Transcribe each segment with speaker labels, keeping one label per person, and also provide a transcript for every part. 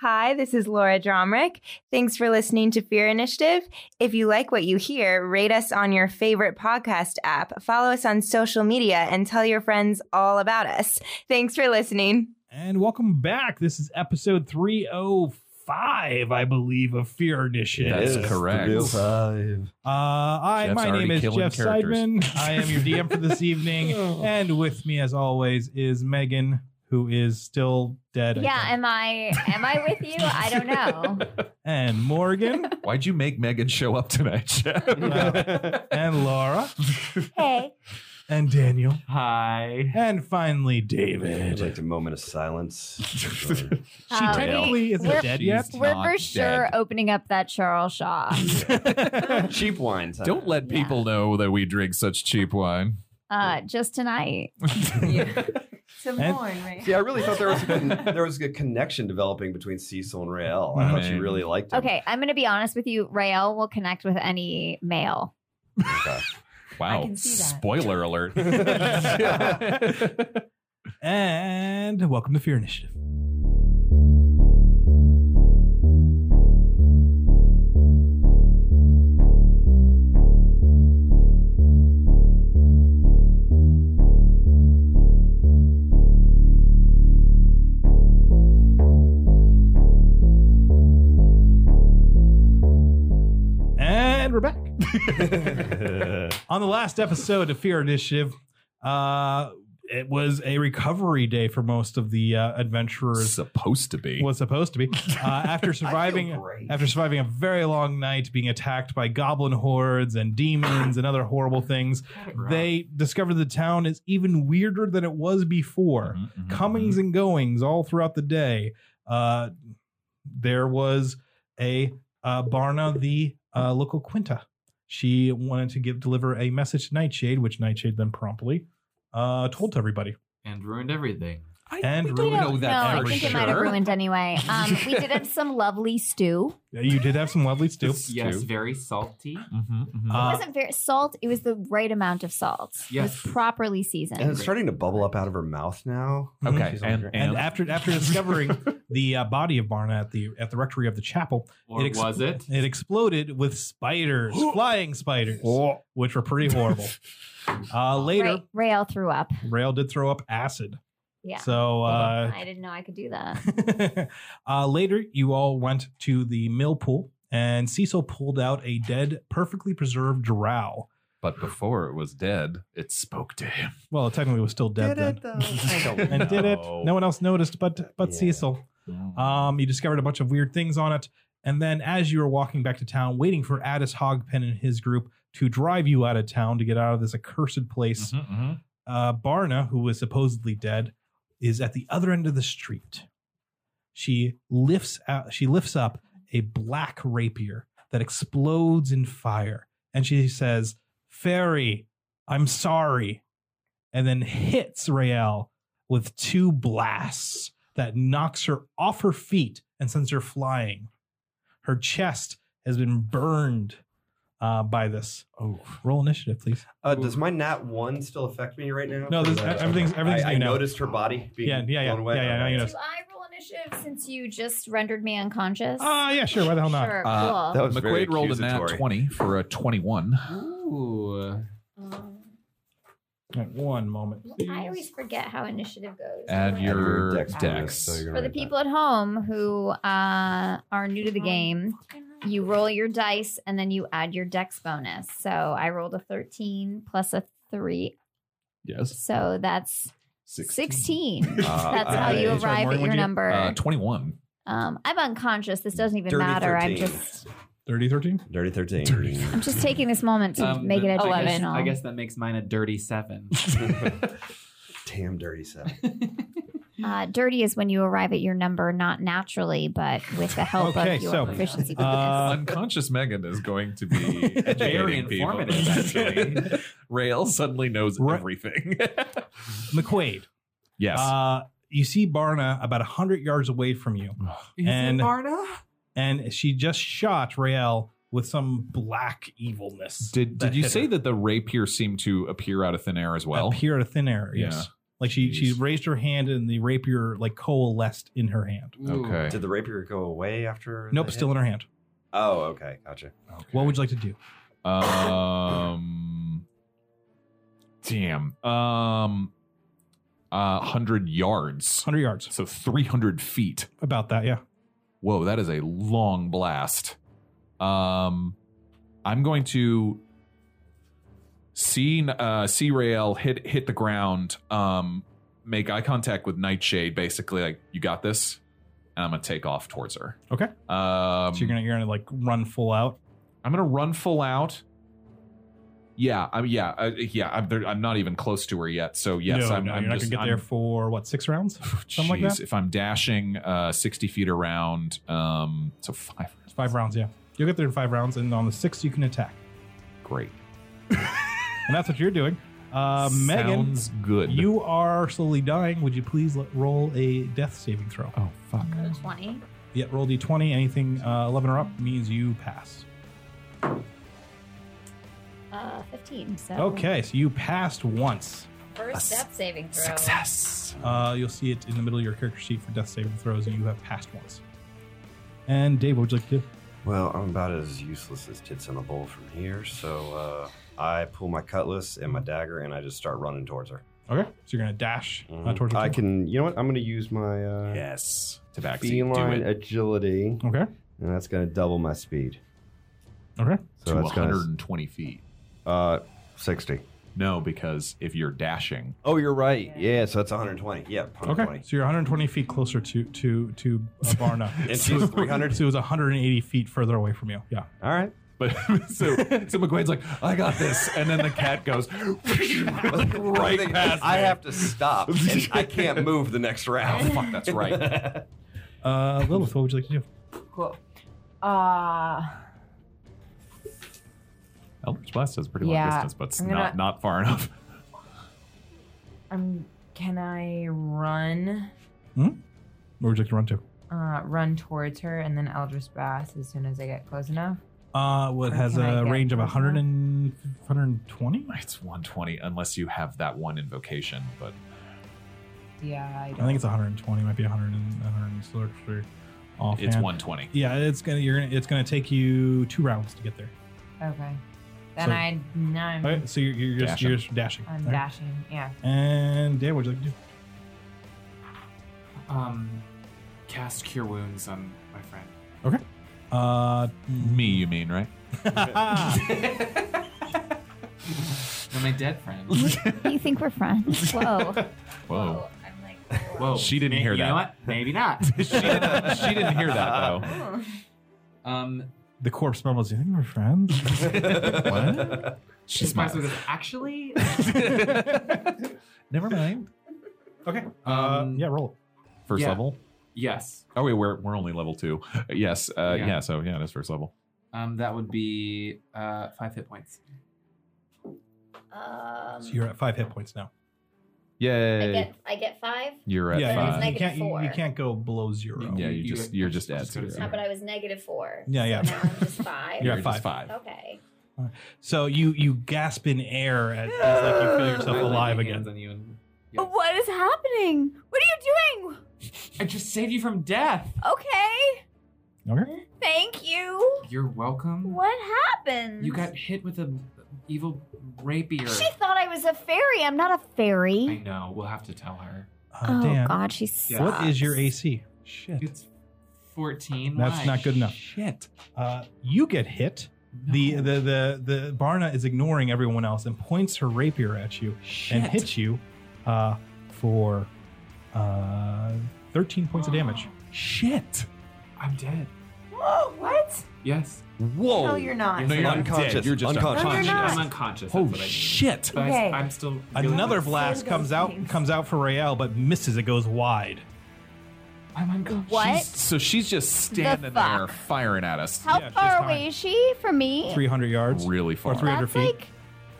Speaker 1: Hi, this is Laura Dromrick. Thanks for listening to Fear Initiative. If you like what you hear, rate us on your favorite podcast app, follow us on social media, and tell your friends all about us. Thanks for listening.
Speaker 2: And welcome back. This is episode 305, I believe, of Fear Initiative.
Speaker 3: That is
Speaker 2: Uh,
Speaker 3: correct.
Speaker 4: Real five.
Speaker 2: I,
Speaker 3: Jeff's
Speaker 2: my name
Speaker 3: already
Speaker 2: is
Speaker 3: killing
Speaker 2: Jeff
Speaker 3: characters. Oh.
Speaker 2: Seidman. I am your DM for this evening. And with me, as always, is Megan, who is still dead. I
Speaker 5: Yeah,
Speaker 2: think.
Speaker 5: am I am I with you? I don't know.
Speaker 2: and Morgan
Speaker 3: Why'd you make Megan show up tonight, Jeff?
Speaker 2: Wow. and Laura
Speaker 5: Hey.
Speaker 2: and Daniel.
Speaker 6: Hi.
Speaker 2: And finally,
Speaker 4: I'd
Speaker 2: David.
Speaker 4: like a moment of silence.
Speaker 2: She
Speaker 5: Um,
Speaker 2: technically isn't
Speaker 5: we're-
Speaker 2: dead
Speaker 3: She's
Speaker 2: yet.
Speaker 5: We're
Speaker 3: not
Speaker 5: for sure
Speaker 3: dead.
Speaker 5: opening up that Charles Shaw. uh,
Speaker 4: Cheap wines. huh?
Speaker 3: Don't let people know that we drink such cheap wine.
Speaker 5: Uh just tonight.
Speaker 1: Some
Speaker 2: And-
Speaker 1: right?
Speaker 4: See, I really thought there was a good, there was a good connection developing between Cecil and Rael. I thought
Speaker 3: Mhm.
Speaker 4: you really liked him.
Speaker 5: Okay, I'm gonna be honest with you. Rael will connect with any male.
Speaker 3: Wow.
Speaker 1: can see that.
Speaker 3: Spoiler alert.
Speaker 2: And welcome to Fear Initiative. And we're back. On the last episode of Fear Initiative, uh, it was a recovery day for most of the uh, adventurers.
Speaker 3: Supposed to be.
Speaker 2: was supposed to be uh, after surviving
Speaker 4: great.
Speaker 2: after surviving a very long night being attacked by goblin hordes and demons and other horrible things they discovered the town is even weirder than it was before
Speaker 3: Mhm, mhm,
Speaker 2: comings and goings all throughout the day. Uh, there was a uh, Barna, the uh, local Quinta. She wanted to give deliver a message to Nightshade, which Nightshade then promptly uh, told to everybody.
Speaker 6: And ruined everything.
Speaker 3: I,
Speaker 2: and
Speaker 3: we
Speaker 2: we
Speaker 3: don't know
Speaker 5: No,
Speaker 3: Oh, that
Speaker 5: I
Speaker 3: for
Speaker 5: think
Speaker 3: sure.
Speaker 5: it might have ruined anyway. Um, we did have some lovely stew.
Speaker 2: You did have some lovely stew.
Speaker 6: Yes, very salty.
Speaker 3: Mhm, mhm.
Speaker 5: It
Speaker 2: Uh,
Speaker 5: wasn't very salt. It was the right amount of salt.
Speaker 6: Yes.
Speaker 5: It was properly seasoned.
Speaker 4: And it's starting to bubble up out of her mouth now.
Speaker 3: okay.
Speaker 4: She's
Speaker 3: And,
Speaker 4: hungry.
Speaker 2: and
Speaker 3: and-
Speaker 2: after after discovering the uh, body of Barna at the at the rectory of the chapel,
Speaker 6: Or
Speaker 2: It expl-
Speaker 6: was it?
Speaker 2: it exploded with spiders, flying spiders, which were pretty horrible. Uh, later,
Speaker 5: Right, Rael threw up.
Speaker 2: Rail did throw up acid.
Speaker 5: Yeah.
Speaker 2: So uh,
Speaker 5: I didn't know I could do that.
Speaker 2: uh, later, you all went to the mill pool, and Cecil pulled out a dead, perfectly preserved drow.
Speaker 3: but before it was dead, it spoke to him.
Speaker 2: Well, technically, it was still dead then. and did it. No one else noticed, but but
Speaker 4: Yeah.
Speaker 2: Cecil.
Speaker 3: Mm-hmm,
Speaker 2: Um, you discovered a bunch of weird things on it, and then as you were walking back to town, waiting for Addis Hogpen and his group to drive you out of town to get out of this accursed place,
Speaker 3: Mhm, mhm.
Speaker 2: uh, Barna, who was supposedly dead, is at the other end of the street. She lifts out, she lifts up a black rapier that explodes in fire, and she says, "Fairy, I'm sorry," and then hits Rael with two blasts that knocks her off her feet and sends her flying. Her chest has been burned uh, by this. Oh, roll initiative, please.
Speaker 4: Uh, does my nat one still affect me right now?
Speaker 2: No, this- e-,
Speaker 4: Or-
Speaker 2: everything's- everything's
Speaker 4: I,
Speaker 2: new
Speaker 4: I
Speaker 2: now.
Speaker 4: noticed her body being
Speaker 2: Yeah, yeah, yeah.
Speaker 4: blown away.
Speaker 2: Yeah, yeah, now you know.
Speaker 5: Do I roll initiative since you just rendered me unconscious?
Speaker 2: Ah, yeah, sure. Why the hell not?
Speaker 5: Sure,
Speaker 3: Uh,
Speaker 5: cool.
Speaker 4: That was very
Speaker 3: McQuaid rolled a nat
Speaker 4: accusatory.
Speaker 3: 20 for a 21.
Speaker 6: Ooh.
Speaker 2: All right, one moment.
Speaker 5: I always forget how initiative goes.
Speaker 3: Add
Speaker 5: Whatever.
Speaker 3: your
Speaker 4: dex
Speaker 3: dex.
Speaker 4: bonus, so you're gonna-
Speaker 5: For the people at home who uh, are new to the game, you roll your dice and then you add your dex bonus. So I rolled a 13 plus a 3.
Speaker 3: yes.
Speaker 5: So that's 16.
Speaker 4: Uh,
Speaker 5: That's how
Speaker 4: I-
Speaker 5: you
Speaker 2: sorry,
Speaker 5: arrive
Speaker 2: Maureen,
Speaker 5: at your
Speaker 2: what'd you-
Speaker 5: number.
Speaker 3: Uh, 21.
Speaker 5: um, I'm unconscious. This doesn't even
Speaker 4: Dirty
Speaker 5: matter. I'm
Speaker 4: 13.
Speaker 5: just
Speaker 2: Thirty thirteen.
Speaker 4: Dirty thirteen.
Speaker 5: I'm just taking this moment to
Speaker 6: Um,
Speaker 5: make it
Speaker 6: I guess-
Speaker 5: educational.
Speaker 6: I guess, that makes mine a dirty seven.
Speaker 4: Damn dirty seven.
Speaker 5: Uh, dirty is when you arrive at your number, not naturally, but with the help
Speaker 2: Okay,
Speaker 5: of your
Speaker 2: so,
Speaker 5: proficiency
Speaker 2: uh,
Speaker 5: bonus.
Speaker 3: Unconscious Megan is going to be
Speaker 6: Very
Speaker 3: educating people.
Speaker 6: informative, actually.
Speaker 3: Rail suddenly knows
Speaker 2: Ra-
Speaker 3: everything.
Speaker 2: McQuaid.
Speaker 3: yes.
Speaker 2: Uh, you see Barna about hundred yards away from you,
Speaker 6: Is
Speaker 2: And-
Speaker 6: it Barna?
Speaker 2: and she just shot Rael with some black evilness.
Speaker 3: did
Speaker 2: that
Speaker 3: did you
Speaker 2: hit
Speaker 3: say
Speaker 2: her.
Speaker 3: that the rapier seemed to appear out of thin air as well?
Speaker 2: appear out of thin air? Yes. Like she she
Speaker 3: Jeez.
Speaker 2: raised her hand and the rapier like coalesced in her hand.
Speaker 3: Okay.
Speaker 4: Did the rapier go away after? the
Speaker 2: Nope,
Speaker 4: hit?
Speaker 2: still in her hand.
Speaker 4: Oh, okay, gotcha.
Speaker 2: What would you like to do?
Speaker 3: Um. Damn. Um. Uh, hundred yards.
Speaker 2: Hundred yards.
Speaker 3: So three hundred feet.
Speaker 2: About that, yeah.
Speaker 3: Whoa, that is a long blast. Um, I'm going to see uh, see Rael hit hit the ground. Um, make eye contact with Nightshade. Basically, like you got this, and I'm gonna take off towards her.
Speaker 2: Okay.
Speaker 3: Um,
Speaker 2: So you're gonna you're gonna like run full out.
Speaker 3: I'm gonna run full out. Yeah, I'm. Yeah, uh, yeah. I'm. There, I'm not even close to her yet. So yes,
Speaker 2: no,
Speaker 3: I'm.
Speaker 2: no,
Speaker 3: I'm
Speaker 2: you're not
Speaker 3: just,
Speaker 2: gonna get
Speaker 3: I'm,
Speaker 2: there for what six rounds? Something like
Speaker 3: Jeez,
Speaker 2: that.
Speaker 3: If I'm dashing uh, 60 feet around, um, so five.
Speaker 2: It's five rounds, yeah. You'll get there in five rounds, and on the sixth you can attack,
Speaker 3: Great.
Speaker 2: and that's what you're doing. Uh, Megan,
Speaker 3: Sounds good.
Speaker 2: you are slowly dying. Would you please let, roll a death saving throw?
Speaker 3: Oh fuck.
Speaker 5: Another 20.
Speaker 2: Yeah, roll d20. Anything uh, 11 or up means you pass.
Speaker 5: Uh, 15. So
Speaker 2: Okay, so you passed once.
Speaker 5: First step saving throw.
Speaker 3: Success.
Speaker 2: Uh, you'll see it in the middle of your character sheet for death saving throws, and you have passed once. And Dave, what would you like to do?
Speaker 4: Well, I'm about as useless as tits in a bowl from here, so uh, I pull my cutlass and my dagger and I just start running towards her.
Speaker 2: Okay, so you're gonna dash uh,
Speaker 4: Mhm.
Speaker 2: towards. the
Speaker 4: I
Speaker 2: two-
Speaker 4: can, you know what? I'm going to use my uh,
Speaker 3: Yes. Tabaxi. Do
Speaker 4: feline
Speaker 3: it.
Speaker 4: agility,
Speaker 2: Okay.
Speaker 4: and that's going to double my speed.
Speaker 2: Okay.
Speaker 4: So
Speaker 3: to
Speaker 4: that's going
Speaker 3: 120 feet.
Speaker 4: to uh, 60.
Speaker 3: No, because if you're dashing,
Speaker 4: Oh, you're right. Yeah, so that's 120. Yeah, 120.
Speaker 2: Okay. So you're 120 feet closer to to to uh, Barna.
Speaker 4: And she's 300.
Speaker 2: So it was 180 feet further away from you. Yeah.
Speaker 4: All right.
Speaker 3: but so so McQuaid's like, I got this, and then the cat goes right
Speaker 4: Thing-
Speaker 3: past.
Speaker 4: I
Speaker 3: me.
Speaker 4: have to stop. and I can't move the next
Speaker 3: Oh,
Speaker 4: round.
Speaker 3: fuck, that's right.
Speaker 2: Uh, Lilith, what would you like to do?
Speaker 7: Cool. Uh,
Speaker 3: Eldritch Blast does pretty long
Speaker 7: Yeah,
Speaker 3: distance, but it's
Speaker 7: I'm
Speaker 3: not
Speaker 7: gonna-
Speaker 3: not far enough.
Speaker 7: I'm. Can I run?
Speaker 2: Where would you like to run to?
Speaker 7: Uh, run towards her and then Eldritch Bass as soon as I get close enough.
Speaker 2: Uh, what
Speaker 7: Or
Speaker 2: has
Speaker 7: can I
Speaker 2: a
Speaker 7: get
Speaker 2: range of
Speaker 7: close
Speaker 2: 100 and 120?
Speaker 3: It's 120 unless you have that one invocation, but
Speaker 7: Yeah, I don't.
Speaker 2: I think it's 120. Might be 100 and 130 offhand.
Speaker 3: it's 120.
Speaker 2: Yeah, it's gonna you're gonna it's gonna take you two rounds to get there.
Speaker 7: okay. Then
Speaker 2: So-
Speaker 7: I no, I'm,
Speaker 2: Okay, so you're, you're just
Speaker 3: Dashing.
Speaker 2: you're just dashing.
Speaker 7: I'm
Speaker 2: Okay.
Speaker 7: dashing. Yeah.
Speaker 2: And Dan, what would you like to do?
Speaker 6: Um, cast Cure Wounds on my friend.
Speaker 2: Uh,
Speaker 3: Me, you mean, right?
Speaker 6: No, my dead friend.
Speaker 5: You think we're friends? Whoa.
Speaker 3: Whoa.
Speaker 5: I'm like,
Speaker 6: Whoa.
Speaker 3: She didn't
Speaker 6: May-
Speaker 3: hear
Speaker 6: you
Speaker 3: that.
Speaker 6: know what? Maybe not.
Speaker 3: she, didn't, she didn't hear that, though.
Speaker 6: Um,
Speaker 2: the corpse mumbles. You think we're friends?
Speaker 3: What? She
Speaker 6: this person
Speaker 3: smiles.
Speaker 6: goes, Actually,
Speaker 3: Never mind.
Speaker 2: okay. Uh,
Speaker 6: Um,
Speaker 2: yeah, roll.
Speaker 3: First
Speaker 6: Yeah.
Speaker 3: level?
Speaker 6: yes.
Speaker 3: Oh, wait, we're, we're only level two. Uh, Yes. Uh, yeah.
Speaker 6: Yeah.
Speaker 3: so yeah, that's first level.
Speaker 6: Um, that would be uh five hit points.
Speaker 5: um,
Speaker 2: So you're at five hit points now.
Speaker 5: I
Speaker 3: Yay.
Speaker 5: get, I get five.
Speaker 3: You're at
Speaker 2: yeah, you-
Speaker 3: five.
Speaker 5: It's
Speaker 2: You, can't, you, you
Speaker 5: Negative four.
Speaker 2: can't go below zero.
Speaker 3: Yeah, you just- you're just at
Speaker 6: go to
Speaker 5: No,
Speaker 3: zero.
Speaker 5: but I was negative four.
Speaker 2: Yeah, yeah.
Speaker 5: So now I'm just five.
Speaker 2: You're at
Speaker 3: just
Speaker 5: Okay.
Speaker 2: So you you gasp in air as, as like you feel yourself
Speaker 6: I lay my
Speaker 2: alive
Speaker 6: hands
Speaker 2: again.
Speaker 6: on you and- Yes.
Speaker 7: What is happening? What are you doing?
Speaker 6: I just saved you from death.
Speaker 7: Okay.
Speaker 2: Okay.
Speaker 7: Thank you.
Speaker 6: You're welcome.
Speaker 5: What happened?
Speaker 6: You got hit with a evil rapier.
Speaker 5: She thought I was a fairy. I'm not a
Speaker 6: I
Speaker 5: fairy.
Speaker 6: know. We'll have to tell her.
Speaker 2: Uh,
Speaker 5: oh
Speaker 2: Dan,
Speaker 5: God, she sucks.
Speaker 6: Yeah.
Speaker 2: what is your AC? Shit.
Speaker 6: It's fourteen.
Speaker 2: That's
Speaker 6: Why?
Speaker 2: not good enough.
Speaker 6: Shit.
Speaker 2: Uh, you get hit. The,
Speaker 6: No.
Speaker 2: the the the Barna is ignoring everyone else and points her rapier at you and
Speaker 6: Shit.
Speaker 2: hits you uh, for uh, 13 points of damage.
Speaker 3: Shit.
Speaker 6: I'm dead.
Speaker 7: Whoa, what?
Speaker 6: Yes.
Speaker 3: Whoa.
Speaker 1: No, you're not.
Speaker 6: Yes,
Speaker 3: No, you're
Speaker 6: I'm
Speaker 3: not
Speaker 4: unconscious.
Speaker 3: dead. You're just
Speaker 4: Unconscious.
Speaker 7: No, you're
Speaker 3: unconscious.
Speaker 7: not.
Speaker 6: I'm unconscious.
Speaker 3: Oh,
Speaker 6: that's what I
Speaker 3: shit.
Speaker 6: But I-
Speaker 7: Okay.
Speaker 6: I'm still
Speaker 2: Another
Speaker 6: feeling-
Speaker 2: blast
Speaker 7: those
Speaker 2: comes out
Speaker 7: things.
Speaker 2: comes out for Rael but misses. It goes wide.
Speaker 6: I'm unconscious.
Speaker 5: What?
Speaker 3: She's- so she's just standing there
Speaker 5: fuck?
Speaker 3: firing at us
Speaker 5: How
Speaker 2: Yeah, she's
Speaker 5: far
Speaker 2: fine.
Speaker 5: away is she from me?
Speaker 2: 300 yards.
Speaker 3: really far.
Speaker 2: Or three-
Speaker 5: That's
Speaker 2: 300 feet.
Speaker 5: like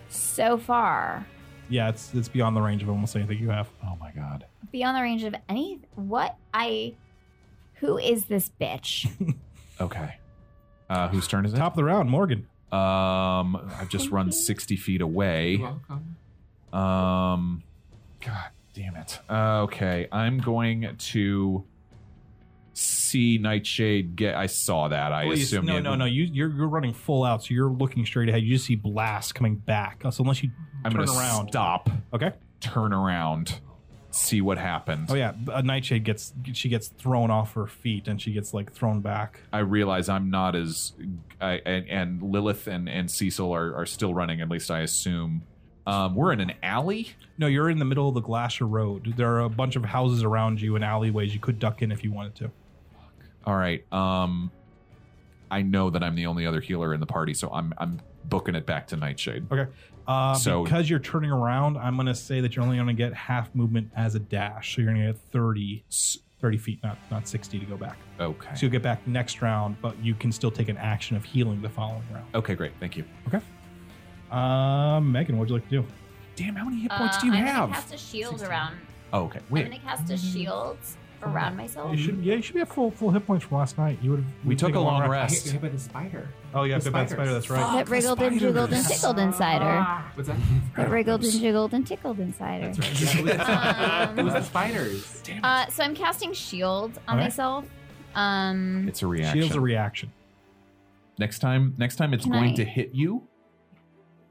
Speaker 5: so far
Speaker 2: Yeah, it's it's beyond the range of almost anything you have.
Speaker 3: Oh my god.
Speaker 5: beyond the range of any. What I? Who is this bitch?
Speaker 3: Okay. Uh, whose turn is it?
Speaker 2: Top of the round, Morgan.
Speaker 3: Um, I've just run 60 feet away.
Speaker 6: You're welcome.
Speaker 3: Um, God, Damn it. Uh, okay, I'm going to see Nightshade get. I saw that. I
Speaker 2: Please,
Speaker 3: assume.
Speaker 2: no,
Speaker 3: you-
Speaker 2: no, no. You, you're you're running full out, so you're looking straight ahead. You just see blast coming back. So unless you
Speaker 3: I'm
Speaker 2: turn
Speaker 3: gonna
Speaker 2: around,
Speaker 3: stop,
Speaker 2: okay.
Speaker 3: turn around, see what happened.
Speaker 2: Oh yeah, a nightshade gets she gets thrown off her feet and she gets like thrown back.
Speaker 3: I realize I'm not as, I, and, and Lilith and, and Cecil are, are still running. At least I assume. Um, we're in an alley.
Speaker 2: No, you're in the middle of the Glasher Road. There are a bunch of houses around you and alleyways you could duck in if you wanted to.
Speaker 3: All right. Um, I know that I'm the only other healer in the party, so I'm I'm booking it back to Nightshade.
Speaker 2: Uh,
Speaker 3: So-
Speaker 2: because you're turning around, I'm going to say that you're only going to get half movement as a dash. So you're going to get 30,
Speaker 3: S-
Speaker 2: 30 feet, not not 60 to go back.
Speaker 3: Okay.
Speaker 2: So you'll get back next round, but you can still take an action of healing the following round.
Speaker 3: Okay, great. Thank you.
Speaker 2: Uh, Megan, what'd you like to do?
Speaker 3: Damn, how many hit points do you
Speaker 5: Uh, I'm
Speaker 3: have?
Speaker 5: Gonna cast a shield
Speaker 2: 16.
Speaker 5: around.
Speaker 3: oh, okay.
Speaker 5: I'm
Speaker 3: Wait,
Speaker 5: gonna cast a shield around myself.
Speaker 2: You should, yeah, you should be at full full hit points from last night. You would have.
Speaker 3: we took a long rest.
Speaker 6: hit by the spider.
Speaker 2: Oh yeah,
Speaker 6: The
Speaker 2: bit by the spider.
Speaker 6: spiders.
Speaker 2: That's right.
Speaker 5: That wriggled and jiggled and tickled inside her.
Speaker 6: Ah, what's that?
Speaker 5: That wriggled and jiggled and tickled inside her.
Speaker 6: That's right. Yeah, it was-
Speaker 5: Um,
Speaker 6: it was the spiders.
Speaker 5: Uh, so I'm casting shield on
Speaker 2: Alright.
Speaker 5: myself. Um,
Speaker 3: It's a reaction.
Speaker 2: Shield's a reaction.
Speaker 3: next time, next time it's
Speaker 5: Can
Speaker 3: going
Speaker 5: I-
Speaker 3: to hit you.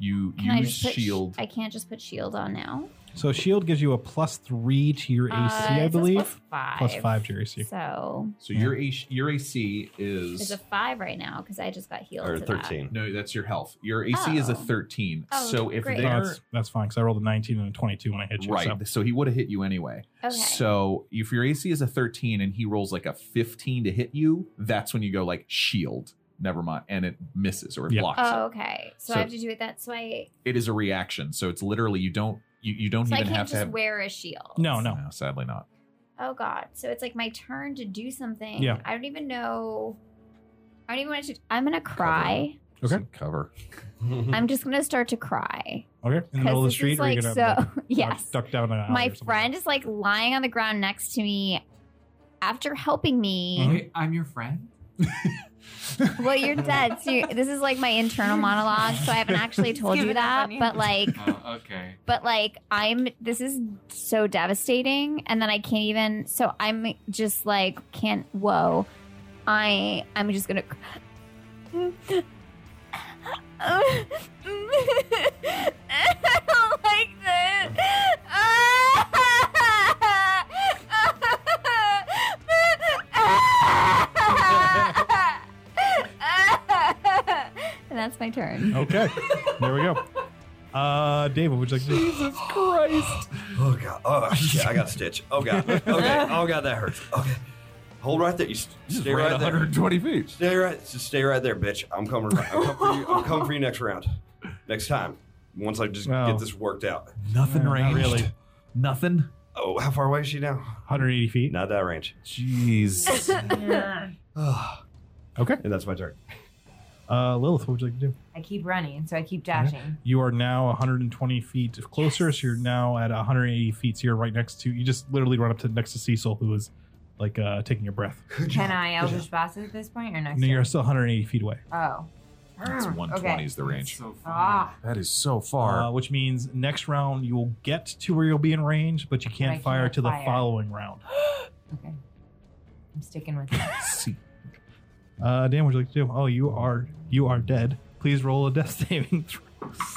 Speaker 3: You
Speaker 5: can I
Speaker 3: use
Speaker 5: just put sh-
Speaker 3: shield.
Speaker 5: I can't just put shield on now.
Speaker 2: So shield gives you a plus three to your AC,
Speaker 5: Uh, it
Speaker 2: I
Speaker 5: says
Speaker 2: believe.
Speaker 5: Plus five.
Speaker 2: Plus five to your AC.
Speaker 5: So
Speaker 3: so your AC, your AC
Speaker 5: it's
Speaker 3: is
Speaker 5: a five right now because I just got healed.
Speaker 4: Or
Speaker 5: to that.
Speaker 4: 13.
Speaker 3: no, that's your health. Your AC is a
Speaker 5: Oh.
Speaker 3: thirteen.
Speaker 5: Oh,
Speaker 3: so if
Speaker 5: great.
Speaker 2: Oh,
Speaker 5: there-
Speaker 2: that's,
Speaker 3: they're
Speaker 2: that's fine because I rolled a 19 and a 22 when I hit you.
Speaker 3: right,
Speaker 2: So.
Speaker 3: so he would have hit you anyway.
Speaker 5: Okay.
Speaker 3: So if your AC is a 13 and he rolls like a 15 to hit you, that's when you go like shield. Never mind, and it misses or it
Speaker 2: Yeah.
Speaker 3: blocks.
Speaker 5: Oh, okay. So,
Speaker 3: So-
Speaker 5: I have to do it. That's why.
Speaker 3: It is a reaction, so it's literally you don't you, you don't
Speaker 5: So I
Speaker 3: even
Speaker 5: can't
Speaker 3: have
Speaker 5: just
Speaker 3: to have.
Speaker 5: wear a shield.
Speaker 2: No, no.
Speaker 3: No, sadly not.
Speaker 5: Oh God. So it's like my turn to do something.
Speaker 2: Yeah.
Speaker 5: I don't even know. I don't even want to. I'm gonna cry.
Speaker 2: Okay.
Speaker 3: Some cover.
Speaker 5: I'm just gonna start to cry.
Speaker 2: Okay. In the middle of the
Speaker 5: this
Speaker 2: street,
Speaker 5: is
Speaker 2: or
Speaker 5: like
Speaker 2: you gonna
Speaker 5: so.
Speaker 2: like,
Speaker 5: yes.
Speaker 2: duck, duck down an alley or
Speaker 5: my
Speaker 2: something like
Speaker 5: friend is like lying on the ground next to me after helping me.
Speaker 6: Wait, I'm your friend.
Speaker 2: Mm-hmm.
Speaker 5: well, you're dead. So you, this is like my internal monologue. So I haven't actually told
Speaker 1: Give
Speaker 5: you
Speaker 1: it up
Speaker 5: that,
Speaker 1: on you.
Speaker 5: but like,
Speaker 6: Oh, okay.
Speaker 5: but like, I'm. This is so devastating, and then I can't even. So I'm just like, can't. Whoa, I. I'm just gonna. I don't like this. and that's my turn.
Speaker 2: Okay. there we go. Uh, Dave, what would you like to do?
Speaker 3: Jesus Christ!
Speaker 4: Oh god. Oh shit. I got a stitch. Oh god. Okay. Oh god. That hurts. Okay. Hold right there. You st-
Speaker 3: Just
Speaker 4: stay
Speaker 3: ran
Speaker 4: right there.
Speaker 3: 120 feet.
Speaker 4: Stay right. Just stay right there, bitch. I'm coming. right- I'm coming for you. I'm coming for you next round. Next time. Once I just
Speaker 2: Wow.
Speaker 4: get this worked out.
Speaker 3: Nothing
Speaker 2: Uh, not
Speaker 3: ranged.
Speaker 2: really.
Speaker 3: Nothing.
Speaker 4: Oh, how far away is she now?
Speaker 2: 180 feet.
Speaker 4: Not that range.
Speaker 3: Jeez. Ah.
Speaker 4: Ugh.
Speaker 2: Okay.
Speaker 4: and that's my turn.
Speaker 2: Uh, Lilith, what would you like to do?
Speaker 7: I keep running, so I keep dashing.
Speaker 2: You are now 120 feet closer, so you're now at 180 feet. So you're right next to. You just literally run up to next to Cecil, who is like uh, taking a breath.
Speaker 7: Can I Eldritch Blast at this point or next?
Speaker 2: No, you're
Speaker 7: turn?
Speaker 2: still 180 feet away,
Speaker 7: Oh.
Speaker 3: That's
Speaker 5: Ah,
Speaker 7: Mm,
Speaker 3: 120
Speaker 7: okay.
Speaker 3: is the range.
Speaker 6: So far.
Speaker 7: Ah.
Speaker 3: That is so far.
Speaker 2: uh, which means next round you will get to where you'll be in range, but you can't
Speaker 7: I
Speaker 2: fire
Speaker 7: can't
Speaker 2: to the
Speaker 7: fire.
Speaker 2: following round.
Speaker 7: Okay. I'm sticking with it.
Speaker 3: See.
Speaker 2: Uh, Dan, what would you like to do? Oh, you are you are dead. Please roll a death saving throw.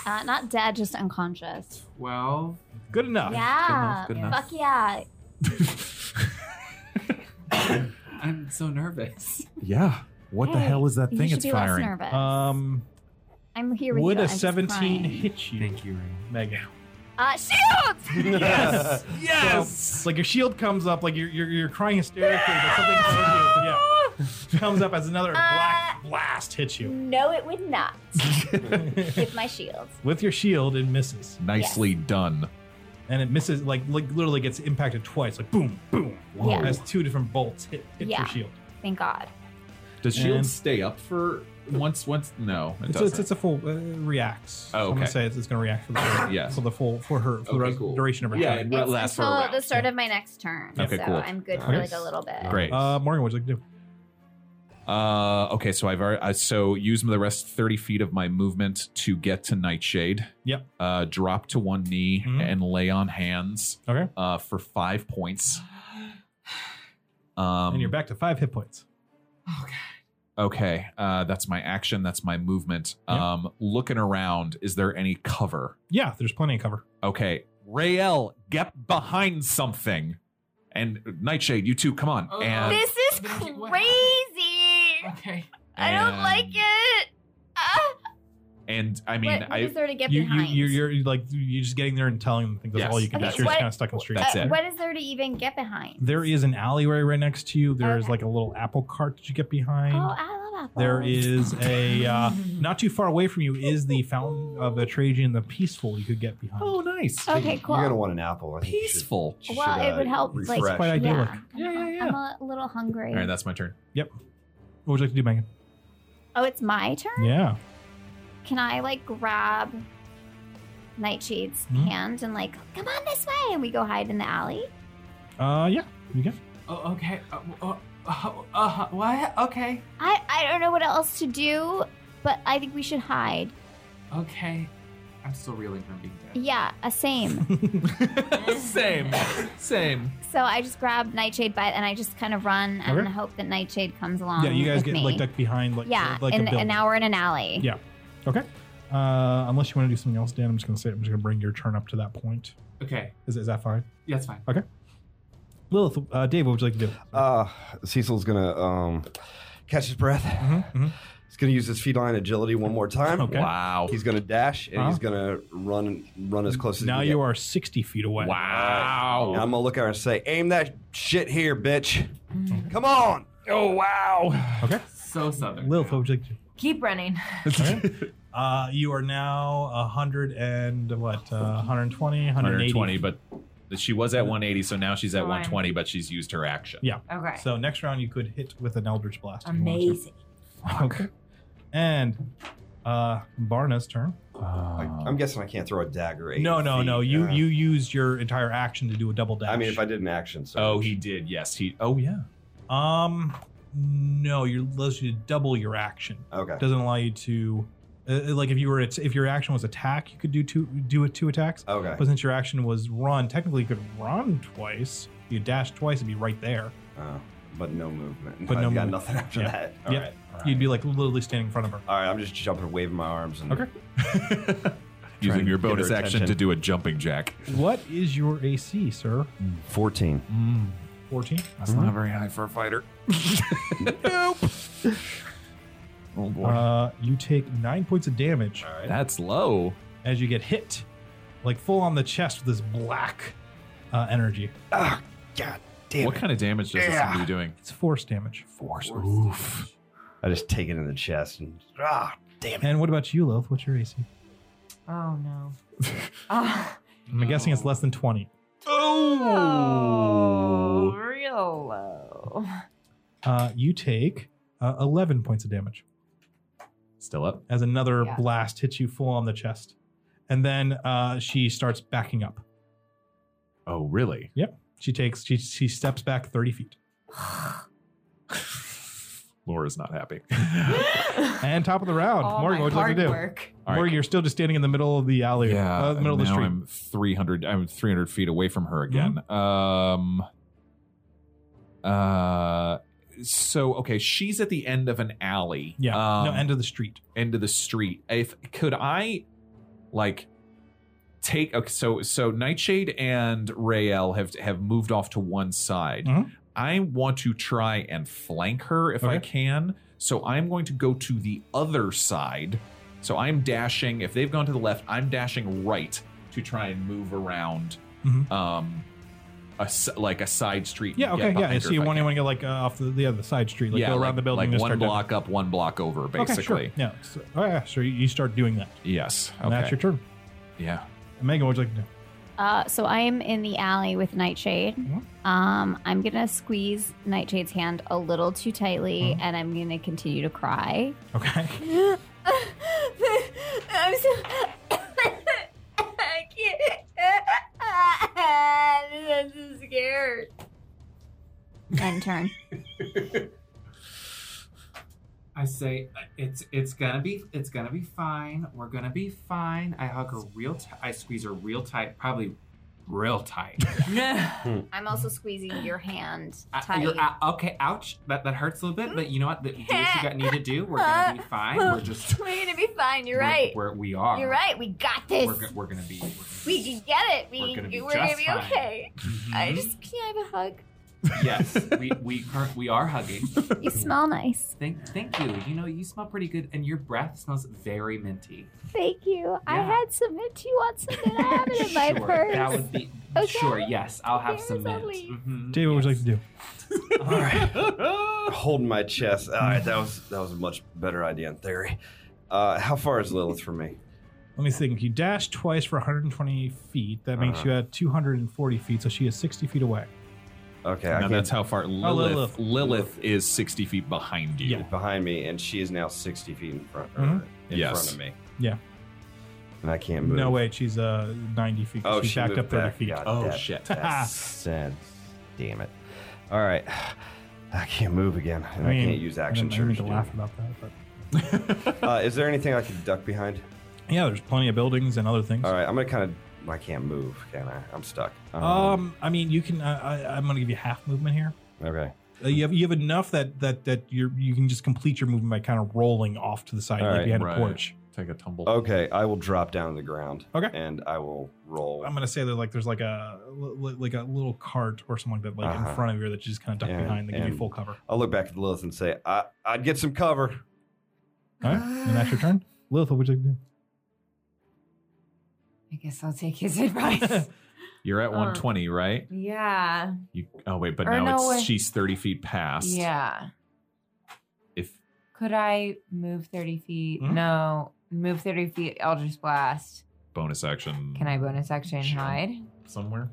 Speaker 5: Uh, not dead, just unconscious.
Speaker 6: Twelve.
Speaker 2: Good enough.
Speaker 5: Ah, yeah.
Speaker 3: Ah, good enough.
Speaker 5: Fuck yeah.
Speaker 6: I'm so nervous.
Speaker 3: yeah. What the
Speaker 5: Hey,
Speaker 3: hell is that
Speaker 5: Mm, You
Speaker 3: thing
Speaker 5: should
Speaker 3: it's
Speaker 5: be less
Speaker 3: firing?
Speaker 5: nervous.
Speaker 2: Um,
Speaker 5: I'm here with
Speaker 2: would
Speaker 5: you.
Speaker 2: a
Speaker 5: I'm just
Speaker 2: 17
Speaker 5: crying.
Speaker 2: hit you,
Speaker 6: Thank you, Rain.
Speaker 2: Megan?
Speaker 5: Uh, shield!
Speaker 2: Yes.
Speaker 3: Yes.
Speaker 2: So, like your shield comes up, like you're you're, you're crying hysterically, but something tells you, yeah, comes up as
Speaker 5: Uh,
Speaker 2: another black blast hits you
Speaker 5: no, it would not. With my shield.
Speaker 2: with your shield and misses,
Speaker 3: Nicely done.
Speaker 2: and it misses like like literally gets impacted twice, like boom, boom.
Speaker 5: Yeah.
Speaker 2: As two different bolts hit hit
Speaker 5: Yeah.
Speaker 2: your shield.
Speaker 5: Thank God.
Speaker 3: Does shield
Speaker 2: And-
Speaker 3: stay up for once? Once? No, it
Speaker 2: It's a,
Speaker 3: doesn't.
Speaker 2: it's, it's a full uh, reacts.
Speaker 3: Oh,
Speaker 2: So I'm gonna
Speaker 3: okay.
Speaker 2: say it's, it's gonna react for the
Speaker 3: Yes.
Speaker 2: for the full for her for
Speaker 3: Okay,
Speaker 2: the rest-
Speaker 3: cool.
Speaker 2: duration of her
Speaker 3: yeah,
Speaker 2: turn.
Speaker 3: it re- lasts for a
Speaker 5: until
Speaker 3: round.
Speaker 5: the start of my next turn.
Speaker 3: Okay,
Speaker 5: so
Speaker 3: cool. Uh,
Speaker 5: I'm good for
Speaker 4: Okay.
Speaker 5: like a little bit.
Speaker 3: Great.
Speaker 2: Uh, Morgan, what'd you like to do?
Speaker 3: Uh, okay, so I've already, I, so use the rest thirty feet of my movement to get to Nightshade.
Speaker 2: Yep.
Speaker 3: Uh, drop to one knee
Speaker 2: Mhm.
Speaker 3: and lay on hands
Speaker 2: Okay.
Speaker 3: uh, for five points. Um,
Speaker 2: and you're back to five hit points.
Speaker 6: Okay.
Speaker 3: Okay, uh, that's my action. That's my movement.
Speaker 2: Yep.
Speaker 3: Um, looking around, is there any cover?
Speaker 2: Yeah, there's plenty of cover.
Speaker 3: Okay, Rael, get behind something, and Nightshade, you two, come on.
Speaker 6: Oh,
Speaker 3: and
Speaker 5: This is
Speaker 6: Then
Speaker 5: crazy.
Speaker 6: you- what Okay.
Speaker 5: I don't
Speaker 3: and-
Speaker 5: like it. Ah,
Speaker 3: And I
Speaker 5: what
Speaker 3: mean,
Speaker 5: what
Speaker 3: I
Speaker 5: is there to get
Speaker 2: You, you
Speaker 5: behind?
Speaker 2: you're, you're you're, like you're just getting there and telling them things. That's
Speaker 3: Yes.
Speaker 2: all you can
Speaker 5: Okay,
Speaker 2: do. So you're just
Speaker 5: what-
Speaker 2: kind of stuck in the street.
Speaker 3: That's
Speaker 5: Uh,
Speaker 3: it.
Speaker 5: What is there to even get behind?
Speaker 2: There is an alleyway right next to you. There is
Speaker 5: Okay.
Speaker 2: like a little apple cart that you get
Speaker 5: Oh,
Speaker 2: behind.
Speaker 5: I love apples.
Speaker 2: There is a uh, not too far away from you is the fountain of Atrajan the Peaceful you could get behind.
Speaker 3: oh, nice,
Speaker 5: Okay, cool.
Speaker 4: You're gonna want an apple. I think you should-
Speaker 3: peaceful.
Speaker 4: you
Speaker 5: Well,
Speaker 4: should, uh,
Speaker 5: it would help, like-
Speaker 4: refresh.
Speaker 2: Quite idyllic.
Speaker 3: Yeah, yeah, yeah.
Speaker 5: I'm a little hungry.
Speaker 3: All right, that's my turn.
Speaker 2: What would you like to do, Megan?
Speaker 5: oh, it's my turn.
Speaker 2: Yeah.
Speaker 5: Can I like grab Nightshade's
Speaker 2: Hmm?
Speaker 5: hand and like, come on this way, and we go hide in the alley?
Speaker 2: Uh, yeah. You can.
Speaker 6: Oh, okay. Uh, uh, uh, uh, what? Okay.
Speaker 5: I I don't know what else to do, but I think we should hide.
Speaker 6: Okay. I'm still reeling from being dead.
Speaker 5: Yeah, a same.
Speaker 3: same, same.
Speaker 5: so I just grab Nightshade by and I just kind of run and
Speaker 2: Okay.
Speaker 5: hope that Nightshade comes along.
Speaker 2: yeah. You guys
Speaker 5: Um, with
Speaker 2: get
Speaker 5: me.
Speaker 2: like ducked behind like
Speaker 5: yeah,
Speaker 2: like
Speaker 5: in
Speaker 2: a building.
Speaker 5: an hour in an alley.
Speaker 2: Yeah. Okay. Uh, unless you want to do something else, Dan, I'm just gonna say I'm just gonna bring your turn up to that point.
Speaker 6: Okay.
Speaker 2: Is is that fine?
Speaker 6: Yeah, it's fine.
Speaker 2: Lilith, uh, Dave, what would you like to do?
Speaker 4: Uh, Cecil's gonna um, catch his breath.
Speaker 2: Mhm, mhm.
Speaker 4: He's gonna use his feline agility one more time.
Speaker 2: Okay.
Speaker 3: Wow.
Speaker 4: He's gonna dash and
Speaker 2: Uh-huh.
Speaker 4: he's gonna run run as close as
Speaker 2: Now
Speaker 4: he can
Speaker 2: you
Speaker 4: get.
Speaker 2: are 60 feet away.
Speaker 3: Wow.
Speaker 4: And I'm gonna look at her and say, "Aim that shit here, bitch!
Speaker 2: Hmm.
Speaker 4: Come on!"
Speaker 3: Oh wow.
Speaker 2: Okay.
Speaker 6: So southern.
Speaker 2: Lilith, what would you like to do?
Speaker 7: Keep running.
Speaker 2: Uh, you are now 100 and what? Uh, 120, 180.
Speaker 3: 120, but she was at 180, so now she's at
Speaker 7: Fine.
Speaker 3: 120, but she's used her action.
Speaker 2: Yeah.
Speaker 7: Okay.
Speaker 2: So next round you could hit with an Eldritch Blast. if you wanted to.
Speaker 7: Amazing.
Speaker 2: Okay. And uh Barna's turn.
Speaker 4: Like,
Speaker 3: Um,
Speaker 4: I'm guessing I can't throw a dagger. Eight
Speaker 2: No, no,
Speaker 4: feet.
Speaker 2: no. You
Speaker 4: Uh,
Speaker 2: you used your entire action to do a double dash.
Speaker 4: I mean, if I did an action, so
Speaker 3: oh, he did. Yes, he. Oh yeah.
Speaker 2: um no, you're allows you to double your action.
Speaker 4: okay.
Speaker 2: Doesn't allow you to uh, like if you were at, if your action was attack, you could do two do it two attacks.
Speaker 4: Okay.
Speaker 2: But since your action was run, technically you could run twice. You dash twice and be right there.
Speaker 4: Uh, but no movement.
Speaker 2: But
Speaker 4: But
Speaker 2: no
Speaker 4: no got
Speaker 2: movement.
Speaker 4: nothing after
Speaker 2: Yeah.
Speaker 4: that. All
Speaker 2: Yeah.
Speaker 4: right. All right.
Speaker 2: You'd be like literally standing in front of her.
Speaker 4: All right. I'm just jumping, waving my arms, and
Speaker 2: Okay.
Speaker 4: Trying
Speaker 3: Using
Speaker 4: to
Speaker 3: your
Speaker 4: get her
Speaker 3: bonus action
Speaker 4: attention.
Speaker 3: to do a jumping jack.
Speaker 2: What is your AC, sir? Mm-hmm.
Speaker 4: 14.
Speaker 2: Mm. 14?
Speaker 3: That's not very high for a fighter. nope. Oh boy.
Speaker 2: Uh, you take nine points of damage
Speaker 4: All right.
Speaker 3: That's low.
Speaker 2: as you get hit, like full on the chest with this black uh, energy.
Speaker 4: Ah, God damn
Speaker 3: what
Speaker 4: it.
Speaker 3: kind of damage does this seem to be doing?
Speaker 2: It's force damage.
Speaker 3: Force.
Speaker 6: Force
Speaker 3: Oof.
Speaker 4: I just take it in the chest and ah, damn it.
Speaker 2: And what about you, Lilith? What's your AC?
Speaker 7: Oh no. oh,
Speaker 2: I'm guessing it's less than 20.
Speaker 7: oh, real low.
Speaker 2: Uh, you take uh, 11 points of damage
Speaker 3: Still up.
Speaker 2: as another
Speaker 7: Yeah.
Speaker 2: blast hits you full on the chest. And then uh, she starts backing up.
Speaker 3: Oh really?
Speaker 2: She takes, she, she steps back 30 feet.
Speaker 3: Laura's not happy.
Speaker 2: And top of the round,
Speaker 7: All
Speaker 2: Morgan,
Speaker 7: Oh, my
Speaker 2: what would you like
Speaker 7: hard
Speaker 2: to do?
Speaker 7: work.
Speaker 3: All right.
Speaker 2: Morgan, you're still just standing in the middle of the alley,
Speaker 3: Yeah,
Speaker 2: uh, the middle of the
Speaker 3: now
Speaker 2: street. Mm-hmm.
Speaker 3: I'm 300. I'm 300 feet away from her again. Um. Uh. So okay, she's at the end of an alley.
Speaker 2: yeah,
Speaker 3: Um,
Speaker 2: no, end of the street.
Speaker 3: end of the street. If could I, like, take okay, so so Nightshade and Rael have have moved off to one side.
Speaker 2: Mhm.
Speaker 3: I want to try and flank her if I
Speaker 2: Okay.
Speaker 3: can. So I'm going to go to the other side. So I'm dashing. If they've gone to the left, I'm dashing right to try and move around.
Speaker 2: Mhm.
Speaker 3: Um. A, s- like a side street. and
Speaker 2: Yeah,
Speaker 3: get
Speaker 2: okay, yeah.
Speaker 3: behind
Speaker 2: So
Speaker 3: her
Speaker 2: you
Speaker 3: if I
Speaker 2: want
Speaker 3: can.
Speaker 2: to get like uh, off the, the other side street, like
Speaker 3: yeah,
Speaker 2: go around
Speaker 3: like-
Speaker 2: the building,
Speaker 3: like
Speaker 2: and
Speaker 3: one
Speaker 2: start down.
Speaker 3: block up, one block over, basically.
Speaker 2: Okay, sure. Yeah. So, oh yeah, sure. You start doing that,
Speaker 3: Yes.
Speaker 2: and
Speaker 3: Okay.
Speaker 2: that's your turn.
Speaker 3: yeah.
Speaker 2: Megan, what would you like to do?
Speaker 5: Uh, so I am in the alley with Nightshade.
Speaker 2: Mhm.
Speaker 5: Um, I'm gonna squeeze Nightshade's hand a little too tightly,
Speaker 2: Mhm.
Speaker 5: and I'm gonna continue to cry.
Speaker 2: Okay.
Speaker 5: I'm so. I can't. I'm so scared. End turn.
Speaker 6: I say uh, it's it's gonna be it's gonna be fine. We're gonna be fine. I hug her real. T- I squeeze her real tight, probably real tight.
Speaker 5: I'm also squeezing your hand
Speaker 6: I-
Speaker 5: tight.
Speaker 6: you're- I- okay, ouch. That that hurts a little bit, but you know what? The, do what you got need to do. We're gonna be fine. We're just.
Speaker 5: We're gonna be fine. You're
Speaker 6: we're-
Speaker 5: right.
Speaker 6: We're, we are.
Speaker 5: You're right. We got this.
Speaker 6: We're, go- we're gonna be. We're gonna be
Speaker 5: we can get it. We,
Speaker 6: We're gonna be just fine.
Speaker 5: okay. I
Speaker 7: Mm-hmm.
Speaker 6: Mhm.
Speaker 5: just can I have a hug?
Speaker 6: yes, we we cur- we are hugging.
Speaker 5: You smell nice.
Speaker 6: Thank thank you. You know you smell pretty good, and your breath smells very minty.
Speaker 5: Thank you. I
Speaker 6: Yeah.
Speaker 5: had some mint. You want some mint? I have it in my
Speaker 6: sure,
Speaker 5: purse.
Speaker 6: that would be
Speaker 5: Okay.
Speaker 6: sure. Yes, I'll have
Speaker 5: There's
Speaker 6: some
Speaker 5: a
Speaker 6: mint.
Speaker 5: leaf.
Speaker 6: Mhm.
Speaker 2: David, what would you like to do?
Speaker 4: All right. Holding my chest. All right, that was that was a much better idea in theory. Uh, how far is Lilith from me?
Speaker 2: Let me think. You dash twice for 120 feet. That makes
Speaker 4: Uh-huh.
Speaker 2: you at 240 feet, so she is 60 feet away.
Speaker 4: Okay, I
Speaker 3: Now
Speaker 4: can
Speaker 3: that's how far
Speaker 2: Lilith.
Speaker 3: Lilith, Oh, Lilith. is 60 feet behind you.
Speaker 2: Yeah.
Speaker 4: behind me, and she is now sixty feet in front. or
Speaker 2: Mhm.
Speaker 4: In
Speaker 3: Yes.
Speaker 4: front of me.
Speaker 2: Yeah.
Speaker 4: And I can't move.
Speaker 2: No, wait, she's uh 90 feet. 'cause
Speaker 4: Oh,
Speaker 2: she,
Speaker 4: she
Speaker 2: backed
Speaker 4: moved
Speaker 2: up 30
Speaker 4: back.
Speaker 2: feet.
Speaker 4: Got
Speaker 3: Oh,
Speaker 4: that.
Speaker 3: shit.
Speaker 4: That's sense. Damn it. All right. I can't move again, and I,
Speaker 2: mean,
Speaker 4: can't use action
Speaker 2: I didn't, I didn't
Speaker 4: surge.
Speaker 2: mean to laugh about that, but
Speaker 4: dude. Uh, is there anything I could duck behind?
Speaker 2: yeah, there's plenty of buildings and other things.
Speaker 4: All right, I'm gonna kind of. I can't move, can I? I'm stuck.
Speaker 2: Um, I mean, you can. I, I, I'm going to give you half movement here.
Speaker 4: okay.
Speaker 2: Uh, you have you have enough that that that you you can just complete your movement by kind of rolling off to the side,
Speaker 4: All
Speaker 2: like
Speaker 4: right,
Speaker 2: behind
Speaker 3: right.
Speaker 2: a porch.
Speaker 3: Take a tumble.
Speaker 4: Okay, I will drop down to the ground.
Speaker 2: Okay.
Speaker 4: And I will roll.
Speaker 2: I'm gonna say that like there's like a li- like a little cart or something like that, like
Speaker 4: Uh-huh.
Speaker 2: in front of you that you just kind of duck
Speaker 4: And-
Speaker 2: behind and give you
Speaker 4: and-
Speaker 2: full cover.
Speaker 4: I'll look back at Lilith and say, I, I'd get some cover.
Speaker 2: All right, and that's your turn. Lilith, what would you like to do?
Speaker 7: I guess I'll take his advice.
Speaker 3: You're at 120, right?
Speaker 7: yeah.
Speaker 3: You, oh wait, but
Speaker 7: Uh. Or
Speaker 3: now
Speaker 7: no,
Speaker 3: it's
Speaker 7: wait.
Speaker 3: she's 30 feet past.
Speaker 7: Yeah.
Speaker 3: If
Speaker 7: Could I move 30 feet?
Speaker 2: Mhm.
Speaker 7: No. Move 30 feet, Eldritch Blast.
Speaker 3: bonus action.
Speaker 7: Can I bonus action
Speaker 3: Sure.
Speaker 7: hide?
Speaker 3: somewhere?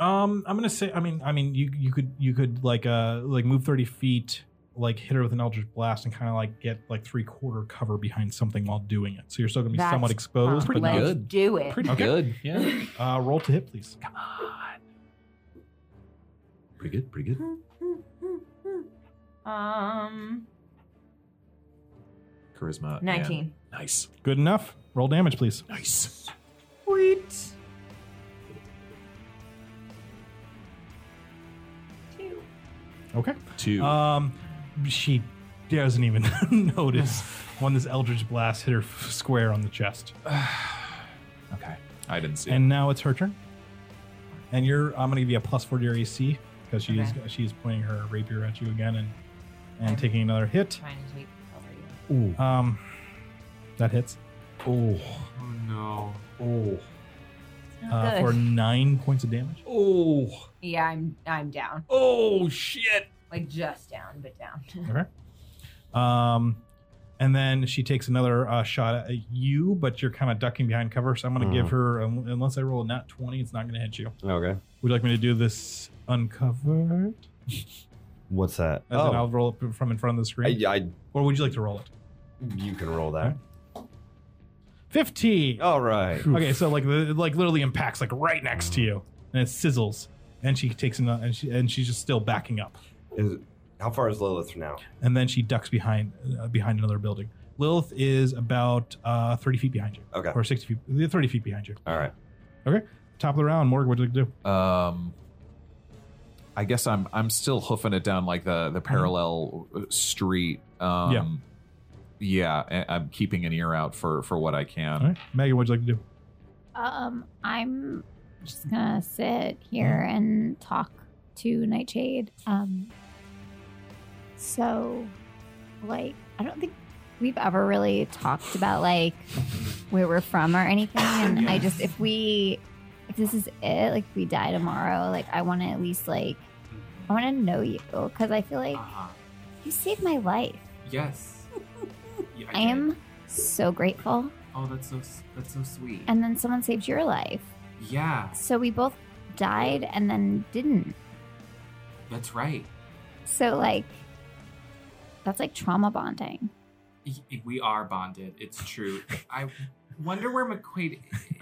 Speaker 2: Um, I'm gonna say. I mean, I mean, you you could you could like uh like move 30 feet, like hit her with an eldritch blast, and kind of like get like three quarter cover behind something while doing it. So you're still gonna be
Speaker 7: That's
Speaker 2: somewhat exposed.
Speaker 7: Fine,
Speaker 2: But
Speaker 7: Let's
Speaker 2: not,
Speaker 3: good.
Speaker 7: do it.
Speaker 3: Pretty
Speaker 2: Okay.
Speaker 3: good. Yeah.
Speaker 2: uh, roll to hit, please.
Speaker 3: Come on. Pretty good. Pretty good.
Speaker 7: Um,
Speaker 3: Charisma. and-
Speaker 7: 19.
Speaker 3: Nice.
Speaker 2: Good enough. Roll damage, please.
Speaker 3: Nice.
Speaker 7: Sweet.
Speaker 2: Okay.
Speaker 3: Two.
Speaker 2: Um, she doesn't even notice when this eldritch blast hit her f- square on the chest.
Speaker 3: okay. I didn't see.
Speaker 2: And now it's her turn. And you're I'm gonna give you a plus four to your AC because she is she is pointing her rapier at you again and and
Speaker 7: I'm-
Speaker 2: taking another hit.
Speaker 7: Trying to take over you.
Speaker 2: Ooh. Um that hits. Oh.
Speaker 6: Oh no.
Speaker 2: Oh.
Speaker 7: Not
Speaker 2: Uh,
Speaker 7: Oh, good.
Speaker 2: for nine points of damage.
Speaker 3: it. Oh.
Speaker 7: yeah, I'm I'm down.
Speaker 3: Oh shit.
Speaker 7: Like just down, but down.
Speaker 2: Um and then she takes another uh, shot at you, but you're kind of ducking behind cover. So I'm going to give
Speaker 4: Mhm.
Speaker 2: her, un- unless I roll a nat 20, it's not going to hit you.
Speaker 4: Okay.
Speaker 2: Would you like me to do this uncovered?
Speaker 4: What's that?
Speaker 2: As in I'll
Speaker 4: oh,
Speaker 2: roll it from in front of the
Speaker 4: I,
Speaker 2: screen.
Speaker 4: I,
Speaker 2: or would you like to roll it?
Speaker 4: you can roll that.
Speaker 2: 15.
Speaker 4: All right.
Speaker 2: Okay, so like the, it, like literally impacts like right next to you and it sizzles and she takes another and she and she's just still backing up.
Speaker 4: Is, how far is Lilith now?
Speaker 2: And then she ducks behind uh, behind another building. Lilith is about uh, 30 feet behind you
Speaker 4: Okay.
Speaker 2: or 60 feet 30 feet behind you.
Speaker 4: All right.
Speaker 2: Top of the round, Morg, what do you do?
Speaker 3: Um. I guess I'm I'm still hoofing it down like the the parallel uh, street. Um,
Speaker 2: Mm-hmm. Yeah.
Speaker 3: Yeah, I- I'm keeping an ear out for for what I
Speaker 6: Oh.
Speaker 3: can.
Speaker 2: All right. Megan, what do you like to do?
Speaker 5: Um, I'm just gonna sit here and talk to Nightshade. Um, so, like, I don't think we've ever really talked about like where we're from or anything. And I just, if we, if this is it, like, if we die tomorrow, like, I want to at least like, I want to know you because I feel like
Speaker 6: Uh-huh.
Speaker 5: you saved my life.
Speaker 6: Yes. Yeah,
Speaker 5: I
Speaker 6: did.
Speaker 5: am so grateful.
Speaker 6: Oh, that's so s- that's so sweet.
Speaker 5: And then someone saved your life.
Speaker 6: yeah,
Speaker 5: So we both died and then didn't.
Speaker 6: that's right.
Speaker 5: So like that's like trauma bonding.
Speaker 6: Y- y- We are bonded. It's true. I wonder where McQuaid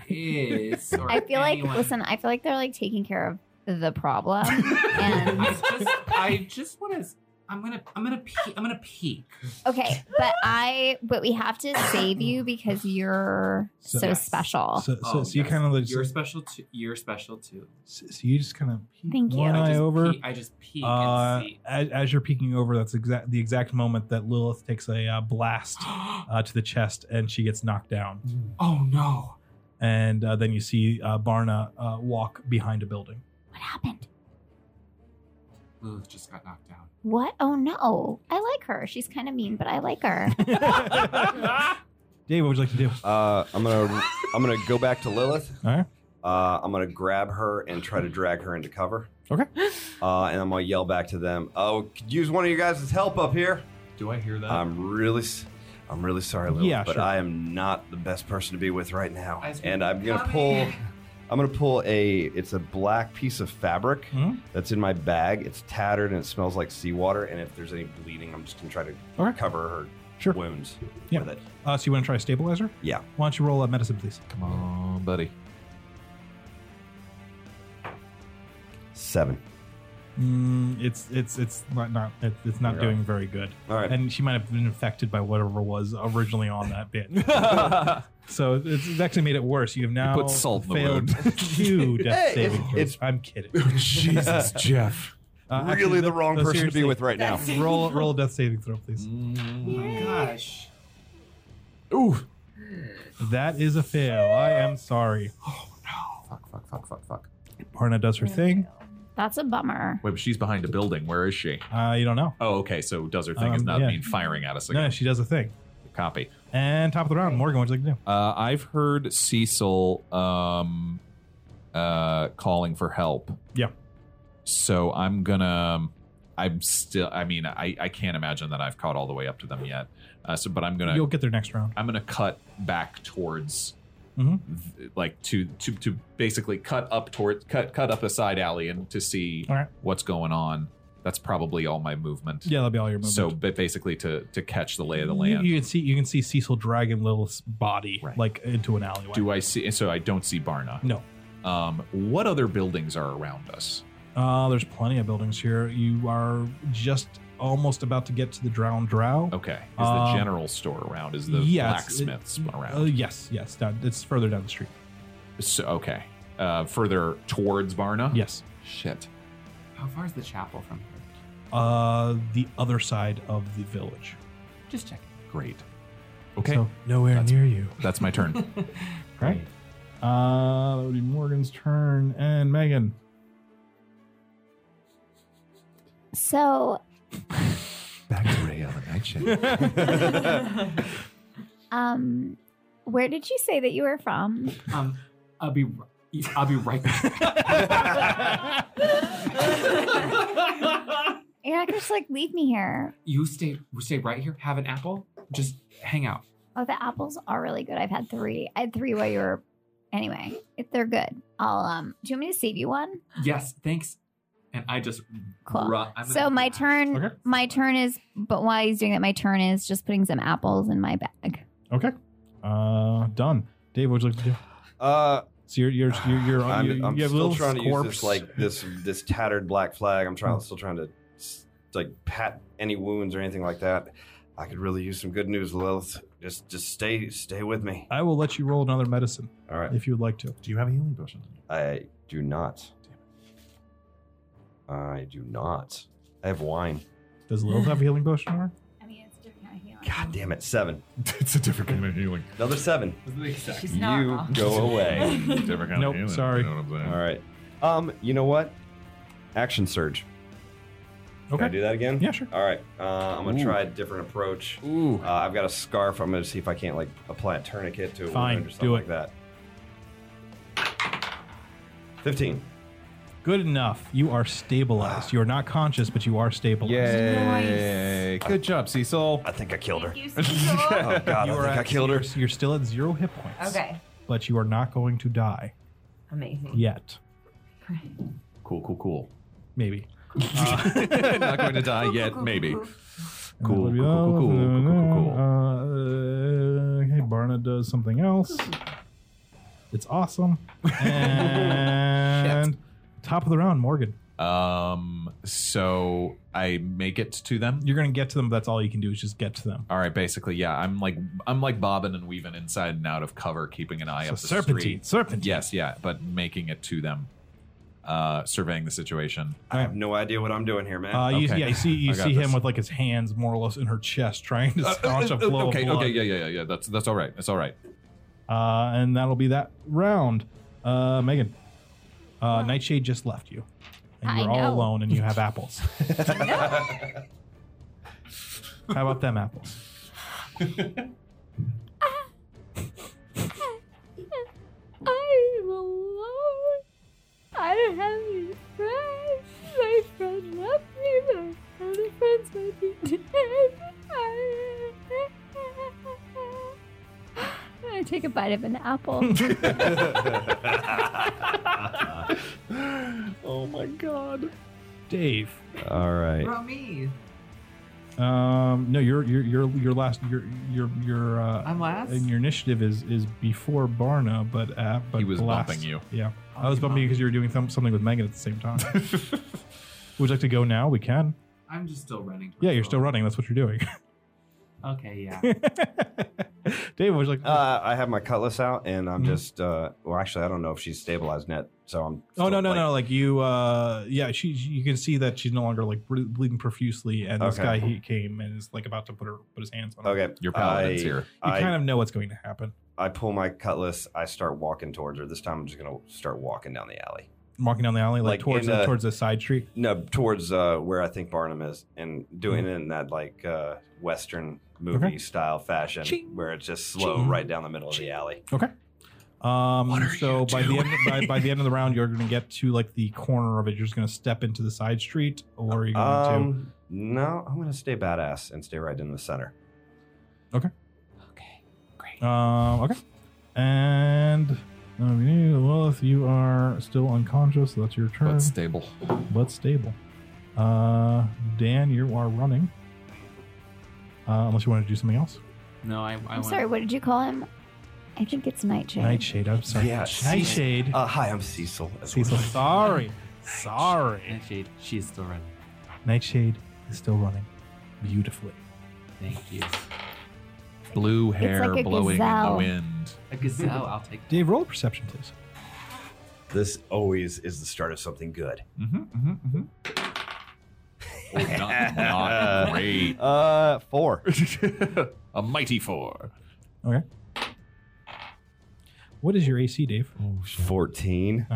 Speaker 6: is. Or
Speaker 5: I feel like
Speaker 6: anyone-
Speaker 5: listen, I feel like they're like taking care of the problem. and
Speaker 6: I just I just want to I'm gonna I'm gonna pe- I'm gonna peek.
Speaker 5: Okay, but I but we have to save you because you're
Speaker 2: So-
Speaker 5: so,
Speaker 6: Yes.
Speaker 5: special.
Speaker 2: So, so,
Speaker 6: Oh,
Speaker 2: so you
Speaker 6: yes.
Speaker 2: kind of like,
Speaker 6: you're
Speaker 2: so,
Speaker 6: special too. You're special too.
Speaker 2: so you just kind of peek
Speaker 5: Thank you.
Speaker 2: one
Speaker 6: I
Speaker 2: eye
Speaker 6: just
Speaker 2: over.
Speaker 6: Peek, I just peek
Speaker 2: Uh,
Speaker 6: and see.
Speaker 2: as, as you're peeking over, that's exact the exact moment that Lilith takes a uh, blast uh, to the chest and she gets knocked down.
Speaker 6: oh no!
Speaker 2: And uh, then you see uh, Barna uh, walk behind a building.
Speaker 5: what happened?
Speaker 6: Lilith just got knocked down.
Speaker 5: What? Oh no. I like her. She's kind of mean, but I like her.
Speaker 2: Dave, what would you like to do?
Speaker 4: Uh, I'm gonna I'm gonna go back to Lilith.
Speaker 2: All right.
Speaker 4: Uh, I'm gonna grab her and try to drag her into cover.
Speaker 2: Okay.
Speaker 4: Uh, and I'm gonna yell back to them. Oh, could use one of you guys' help up here.
Speaker 3: Do I hear that?
Speaker 4: I'm really, s- I'm really sorry, Lilith,
Speaker 2: Uh, Yeah,
Speaker 4: but
Speaker 2: sure.
Speaker 4: I am not the best person to be with right now.
Speaker 6: Ice cream.
Speaker 4: And I'm gonna
Speaker 6: Mommy.
Speaker 4: pull, I'm gonna pull a. It's a black piece of fabric
Speaker 2: Mhm.
Speaker 4: that's in my bag. It's tattered and it smells like seawater. And if there's any bleeding, I'm just gonna try to
Speaker 2: Okay.
Speaker 4: cover her
Speaker 2: Sure.
Speaker 4: wounds
Speaker 2: Yeah.
Speaker 4: with it.
Speaker 2: Uh, so you want to try a stabilizer?
Speaker 4: Yeah.
Speaker 2: Why don't you roll a medicine, please?
Speaker 3: Come on, buddy.
Speaker 4: Seven.
Speaker 2: Mm, it's it's it's not not it, it's not
Speaker 4: Yeah.
Speaker 2: doing very good,
Speaker 4: All right.
Speaker 2: and she might have been infected by whatever was originally on that bit.
Speaker 3: That's
Speaker 2: So it's, it's actually made it worse. You have now
Speaker 3: put salt in the
Speaker 2: failed
Speaker 3: wound.
Speaker 2: two death
Speaker 4: Hey, it's-
Speaker 2: saving throws.
Speaker 4: it's-
Speaker 2: I'm kidding.
Speaker 3: Jesus, Jeff.
Speaker 2: Uh,
Speaker 4: really,
Speaker 2: actually,
Speaker 4: the
Speaker 2: no-
Speaker 4: wrong
Speaker 2: no,
Speaker 4: person to be
Speaker 2: seriously.
Speaker 4: with right now.
Speaker 2: Roll roll a death saving throw, please.
Speaker 6: Oh
Speaker 3: Mm.
Speaker 6: my gosh!
Speaker 3: Ooh.
Speaker 4: Mm.
Speaker 2: That is a fail. I am sorry.
Speaker 3: Fuck, fuck, fuck, fuck, fuck.
Speaker 2: Parna does her thing.
Speaker 5: That's a bummer.
Speaker 3: Wait, but she's behind a building. Where is she?
Speaker 2: Uh, you don't know.
Speaker 3: Oh, okay. So does her thing is
Speaker 2: Um,
Speaker 3: not
Speaker 2: yeah.
Speaker 3: mean firing at us
Speaker 2: No,
Speaker 3: again.
Speaker 2: she does a thing.
Speaker 3: Copy.
Speaker 2: And top of the round, Morgan, what would you like to do?
Speaker 3: Uh, I've heard Cecil um, uh, calling for help.
Speaker 2: Yeah.
Speaker 3: So I'm gonna. I'm still. I mean, I, I can't imagine that I've caught all the way up to them yet. Uh, so, but I'm gonna.
Speaker 2: You'll get there next round.
Speaker 3: I'm gonna cut back towards,
Speaker 2: Mhm.
Speaker 3: th- like to to to basically cut up towards cut cut up a side alley and to see
Speaker 2: All right.
Speaker 3: what's going on. That's probably all my movement.
Speaker 2: Yeah, that'll be all your movement.
Speaker 3: So, but basically to to catch the lay of the
Speaker 2: You-
Speaker 3: land.
Speaker 2: You, can see you can see Cecil dragging Lilith's body
Speaker 3: Right.
Speaker 2: like into an alleyway.
Speaker 3: Do I see? So I don't see Barna.
Speaker 2: No.
Speaker 3: Um, what other buildings are around us?
Speaker 2: Uh, there's plenty of buildings here. You are just almost about to get to the drowned drow.
Speaker 3: Okay. Is
Speaker 2: Um,
Speaker 3: the general store around? Is Oh, the
Speaker 2: yeah, it's-
Speaker 3: blacksmiths
Speaker 2: it- Uh,
Speaker 3: around?
Speaker 2: yes, yes. Down, it's further down the street.
Speaker 3: so, okay. Uh, further towards Barna?
Speaker 2: Yes.
Speaker 3: Shit.
Speaker 6: How far is the chapel from here?
Speaker 2: Uh, the other side of the village.
Speaker 6: Just check.
Speaker 3: Great. Okay.
Speaker 2: So nowhere
Speaker 3: That's-
Speaker 2: near you.
Speaker 3: That's my turn.
Speaker 2: Right. Uh, that would be Morgan's turn and Megan.
Speaker 5: So
Speaker 3: Back to Ray on the night shift.
Speaker 5: um where did you say that you were from?
Speaker 6: Um, I'll be ri- I'll be right back.
Speaker 5: You're not gonna just like leave me here.
Speaker 6: you stay stay right here. Have an apple. Just hang out.
Speaker 5: Oh, the apples are really good. I've had three. I had three while you were anyway. If they're good. I'll um do you want me to save you one?
Speaker 6: Yes, thanks. And I just
Speaker 5: Cool.
Speaker 6: ru- I'm
Speaker 5: So
Speaker 6: gonna
Speaker 5: my
Speaker 6: dash.
Speaker 5: turn
Speaker 2: Okay.
Speaker 5: my turn is but while he's doing that, my turn is just putting some apples in my bag.
Speaker 2: Okay. Uh, done. Dave, what would you like to do?
Speaker 4: Uh,
Speaker 2: So you're you're you're, you're
Speaker 4: I'm,
Speaker 2: you,
Speaker 4: I'm
Speaker 2: you have
Speaker 4: still
Speaker 2: Lilith's
Speaker 4: trying to use
Speaker 2: corpse.
Speaker 4: this like this this tattered black flag. I'm
Speaker 2: Hmm.
Speaker 4: trying still trying to s- like pat any wounds or anything like that. I could really use some good news, Lilith. Just just stay stay with me.
Speaker 2: I will let you roll another medicine
Speaker 4: All right.
Speaker 2: if you would like to.
Speaker 3: Do you have a healing potion?
Speaker 4: I do not. I do not. I have wine.
Speaker 2: Does Lilith have a healing potion? Or?
Speaker 5: I mean it's a different kind of healing.
Speaker 4: God damn it! Seven.
Speaker 3: it's a different kind of healing.
Speaker 4: Another seven.
Speaker 7: She's
Speaker 4: you
Speaker 7: not.
Speaker 4: go away.
Speaker 3: different kind
Speaker 2: Nope,
Speaker 3: of healing.
Speaker 2: sorry.
Speaker 3: You know what I'm saying?
Speaker 4: All right. Um. You know what? Action surge. Can I do that again?
Speaker 2: Yeah, sure.
Speaker 4: All right. Uh, I'm gonna
Speaker 3: Ooh.
Speaker 4: try a different approach.
Speaker 3: Ooh.
Speaker 4: Uh, I've got a scarf. I'm going to see if I can't like apply a tourniquet to a
Speaker 2: Fine,
Speaker 4: wound or something
Speaker 2: do it.
Speaker 4: like that. Fifteen.
Speaker 2: Good enough. You are stabilized. You are not conscious, but you are stabilized.
Speaker 3: Yay. Good job, Cecil.
Speaker 4: I think I killed her.
Speaker 7: Thank you, Cecil.
Speaker 4: Oh God,
Speaker 2: You
Speaker 4: I
Speaker 2: are
Speaker 4: think
Speaker 2: at,
Speaker 4: I killed her.
Speaker 2: You're still at zero hit points.
Speaker 7: okay.
Speaker 2: But you are not going to die
Speaker 7: Amazing.
Speaker 2: yet.
Speaker 3: Cool, cool, cool.
Speaker 2: Maybe.
Speaker 3: Not going to die yet, maybe.
Speaker 2: And
Speaker 3: Cool,
Speaker 2: that would be
Speaker 3: cool, cool,
Speaker 2: all.
Speaker 3: cool, cool, cool, cool.
Speaker 2: Uh, okay, Barna does something else. It's awesome. And top of the round, Morgan.
Speaker 3: Um, so I make it to them.
Speaker 2: You're gonna get to them. But that's all you can do is just get to them.
Speaker 3: All right, basically, yeah. I'm like I'm like bobbing and weaving inside and out of cover, keeping an eye
Speaker 2: So
Speaker 3: up the
Speaker 2: serpentine,
Speaker 3: street.
Speaker 2: serpentine.
Speaker 3: Yes, yeah, but making it to them, uh, surveying the situation.
Speaker 4: I have no idea what I'm doing here, man.
Speaker 2: Uh, you,
Speaker 3: Okay.
Speaker 2: Yeah, you see, you
Speaker 3: I got
Speaker 2: see him
Speaker 3: this.
Speaker 2: with like his hands more or less in her chest, trying to
Speaker 3: Uh,
Speaker 2: staunch
Speaker 3: uh,
Speaker 2: a
Speaker 3: uh,
Speaker 2: flow
Speaker 3: okay,
Speaker 2: of blood.
Speaker 3: okay, yeah, yeah, yeah, yeah. That's that's all right. That's all right.
Speaker 2: Uh, and that'll be that round. Uh, Megan, uh, Nightshade just left you, and
Speaker 5: I
Speaker 2: you're all
Speaker 5: know.
Speaker 2: alone, and you have apples. Uh, How about them apples?
Speaker 5: I'm alone. I don't have any friends. My friend left me. My other friends might be dead. I... I take a bite of an apple.
Speaker 3: oh my god.
Speaker 2: Dave.
Speaker 4: All right.
Speaker 6: About me.
Speaker 2: Um, no, your your your your last your your your uh,
Speaker 6: I'm last.
Speaker 2: and your initiative is is before Barna, but uh, but
Speaker 3: He was
Speaker 2: last-
Speaker 3: bumping you.
Speaker 2: Yeah, I was bumping you because you were doing some- something with Megan at the same time. Would you like to go now? We can.
Speaker 6: I'm just still running.
Speaker 2: Yeah, you're still running. That's what you're doing.
Speaker 6: Okay, yeah.
Speaker 2: Dave was like,
Speaker 4: Uh, I have my cutlass out, and I'm
Speaker 2: Mm-hmm.
Speaker 4: just. Uh, well, actually, I don't know if she's stabilized net, so I'm.
Speaker 2: Oh
Speaker 4: still,
Speaker 2: no no
Speaker 4: like-
Speaker 2: no! Like you, uh yeah, she. she- You can see that she's no longer like ble- bleeding profusely, and this
Speaker 4: Okay.
Speaker 2: guy he came and is like about to put her put his hands on. her.
Speaker 4: Okay,
Speaker 3: Your paladin's
Speaker 4: I,
Speaker 3: here.
Speaker 2: you
Speaker 4: I,
Speaker 2: kind of know what's going to happen.
Speaker 4: I pull my cutlass. I start walking towards her. This time, I'm just gonna start walking down the alley.
Speaker 2: Walking down the alley, like,
Speaker 4: Like,
Speaker 2: towards
Speaker 4: in
Speaker 2: the,
Speaker 4: a-
Speaker 2: towards the side street.
Speaker 4: No, towards uh, where I think Barnum is, and doing it in that like uh, Western movie
Speaker 2: Okay.
Speaker 4: style fashion,
Speaker 2: Ching.
Speaker 4: where it's just slow
Speaker 2: Ching.
Speaker 4: right down the middle of the alley.
Speaker 2: Um,
Speaker 3: What are
Speaker 2: so
Speaker 3: you
Speaker 2: by the end by, by the end of the round, you're going to get to like the corner of it. You're just going to step into the side street, or are you going to?
Speaker 4: Um, no, I'm gonna stay badass and stay right in the center.
Speaker 2: Um, okay. And um, well, if you are still unconscious, that's your turn.
Speaker 3: But stable.
Speaker 2: but stable. Uh, Dan, you are running. Uh, unless you want to do something else.
Speaker 6: No, I, I
Speaker 5: I'm
Speaker 6: went.
Speaker 5: sorry, what did you call him? I think it's Nightshade.
Speaker 2: Nightshade. I'm sorry.
Speaker 4: Yeah,
Speaker 2: Nightshade.
Speaker 4: Uh, hi, I'm Cecil. as well.
Speaker 2: Cecil. Sorry. Sorry.
Speaker 6: And she, she's still running.
Speaker 2: Nightshade is still running beautifully.
Speaker 6: Thank you.
Speaker 3: Blue hair
Speaker 5: like a
Speaker 3: blowing
Speaker 5: gazelle.
Speaker 3: in the wind.
Speaker 6: A gazelle, I'll take.
Speaker 2: Dave, roll a perception, please.
Speaker 4: This always is the start of something good.
Speaker 3: Mm-hmm, mm-hmm, mm-hmm. not, not great.
Speaker 4: Uh, four.
Speaker 3: a mighty four.
Speaker 2: What is your AC, Dave?
Speaker 4: Fourteen.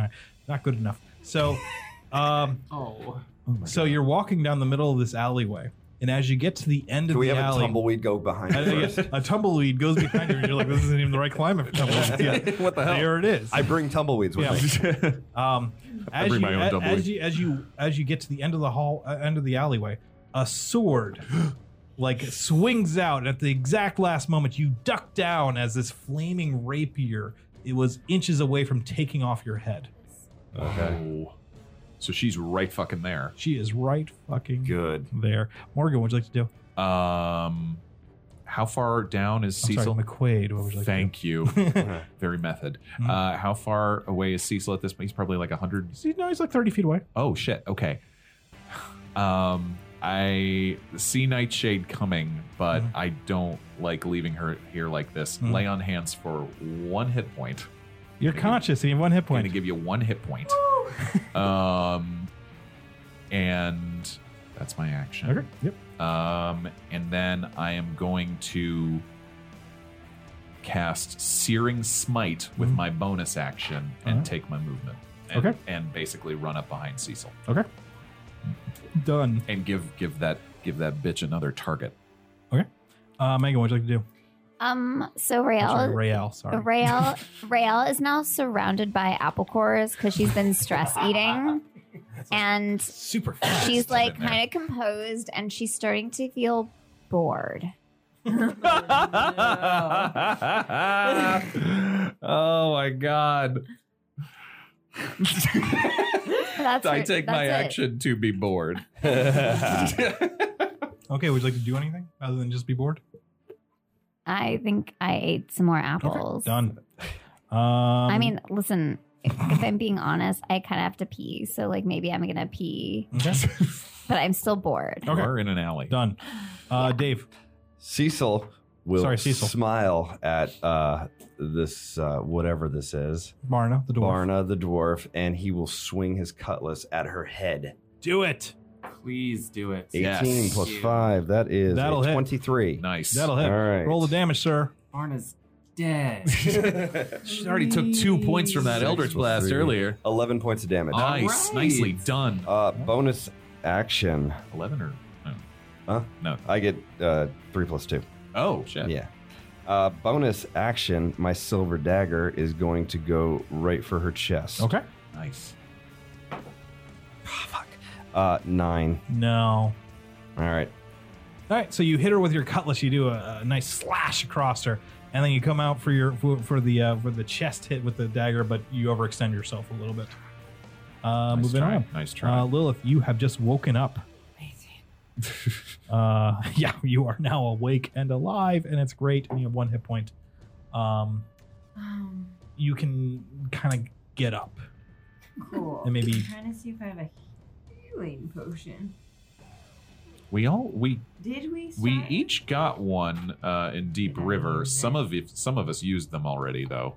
Speaker 2: Not good enough. So, um,
Speaker 6: Oh.
Speaker 2: so you're walking down the middle of this alleyway, and as you get to the end of
Speaker 4: Can we
Speaker 2: the
Speaker 4: have
Speaker 2: alley,
Speaker 4: a tumbleweed go behind
Speaker 2: I
Speaker 4: you
Speaker 2: think
Speaker 4: first?
Speaker 2: it's- a tumbleweed goes behind you, and you're like, "This isn't even the right climate for tumbleweeds." Yeah.
Speaker 3: what the
Speaker 2: There it is.
Speaker 4: I bring tumbleweeds with
Speaker 2: Yeah.
Speaker 4: me.
Speaker 2: Um, as,
Speaker 3: bring
Speaker 2: you,
Speaker 3: my own E.
Speaker 2: a-
Speaker 3: tumbleweed.
Speaker 2: as you as you as you get to the end of the hall, uh, end of the alleyway, a sword like swings out and at the exact last moment. You duck down as this flaming rapier. It was inches away from taking off your head.
Speaker 3: Oh. So she's right fucking there.
Speaker 2: She is right fucking
Speaker 4: Good.
Speaker 2: there. Morgan, what'd you like to do?
Speaker 3: Um, how far down is
Speaker 2: I'm
Speaker 3: Cecil?
Speaker 2: sorry, McQuaid. What would you like?
Speaker 3: Thank you.
Speaker 2: to do?
Speaker 3: Very method.
Speaker 2: Mhm.
Speaker 3: Uh, how far away is Cecil at this point? He's probably like 100.
Speaker 2: See, no, he's like thirty feet away.
Speaker 3: Oh, shit. Okay. Um, I see Nightshade coming, but
Speaker 2: Mhm.
Speaker 3: I don't like leaving her here like this.
Speaker 2: Mhm.
Speaker 3: Lay on hands for one hit point.
Speaker 2: You're
Speaker 3: Gonna give-
Speaker 2: conscious and you have one hit
Speaker 3: going to
Speaker 2: point.
Speaker 3: give you one hit point. um, and that's my action.
Speaker 2: Okay. Yep.
Speaker 3: Um, and then I am going to cast Searing Smite with
Speaker 2: Mhm.
Speaker 3: my bonus action and
Speaker 2: Alright.
Speaker 3: take my movement. And,
Speaker 2: Okay.
Speaker 3: And basically run up behind Cecil
Speaker 2: Done.
Speaker 3: and give give that give that bitch another target.
Speaker 2: Uh, Megan, what'd you like to do?
Speaker 5: Um, so
Speaker 2: I'm sorry,
Speaker 5: Rael,
Speaker 2: Rael. Sorry.
Speaker 5: Rael, Rael is now surrounded by apple cores because she's been stress eating, and
Speaker 2: Super fast.
Speaker 5: she's like
Speaker 3: in there.
Speaker 5: kind of composed, and she's starting to feel bored.
Speaker 3: oh my god.
Speaker 5: That's
Speaker 3: I
Speaker 5: her-
Speaker 3: take my
Speaker 5: that's it.
Speaker 3: action to be bored.
Speaker 2: Okay, would you like to do anything other than just be bored?
Speaker 5: I think I ate some more apples.
Speaker 2: Done. Um,
Speaker 5: I mean, listen, if I'm being honest, I kind of have to pee. So like maybe I'm gonna pee, but I'm still bored.
Speaker 2: Okay.
Speaker 3: We're in an alley.
Speaker 2: Done. Uh, Dave.
Speaker 4: Cecil will
Speaker 2: Sorry, Cecil.
Speaker 4: smile at uh, this uh, whatever this is,
Speaker 2: Barna, the dwarf.
Speaker 4: Barna the dwarf, and he will swing his cutlass at her head.
Speaker 2: Do it.
Speaker 6: Please do it.
Speaker 4: Eighteen
Speaker 3: Yes.
Speaker 4: plus five, that is a
Speaker 2: That'll hit.
Speaker 4: twenty-three.
Speaker 3: Nice.
Speaker 2: That'll hit.
Speaker 4: All right.
Speaker 2: Roll the damage, sir.
Speaker 6: Barna's dead.
Speaker 3: She already took two points from that
Speaker 4: Six
Speaker 3: Eldritch
Speaker 4: plus
Speaker 3: Blast
Speaker 4: three.
Speaker 3: earlier.
Speaker 4: Eleven points of damage.
Speaker 6: All
Speaker 3: Nice.
Speaker 6: right.
Speaker 3: Nicely done.
Speaker 4: Uh, bonus action.
Speaker 3: 11 or. No.
Speaker 4: Huh?
Speaker 3: No.
Speaker 4: I get uh, three plus two.
Speaker 3: Oh, shit.
Speaker 4: Yeah. Uh, bonus action. My silver dagger is going to go right for her chest.
Speaker 2: Okay.
Speaker 3: Nice.
Speaker 4: Uh, nine.
Speaker 2: No.
Speaker 4: All right.
Speaker 2: All right. So you hit her with your cutlass. You do a, a nice slash across her, and then you come out for your for, for the uh, for the chest hit with the dagger, but you overextend yourself a little bit. Uh,
Speaker 3: nice
Speaker 2: moving
Speaker 3: try.
Speaker 2: on.
Speaker 3: Nice try.
Speaker 2: Uh, Lilith, you have just woken up. Uh, yeah, you are now awake and alive, and it's great. And you have one hit point. Um,
Speaker 7: Um,
Speaker 2: you can kind of get up.
Speaker 7: cool.
Speaker 2: And maybe-
Speaker 7: I'm trying to see if I have a healing potion.
Speaker 3: we all we
Speaker 7: Did we?
Speaker 3: we
Speaker 7: start-
Speaker 3: each got one uh, in Deep
Speaker 7: Yeah,
Speaker 3: River.
Speaker 7: right.
Speaker 3: Some of if, some of us used them already though.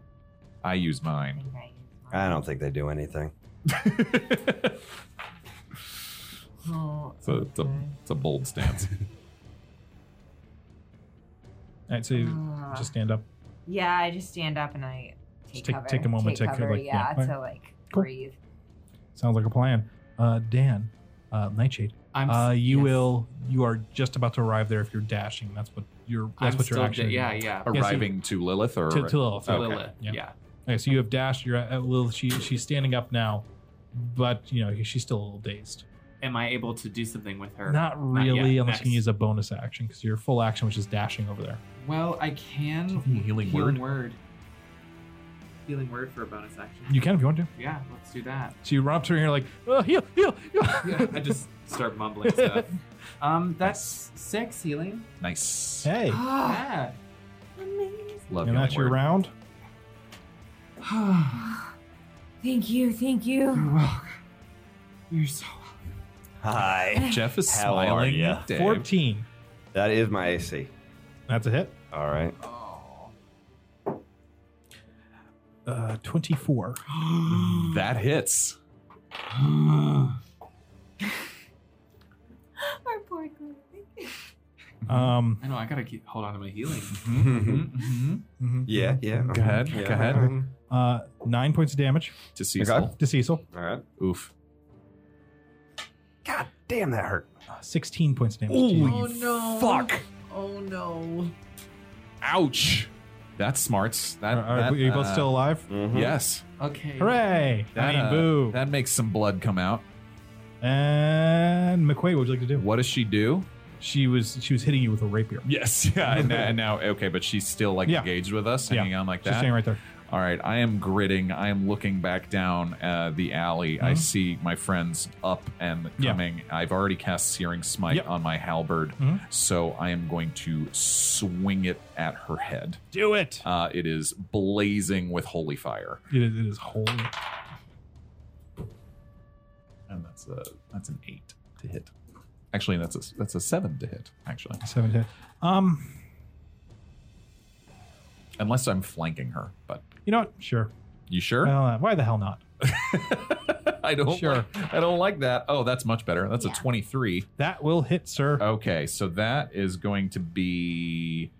Speaker 3: I used
Speaker 7: I
Speaker 3: mine.
Speaker 7: think I used mine.
Speaker 4: I don't think they do anything.
Speaker 7: Oh,
Speaker 3: So it's a,
Speaker 7: okay.
Speaker 3: it's a bold stance.
Speaker 2: All right, so you
Speaker 7: Ah.
Speaker 2: just stand up.
Speaker 7: Yeah, I just stand up and I take
Speaker 2: Just take-
Speaker 7: cover.
Speaker 2: take a moment to,
Speaker 7: cover,
Speaker 2: like,
Speaker 7: yeah,
Speaker 2: yeah, fine.
Speaker 7: to like
Speaker 2: Cool.
Speaker 7: breathe.
Speaker 2: Sounds like a plan. Uh, Dan, uh, Nightshade.
Speaker 6: I'm.
Speaker 2: Uh, you
Speaker 6: yes.
Speaker 2: will. You are just about to arrive there if you're dashing. That's what your. That's
Speaker 6: I'm
Speaker 2: what
Speaker 6: still
Speaker 2: your action.
Speaker 6: dead. Yeah, yeah.
Speaker 2: so you-
Speaker 3: Arriving to Lilith or
Speaker 2: To, to Lilith.
Speaker 6: To
Speaker 2: okay.
Speaker 6: Lilith.
Speaker 2: Yeah.
Speaker 6: yeah.
Speaker 2: Okay, so you have dashed. You're at, at Lilith. She she's standing up now, but you know she's still a little dazed.
Speaker 6: Am I able to do something with her?
Speaker 2: Not really,
Speaker 6: yet.
Speaker 2: unless you can
Speaker 6: Nice.
Speaker 2: use a bonus action because your full action, which is dashing over there.
Speaker 6: Well, I can.
Speaker 3: healing word.
Speaker 6: Healing word for a bonus action.
Speaker 2: You can if you want to.
Speaker 6: Yeah, let's do that.
Speaker 2: So you run up to her and you're like, oh, heal, heal, heal.
Speaker 6: I just start mumbling stuff. Um, that's six healing.
Speaker 3: Nice.
Speaker 2: Hey,
Speaker 6: Yeah. Oh,
Speaker 3: Love
Speaker 2: and
Speaker 3: healing
Speaker 2: that's your
Speaker 3: word.
Speaker 2: round.
Speaker 7: Thank you, thank you.
Speaker 6: You're so.
Speaker 4: Hi.
Speaker 3: Jeff is
Speaker 4: How are
Speaker 3: smiling.
Speaker 4: ya?
Speaker 3: Dave.
Speaker 2: Fourteen.
Speaker 4: That is my AC.
Speaker 2: That's a hit.
Speaker 4: All right.
Speaker 2: Uh, twenty-four.
Speaker 3: That hits.
Speaker 7: Our poor girl. Thank you.
Speaker 2: Um.
Speaker 6: I know. I gotta keep hold on to my healing.
Speaker 2: Mm-hmm.
Speaker 3: Mhm.
Speaker 2: mhm.
Speaker 4: yeah. Yeah.
Speaker 3: Go ahead.
Speaker 4: Mm-hmm. Yeah.
Speaker 3: Go ahead.
Speaker 4: Um,
Speaker 2: Uh, nine points of damage
Speaker 3: To Cecil.
Speaker 4: Okay.
Speaker 2: to Cecil.
Speaker 4: All right.
Speaker 3: Oof.
Speaker 4: God damn, that hurt.
Speaker 2: Uh, Sixteen points of damage. to you.
Speaker 6: no!
Speaker 3: Fuck.
Speaker 6: Oh no!
Speaker 3: Ouch. That smarts. That.
Speaker 2: Are, are,
Speaker 3: that,
Speaker 2: you both
Speaker 3: uh,
Speaker 2: still alive?
Speaker 4: Mhm.
Speaker 3: Yes.
Speaker 6: Okay.
Speaker 2: Hooray!
Speaker 3: That,
Speaker 2: I mean,
Speaker 3: uh,
Speaker 2: boo.
Speaker 3: That makes some blood come out.
Speaker 2: and McQuaid, what would you like to do?
Speaker 3: What does she do?
Speaker 2: She was she was hitting you with a rapier.
Speaker 3: Yes, yeah, and, and now okay, but she's still like
Speaker 2: Yeah.
Speaker 3: engaged with us,
Speaker 2: Yeah.
Speaker 3: hanging on like
Speaker 2: She's
Speaker 3: that.
Speaker 2: standing right there.
Speaker 3: All right, I am gritting. I am looking back down uh, the alley. I
Speaker 2: Mhm.
Speaker 3: see my friends up and
Speaker 2: Yeah.
Speaker 3: coming. I've already cast Searing Smite
Speaker 2: Yep.
Speaker 3: on my halberd,
Speaker 2: Mhm.
Speaker 3: so I am going to swing it at her head.
Speaker 2: Do it.
Speaker 3: Uh, it is blazing with holy fire,
Speaker 2: It is, it is holy.
Speaker 3: and that's a that's an eight to hit. Actually, that's a that's a seven to hit. Actually,
Speaker 2: Seven hit. Um,
Speaker 3: unless I'm flanking her, but
Speaker 2: you know what? Sure.
Speaker 3: you sure?
Speaker 2: Well, uh, why the hell not?
Speaker 3: I don't
Speaker 2: Sure.
Speaker 3: like- I don't like that. Oh, that's much better. That's
Speaker 5: Yeah.
Speaker 3: a 23.
Speaker 2: That will hit, sir.
Speaker 3: Okay, so that is going to be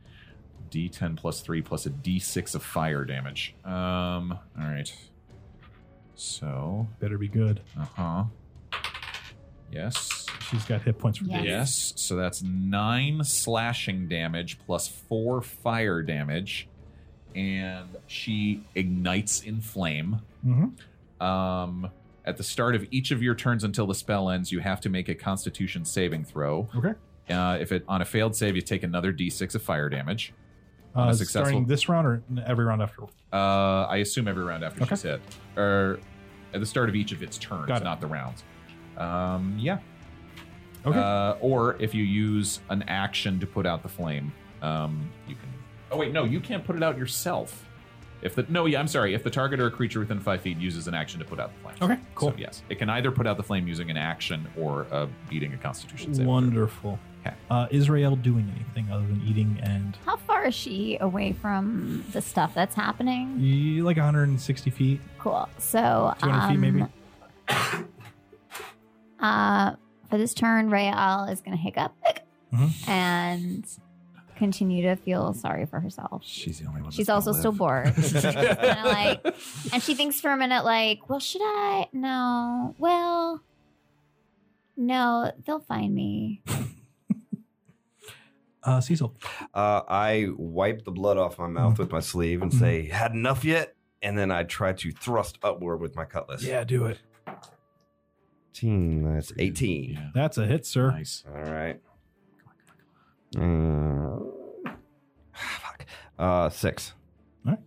Speaker 3: D10 plus 3 plus a D6 of fire damage. Um all right. So,
Speaker 2: Better be good.
Speaker 3: uh-huh. Yes.
Speaker 2: She's got hit points for
Speaker 5: Yes.
Speaker 2: days.
Speaker 3: Yes. So that's 9 slashing damage plus 4 fire damage and she ignites in flame.
Speaker 2: Mhm.
Speaker 3: Um, at the start of each of your turns until the spell ends, you have to make a Constitution saving throw.
Speaker 2: Okay.
Speaker 3: Uh, if it on a failed save, you take another d6 of fire damage. On
Speaker 2: Uh,
Speaker 3: a successful-
Speaker 2: starting this round or every round after?
Speaker 3: Uh, I assume every round after
Speaker 2: Okay.
Speaker 3: she's hit, or at the start of each of its turns,
Speaker 2: Got it.
Speaker 3: not the rounds. Um, yeah.
Speaker 2: Okay.
Speaker 3: Uh, or if you use an action to put out the flame, um, you can. Oh wait, no, you can't put it out yourself. If the no, yeah, I'm sorry. If the target or a creature within five feet uses an action to put out the flame.
Speaker 2: Okay, cool.
Speaker 3: So, yes, it can either put out the flame using an action or uh, beating a Constitution save.
Speaker 2: Wonderful.
Speaker 3: Okay.
Speaker 2: Uh, Israel doing anything other than eating and
Speaker 5: How far is she away from the stuff that's happening?
Speaker 2: y- like 160 feet,
Speaker 5: Cool. So,
Speaker 2: 200 feet
Speaker 5: um,
Speaker 2: maybe.
Speaker 5: Uh, for this turn, Rael is going to hiccup
Speaker 2: Mhm.
Speaker 5: and continue to feel sorry for herself.
Speaker 4: She's the only one.
Speaker 5: She's also still bored. kinda like- And she thinks for a minute, like, well, should I? No. Well, no, they'll find me.
Speaker 2: Uh, Cecil.
Speaker 4: Uh, I wipe the blood off my mouth with my sleeve
Speaker 2: Mm-hmm.
Speaker 4: and say, "Had enough yet?" And then I try to thrust upward with my cutlass.
Speaker 2: do it.
Speaker 4: 18. That's 18.
Speaker 3: Yeah.
Speaker 2: That's a hit, sir.
Speaker 3: Nice.
Speaker 4: All right. Uh, fuck. Uh, six.
Speaker 2: All right.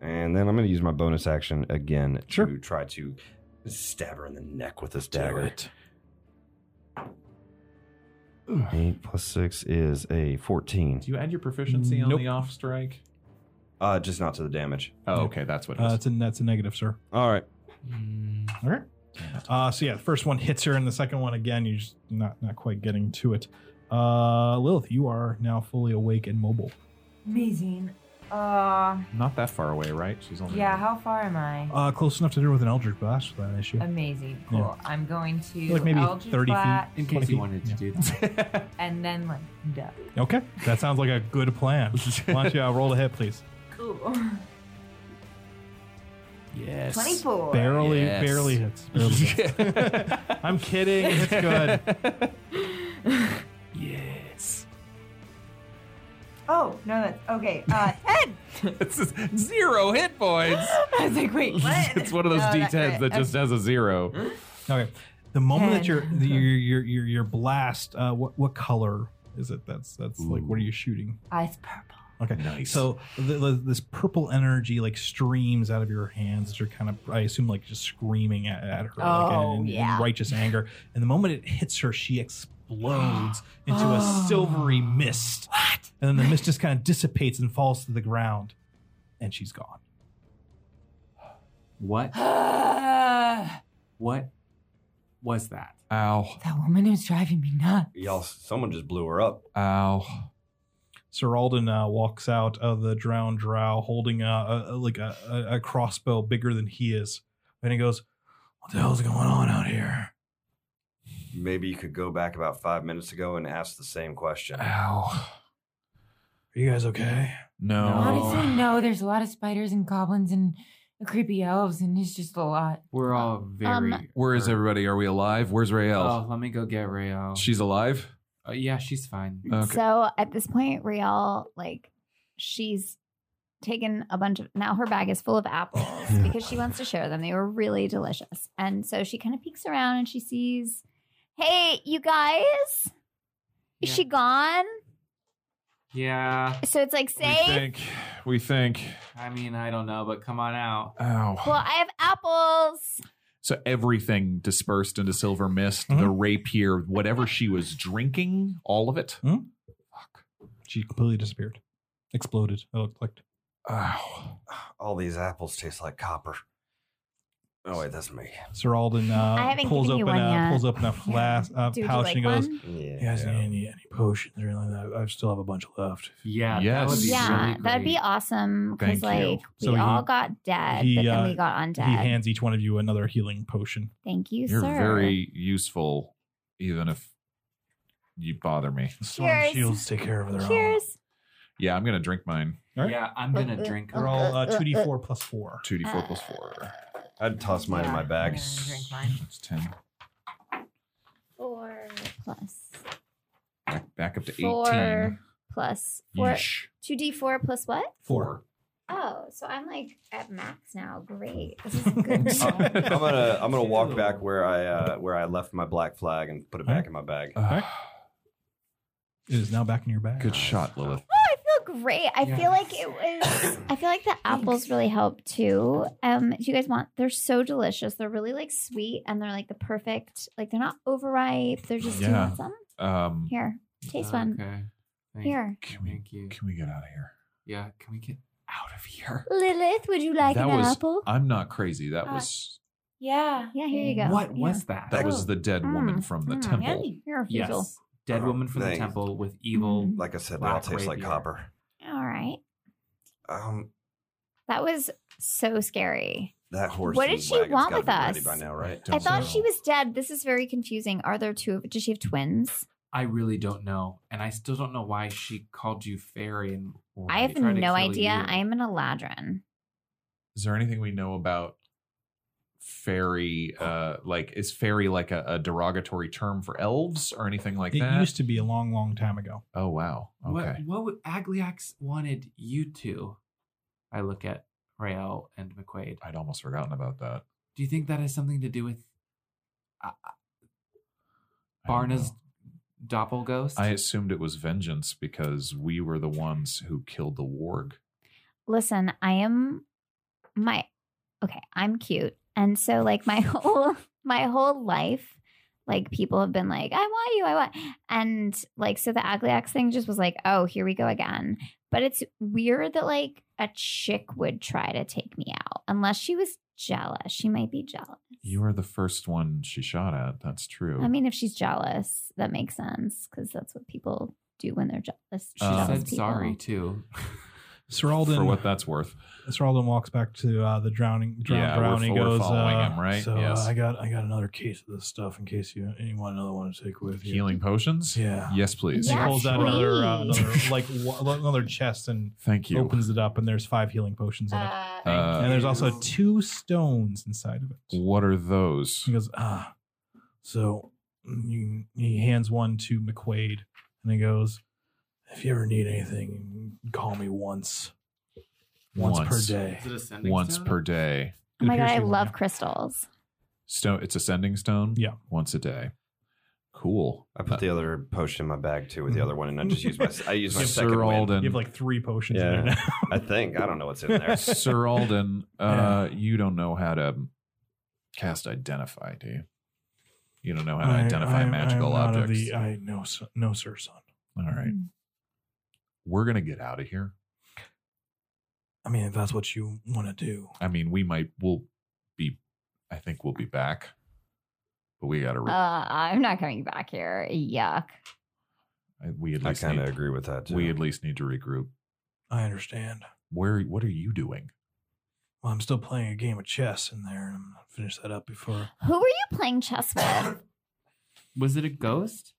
Speaker 4: And then I'm going to use my bonus action again
Speaker 2: Sure.
Speaker 4: to try to stab her in the neck with this
Speaker 2: Do
Speaker 4: dagger.
Speaker 2: it.
Speaker 4: Eight plus six is a 14.
Speaker 3: Do you add your proficiency on
Speaker 2: Nope.
Speaker 3: the off strike?
Speaker 4: Uh, just not to the damage.
Speaker 3: Oh, okay, that's what it
Speaker 2: Uh,
Speaker 3: is.
Speaker 2: that's a that's a negative, sir.
Speaker 4: All right.
Speaker 6: Mm,
Speaker 2: All right. Uh, so yeah, the first one hits her, and the second one again. You're just not not quite getting to it. Uh, Lilith, you are now fully awake and mobile.
Speaker 7: Amazing. Uh,
Speaker 3: Not that far away, right? She's only
Speaker 7: yeah, how far am I?
Speaker 2: Uh, close enough to do with an Eldritch Blast for that
Speaker 5: Um,
Speaker 2: issue.
Speaker 7: Amazing.
Speaker 2: Yeah.
Speaker 7: Cool. I'm going to
Speaker 2: Like maybe
Speaker 7: Eldritch
Speaker 2: 30 feet.
Speaker 7: Blast
Speaker 6: In
Speaker 2: 20
Speaker 6: case
Speaker 2: feet,
Speaker 6: you wanted to
Speaker 2: yeah.
Speaker 6: do that.
Speaker 7: and then like duck.
Speaker 2: Okay, that sounds like a good plan. Why don't you uh, roll a hit, please?
Speaker 7: Cool.
Speaker 3: yes.
Speaker 7: 24.
Speaker 2: Barely,
Speaker 3: Yes.
Speaker 2: barely hits. Barely hits. I'm kidding. It's good.
Speaker 3: yes.
Speaker 7: Oh, no, that's okay. Uh, 10.
Speaker 3: It's just zero hit points.
Speaker 7: I was like, wait, what?
Speaker 3: it's one of those
Speaker 7: No, that's
Speaker 3: D10s
Speaker 7: right.
Speaker 3: that just has a zero.
Speaker 2: Okay. The moment that
Speaker 7: Ten.
Speaker 2: your that your your your, your blast, uh, what what color is it? That's that's like what are you shooting?
Speaker 7: Ice purple.
Speaker 2: Okay.
Speaker 3: Nice.
Speaker 2: So the, the, this purple energy like streams out of your hands as you're kind of, I assume, like just screaming at, at her
Speaker 7: Oh,
Speaker 2: like, in, in
Speaker 7: yeah.
Speaker 2: righteous anger. And the moment it hits her, she explodes into
Speaker 7: Oh.
Speaker 2: a silvery mist. What? And then the mist just kind of dissipates and falls to the ground, and she's gone.
Speaker 6: What? What was that?
Speaker 3: Ow.
Speaker 7: That woman is driving me nuts.
Speaker 4: Y'all, someone just blew her up.
Speaker 3: Ow.
Speaker 2: Sir Alden uh, walks out of the drowned drow holding a, a, a- like a, a, a crossbow bigger than he is, and he goes, "What the hell's going on out here?"
Speaker 4: Maybe you could go back about five minutes ago and ask the same question.
Speaker 3: Ow.
Speaker 2: Are you guys okay?
Speaker 3: No.
Speaker 7: Honestly, no, there's a lot of spiders and goblins and creepy elves, and it's just a lot.
Speaker 6: We're all very.
Speaker 5: Um,
Speaker 3: Where is
Speaker 6: hurt.
Speaker 3: everybody? Are we alive? Where's
Speaker 6: Oh,
Speaker 3: Rael?
Speaker 6: let me go get Rayo.
Speaker 3: She's alive?
Speaker 6: Uh, yeah, she's fine.
Speaker 3: Okay.
Speaker 5: So at this point, Riel, like, she's taken a bunch of, now her bag is full of apples because she wants to share them. They were really delicious. And so she kind of peeks around and she sees, hey, you guys, is
Speaker 6: Yeah.
Speaker 5: she gone?
Speaker 6: Yeah.
Speaker 5: So it's like,
Speaker 3: we
Speaker 5: safe.
Speaker 3: think. We think.
Speaker 6: I mean, I don't know, but come on out.
Speaker 3: Ow.
Speaker 5: Well, I have apples.
Speaker 3: So everything dispersed into silver mist,
Speaker 2: Mhm.
Speaker 3: the rapier, whatever she was drinking, all of it.
Speaker 2: Mhm.
Speaker 3: Fuck.
Speaker 2: She completely disappeared. Exploded. It looked like.
Speaker 3: Ow.
Speaker 4: All these apples taste like copper. Oh, wait, that's me.
Speaker 2: Sir Alden uh,
Speaker 5: haven't
Speaker 2: pulls
Speaker 5: given you
Speaker 2: open
Speaker 5: one
Speaker 2: a
Speaker 5: yet.
Speaker 2: pulls open a flask uh,
Speaker 5: Dude, you
Speaker 2: pouch
Speaker 5: like
Speaker 2: and goes,
Speaker 5: one?
Speaker 4: Yeah.
Speaker 2: "You guys need any, any potions or anything? like that? I, I still have a bunch left."
Speaker 6: Yeah.
Speaker 3: Yes.
Speaker 6: That would be
Speaker 5: Yeah,
Speaker 6: really
Speaker 5: that'd be
Speaker 6: great.
Speaker 5: awesome. Because
Speaker 3: Thank you.
Speaker 5: like we
Speaker 2: So he-
Speaker 5: all got dead,
Speaker 2: he,
Speaker 5: but then
Speaker 2: uh,
Speaker 5: we got
Speaker 2: He
Speaker 5: undead.
Speaker 2: hands each one of you another healing potion.
Speaker 5: Thank you,
Speaker 3: You're
Speaker 5: sir.
Speaker 3: very useful, even if you bother me.
Speaker 2: Storm
Speaker 5: Cheers.
Speaker 2: shields take care of their own.
Speaker 5: Cheers.
Speaker 3: Yeah, I'm gonna drink mine.
Speaker 2: Alright.
Speaker 6: Yeah, I'm gonna drink.
Speaker 2: They're all uh, 2d4 plus 4.
Speaker 3: Two D four plus four.
Speaker 4: I'd toss mine in
Speaker 7: Yeah,
Speaker 4: my
Speaker 7: I'm
Speaker 4: bag.
Speaker 7: gonna drink mine.
Speaker 3: That's ten.
Speaker 5: Four plus
Speaker 3: Back, back up to eighteen.
Speaker 5: four plus four.
Speaker 3: Yeesh.
Speaker 5: Two D four plus what?
Speaker 2: 4.
Speaker 5: Oh, so I'm like at max now. Great. This is good.
Speaker 4: Uh,
Speaker 5: stuff.
Speaker 4: I'm gonna I'm gonna walk back where I uh, where I left my black flag and put it back in my bag.
Speaker 3: Uh,
Speaker 2: Alright. It is now back in your bag.
Speaker 3: Good shot, Lilith.
Speaker 5: Oh, I feel great. I
Speaker 6: Yeah.
Speaker 5: feel like it was. I feel like the apples really helped too. Um, do you guys want? They're so delicious. They're really like sweet, and they're like the perfect. Like they're not overripe. They're just. Do you
Speaker 3: Yeah.
Speaker 5: want some?
Speaker 3: Um,
Speaker 5: Here, taste one.
Speaker 6: Okay. Thank,
Speaker 5: Here.
Speaker 3: can we
Speaker 6: Thank you.
Speaker 3: can we get out of here?
Speaker 6: Yeah. Can we get out of
Speaker 3: of here.
Speaker 5: Lilith, would you like
Speaker 3: that
Speaker 5: an
Speaker 3: was.
Speaker 5: apple?
Speaker 3: I'm not crazy. That
Speaker 7: Uh,
Speaker 3: was
Speaker 7: Yeah.
Speaker 5: Yeah, here you go.
Speaker 6: What
Speaker 5: Yeah.
Speaker 6: was that?
Speaker 3: that was the dead woman
Speaker 5: Mm,
Speaker 3: from the
Speaker 5: mm,
Speaker 3: temple.
Speaker 7: Andy.
Speaker 5: Your refusal.
Speaker 6: yes,
Speaker 3: Oh,
Speaker 6: dead woman from the
Speaker 4: Thanks.
Speaker 6: temple with
Speaker 5: Mm-hmm.
Speaker 6: evil.
Speaker 4: Like I said, they all
Speaker 6: Black
Speaker 4: taste like
Speaker 6: rapier.
Speaker 4: copper.
Speaker 5: All right.
Speaker 4: Um,
Speaker 5: That was so scary.
Speaker 4: that horse.
Speaker 5: What did
Speaker 4: and
Speaker 5: she
Speaker 4: wagon's
Speaker 5: want
Speaker 4: gotta
Speaker 5: with
Speaker 4: be ready
Speaker 5: us?
Speaker 4: By now, right?
Speaker 5: I thought
Speaker 2: know.
Speaker 5: she was dead. This is very confusing. Are there two? of Does she have twins?
Speaker 6: I really don't know, and I still don't know why she called you fairy. And why
Speaker 5: I have
Speaker 6: tried to
Speaker 5: no
Speaker 6: kill
Speaker 5: idea.
Speaker 6: you.
Speaker 5: I am an Eladrin.
Speaker 3: Is there anything we know about fairy? Uh, like, is fairy like a, a derogatory term for elves or anything like
Speaker 2: it
Speaker 3: that?
Speaker 2: used to be a long, long time ago.
Speaker 3: oh wow. Okay.
Speaker 6: What what would Agliax wanted you to? I look at Rael and McQuaid.
Speaker 3: I'd almost forgotten about that.
Speaker 6: Do you think that has something to do with
Speaker 3: I don't
Speaker 6: Barna's
Speaker 3: know.
Speaker 6: doppelghost?
Speaker 3: I assumed it was vengeance because we were the ones who killed the warg.
Speaker 5: Listen, I am my okay. I'm cute, and so like my whole my whole life, like people have been like, "I want you, I want," and like so the Agliax thing just was like, "Oh, here we go again." But it's weird that like a chick would try to take me out unless she was jealous. She might be jealous.
Speaker 3: You are the first one she shot at. That's true.
Speaker 5: I mean, if she's jealous, that makes sense because that's what people do when they're jealous.
Speaker 6: she
Speaker 3: Um,
Speaker 6: said
Speaker 5: Jealous people.
Speaker 6: sorry too.
Speaker 3: for
Speaker 2: Seralden,
Speaker 3: what that's worth.
Speaker 2: Seralden walks back to uh, the drowning. Drown,
Speaker 3: Yeah, we're-
Speaker 2: drown. He
Speaker 3: we're
Speaker 2: goes,
Speaker 3: following
Speaker 2: uh,
Speaker 3: him, right?
Speaker 2: So uh,
Speaker 3: Yes.
Speaker 2: I got, I got another case of this stuff in case you, you want another one to take with you.
Speaker 3: Healing potions?
Speaker 2: Yeah.
Speaker 3: Yes, please.
Speaker 2: And he
Speaker 5: Yeah.
Speaker 2: pulls out
Speaker 5: please.
Speaker 2: another, uh, another like wa- another chest and
Speaker 3: Thank you.
Speaker 2: opens it up, and there's five healing potions in it.
Speaker 3: Uh,
Speaker 2: and there's also two stones inside of it.
Speaker 3: What are
Speaker 2: He
Speaker 3: those?
Speaker 2: goes, ah. So he, he hands one to McQuaid, and he goes, if you ever need anything, call me once. Once,
Speaker 3: Once.
Speaker 2: per day.
Speaker 6: it ascending
Speaker 3: Once per day.
Speaker 5: Oh my god,
Speaker 2: appears
Speaker 5: I
Speaker 2: to be one,
Speaker 5: love
Speaker 2: yeah.
Speaker 5: crystals.
Speaker 3: Stone. It's ascending stone.
Speaker 2: Yeah.
Speaker 3: Once a day. Cool. Uh,
Speaker 4: I put
Speaker 2: Uh,
Speaker 4: the other potion in my bag too with the other one, and I just use my. I use my
Speaker 2: Yeah,
Speaker 3: Sir
Speaker 4: second wind.
Speaker 3: Alden.
Speaker 2: You have like three potions in there
Speaker 4: Yeah.
Speaker 2: now.
Speaker 4: I think I don't know what's in there.
Speaker 3: Sir Alden, uh, you don't know how to cast identify, do you? You don't know how to
Speaker 2: I-
Speaker 3: identify
Speaker 2: I'm-
Speaker 3: magical
Speaker 2: I'm not of
Speaker 3: objects.
Speaker 2: the- uh, I know, so- no, sir, son.
Speaker 3: All right. We're gonna get out of here.
Speaker 2: I mean, if that's what you want to do,
Speaker 3: I mean, we might. We'll be. I think we'll be back, but we gotta. Re-
Speaker 5: Uh, I'm not coming back here. Yuck.
Speaker 3: we at
Speaker 4: I
Speaker 3: least
Speaker 4: kind
Speaker 3: need-
Speaker 4: of agree with that too.
Speaker 3: We at least need to regroup.
Speaker 2: I understand.
Speaker 3: Where? What are you doing?
Speaker 2: Well, I'm still playing a game of chess in there, and I'm gonna finish that up before.
Speaker 5: Who were you playing chess with?
Speaker 6: Was it a ghost?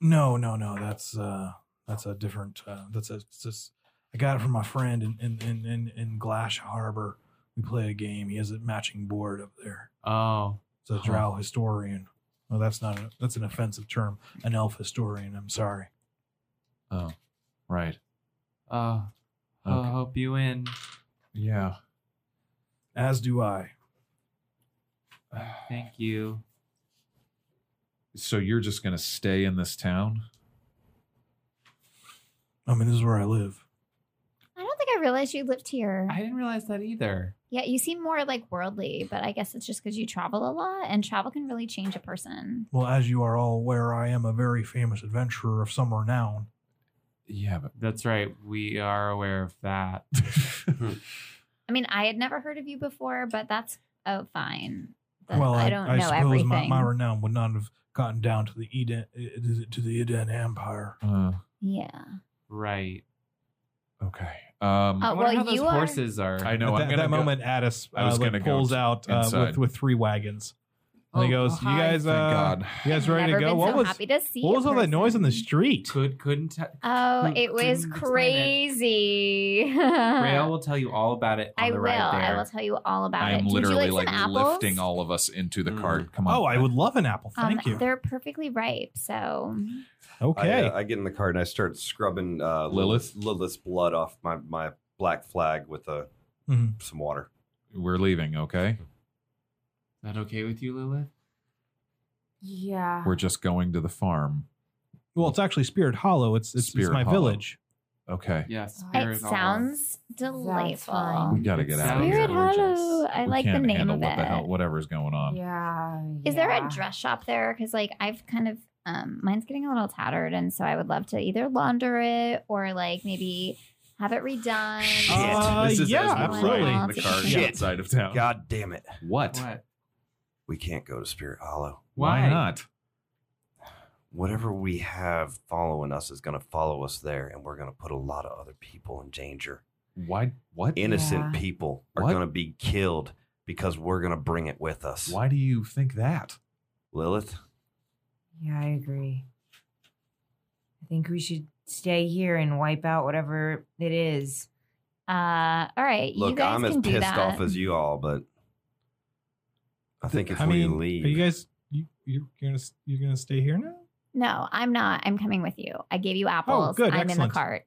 Speaker 2: No, no, no. That's uh, that's a different. Uh, that's a. It's just, I got it from my friend in in in in, in Glash Harbor. We play a game. He has a matching board up there.
Speaker 6: Oh,
Speaker 2: It's a
Speaker 6: Huh.
Speaker 2: drow historian. Well, that's not. A, that's an offensive term. An elf historian. I'm sorry.
Speaker 3: Oh, right.
Speaker 6: oh, I'll
Speaker 3: Okay.
Speaker 6: help you in.
Speaker 3: Yeah.
Speaker 2: As do I.
Speaker 6: Thank you.
Speaker 3: So you're just gonna stay in this town?
Speaker 2: I mean, this is where I live.
Speaker 5: I don't think I realized you lived here.
Speaker 6: I didn't realize that either.
Speaker 5: yeah, you seem more like worldly, but I guess it's just because you travel a lot and travel can really change a person.
Speaker 2: Well, as you are all aware, I am a very famous adventurer of some renown.
Speaker 3: Yeah, but
Speaker 6: That's right. We are aware of that.
Speaker 5: I mean, I had never heard of you before, but that's oh fine. But
Speaker 2: well,
Speaker 5: Uh, I don't know
Speaker 2: suppose
Speaker 5: everything.
Speaker 2: My, my renown would not have gotten down to the Eden to the Eden Empire.
Speaker 3: uh,
Speaker 5: yeah.
Speaker 6: Right.
Speaker 3: okay. Um,
Speaker 6: I
Speaker 5: Oh,
Speaker 6: wonder
Speaker 5: well,
Speaker 6: how those
Speaker 5: you are-
Speaker 6: horses are.
Speaker 3: I know.
Speaker 2: At
Speaker 3: I'm
Speaker 2: that,
Speaker 3: gonna
Speaker 2: that
Speaker 3: go-
Speaker 2: moment, Addis
Speaker 3: I
Speaker 2: uh,
Speaker 3: was
Speaker 2: like,
Speaker 3: gonna go
Speaker 2: pulls out uh,
Speaker 3: inside.
Speaker 2: with, with three wagons, and he
Speaker 6: Oh,
Speaker 2: goes,
Speaker 6: oh,
Speaker 2: "You
Speaker 6: hi.
Speaker 2: guys,
Speaker 3: Thank
Speaker 2: uh,
Speaker 3: God.
Speaker 2: you guys
Speaker 5: I've
Speaker 2: ready to
Speaker 5: never
Speaker 2: go?
Speaker 5: Been
Speaker 2: What
Speaker 5: so
Speaker 2: was
Speaker 5: happy to see
Speaker 2: what was
Speaker 5: a
Speaker 2: all that noise on the
Speaker 5: person.
Speaker 2: street?
Speaker 6: Could couldn't. T-
Speaker 5: Oh,
Speaker 6: Who
Speaker 5: it was
Speaker 6: couldn't explain it?
Speaker 5: crazy.
Speaker 6: Rael will tell you all about it. On
Speaker 5: I
Speaker 6: the
Speaker 5: will.
Speaker 6: Ride there.
Speaker 5: I will tell you all about
Speaker 3: I
Speaker 5: it.
Speaker 3: am
Speaker 5: Would you
Speaker 3: literally
Speaker 5: like,
Speaker 3: like,
Speaker 5: some apples?
Speaker 3: lifting all of us into the
Speaker 6: Mm.
Speaker 3: cart. Come on.
Speaker 2: Oh, I would love an apple.
Speaker 5: Um,
Speaker 2: Thank you.
Speaker 5: They're perfectly ripe, so
Speaker 2: Okay,
Speaker 4: I, uh, I get in the cart and I start scrubbing uh,
Speaker 3: Lilith?
Speaker 4: Lilith's blood off my, my black flag with a,
Speaker 2: Mhm.
Speaker 4: some water.
Speaker 3: We're leaving. Okay.
Speaker 6: Is that okay with you, Lilith?
Speaker 7: Yeah.
Speaker 3: We're just going to the farm.
Speaker 2: well, it's actually Spirit Hollow. It's it's,
Speaker 3: Spirit
Speaker 2: it's my
Speaker 3: Hollow.
Speaker 2: village.
Speaker 3: Okay.
Speaker 6: Yes.
Speaker 5: it sounds
Speaker 3: We
Speaker 7: fine.
Speaker 5: delightful.
Speaker 3: gotta get out of here.
Speaker 5: Spirit
Speaker 6: Sounds
Speaker 3: We're just-
Speaker 5: Hollow. I
Speaker 3: we
Speaker 5: like the
Speaker 3: can't
Speaker 5: name
Speaker 3: handle
Speaker 5: of
Speaker 3: What the hell?
Speaker 5: it.
Speaker 3: Whatever's going on.
Speaker 7: Yeah.
Speaker 5: Is there
Speaker 7: yeah.
Speaker 5: a dress shop there? Because like I've kind of um, mine's getting a little tattered, and so I would love to either launder it or like maybe Have it redone.
Speaker 4: Shit.
Speaker 2: Uh,
Speaker 3: this is
Speaker 2: yeah,
Speaker 3: as we're
Speaker 2: absolutely.
Speaker 3: riding the car
Speaker 4: Shit.
Speaker 3: outside of town.
Speaker 4: God damn it.
Speaker 3: What?
Speaker 6: What?
Speaker 4: We can't go to Spirit Hollow.
Speaker 3: Why?
Speaker 6: Why?
Speaker 3: not?
Speaker 4: Whatever we have following us is going to follow us there, and we're going to put a lot of other people in danger.
Speaker 3: Why? What?
Speaker 4: Innocent
Speaker 7: Yeah.
Speaker 4: people are
Speaker 3: What?
Speaker 4: going to be killed because we're going to bring it with us.
Speaker 3: Why do you think that?
Speaker 4: Lilith,
Speaker 7: Yeah, I agree. I think we should stay here and wipe out whatever it is.
Speaker 5: Uh, all right. you
Speaker 4: look,
Speaker 5: guys
Speaker 4: I'm
Speaker 5: can
Speaker 4: as
Speaker 5: do
Speaker 4: pissed
Speaker 5: that.
Speaker 4: off as you all, but I think if
Speaker 2: I
Speaker 4: we
Speaker 2: mean,
Speaker 4: leave,
Speaker 2: are you guys you, you're gonna you're gonna stay here now?
Speaker 5: No, I'm not. I'm coming with you. I gave you apples.
Speaker 2: good,
Speaker 5: I'm in
Speaker 2: excellent.
Speaker 5: the cart.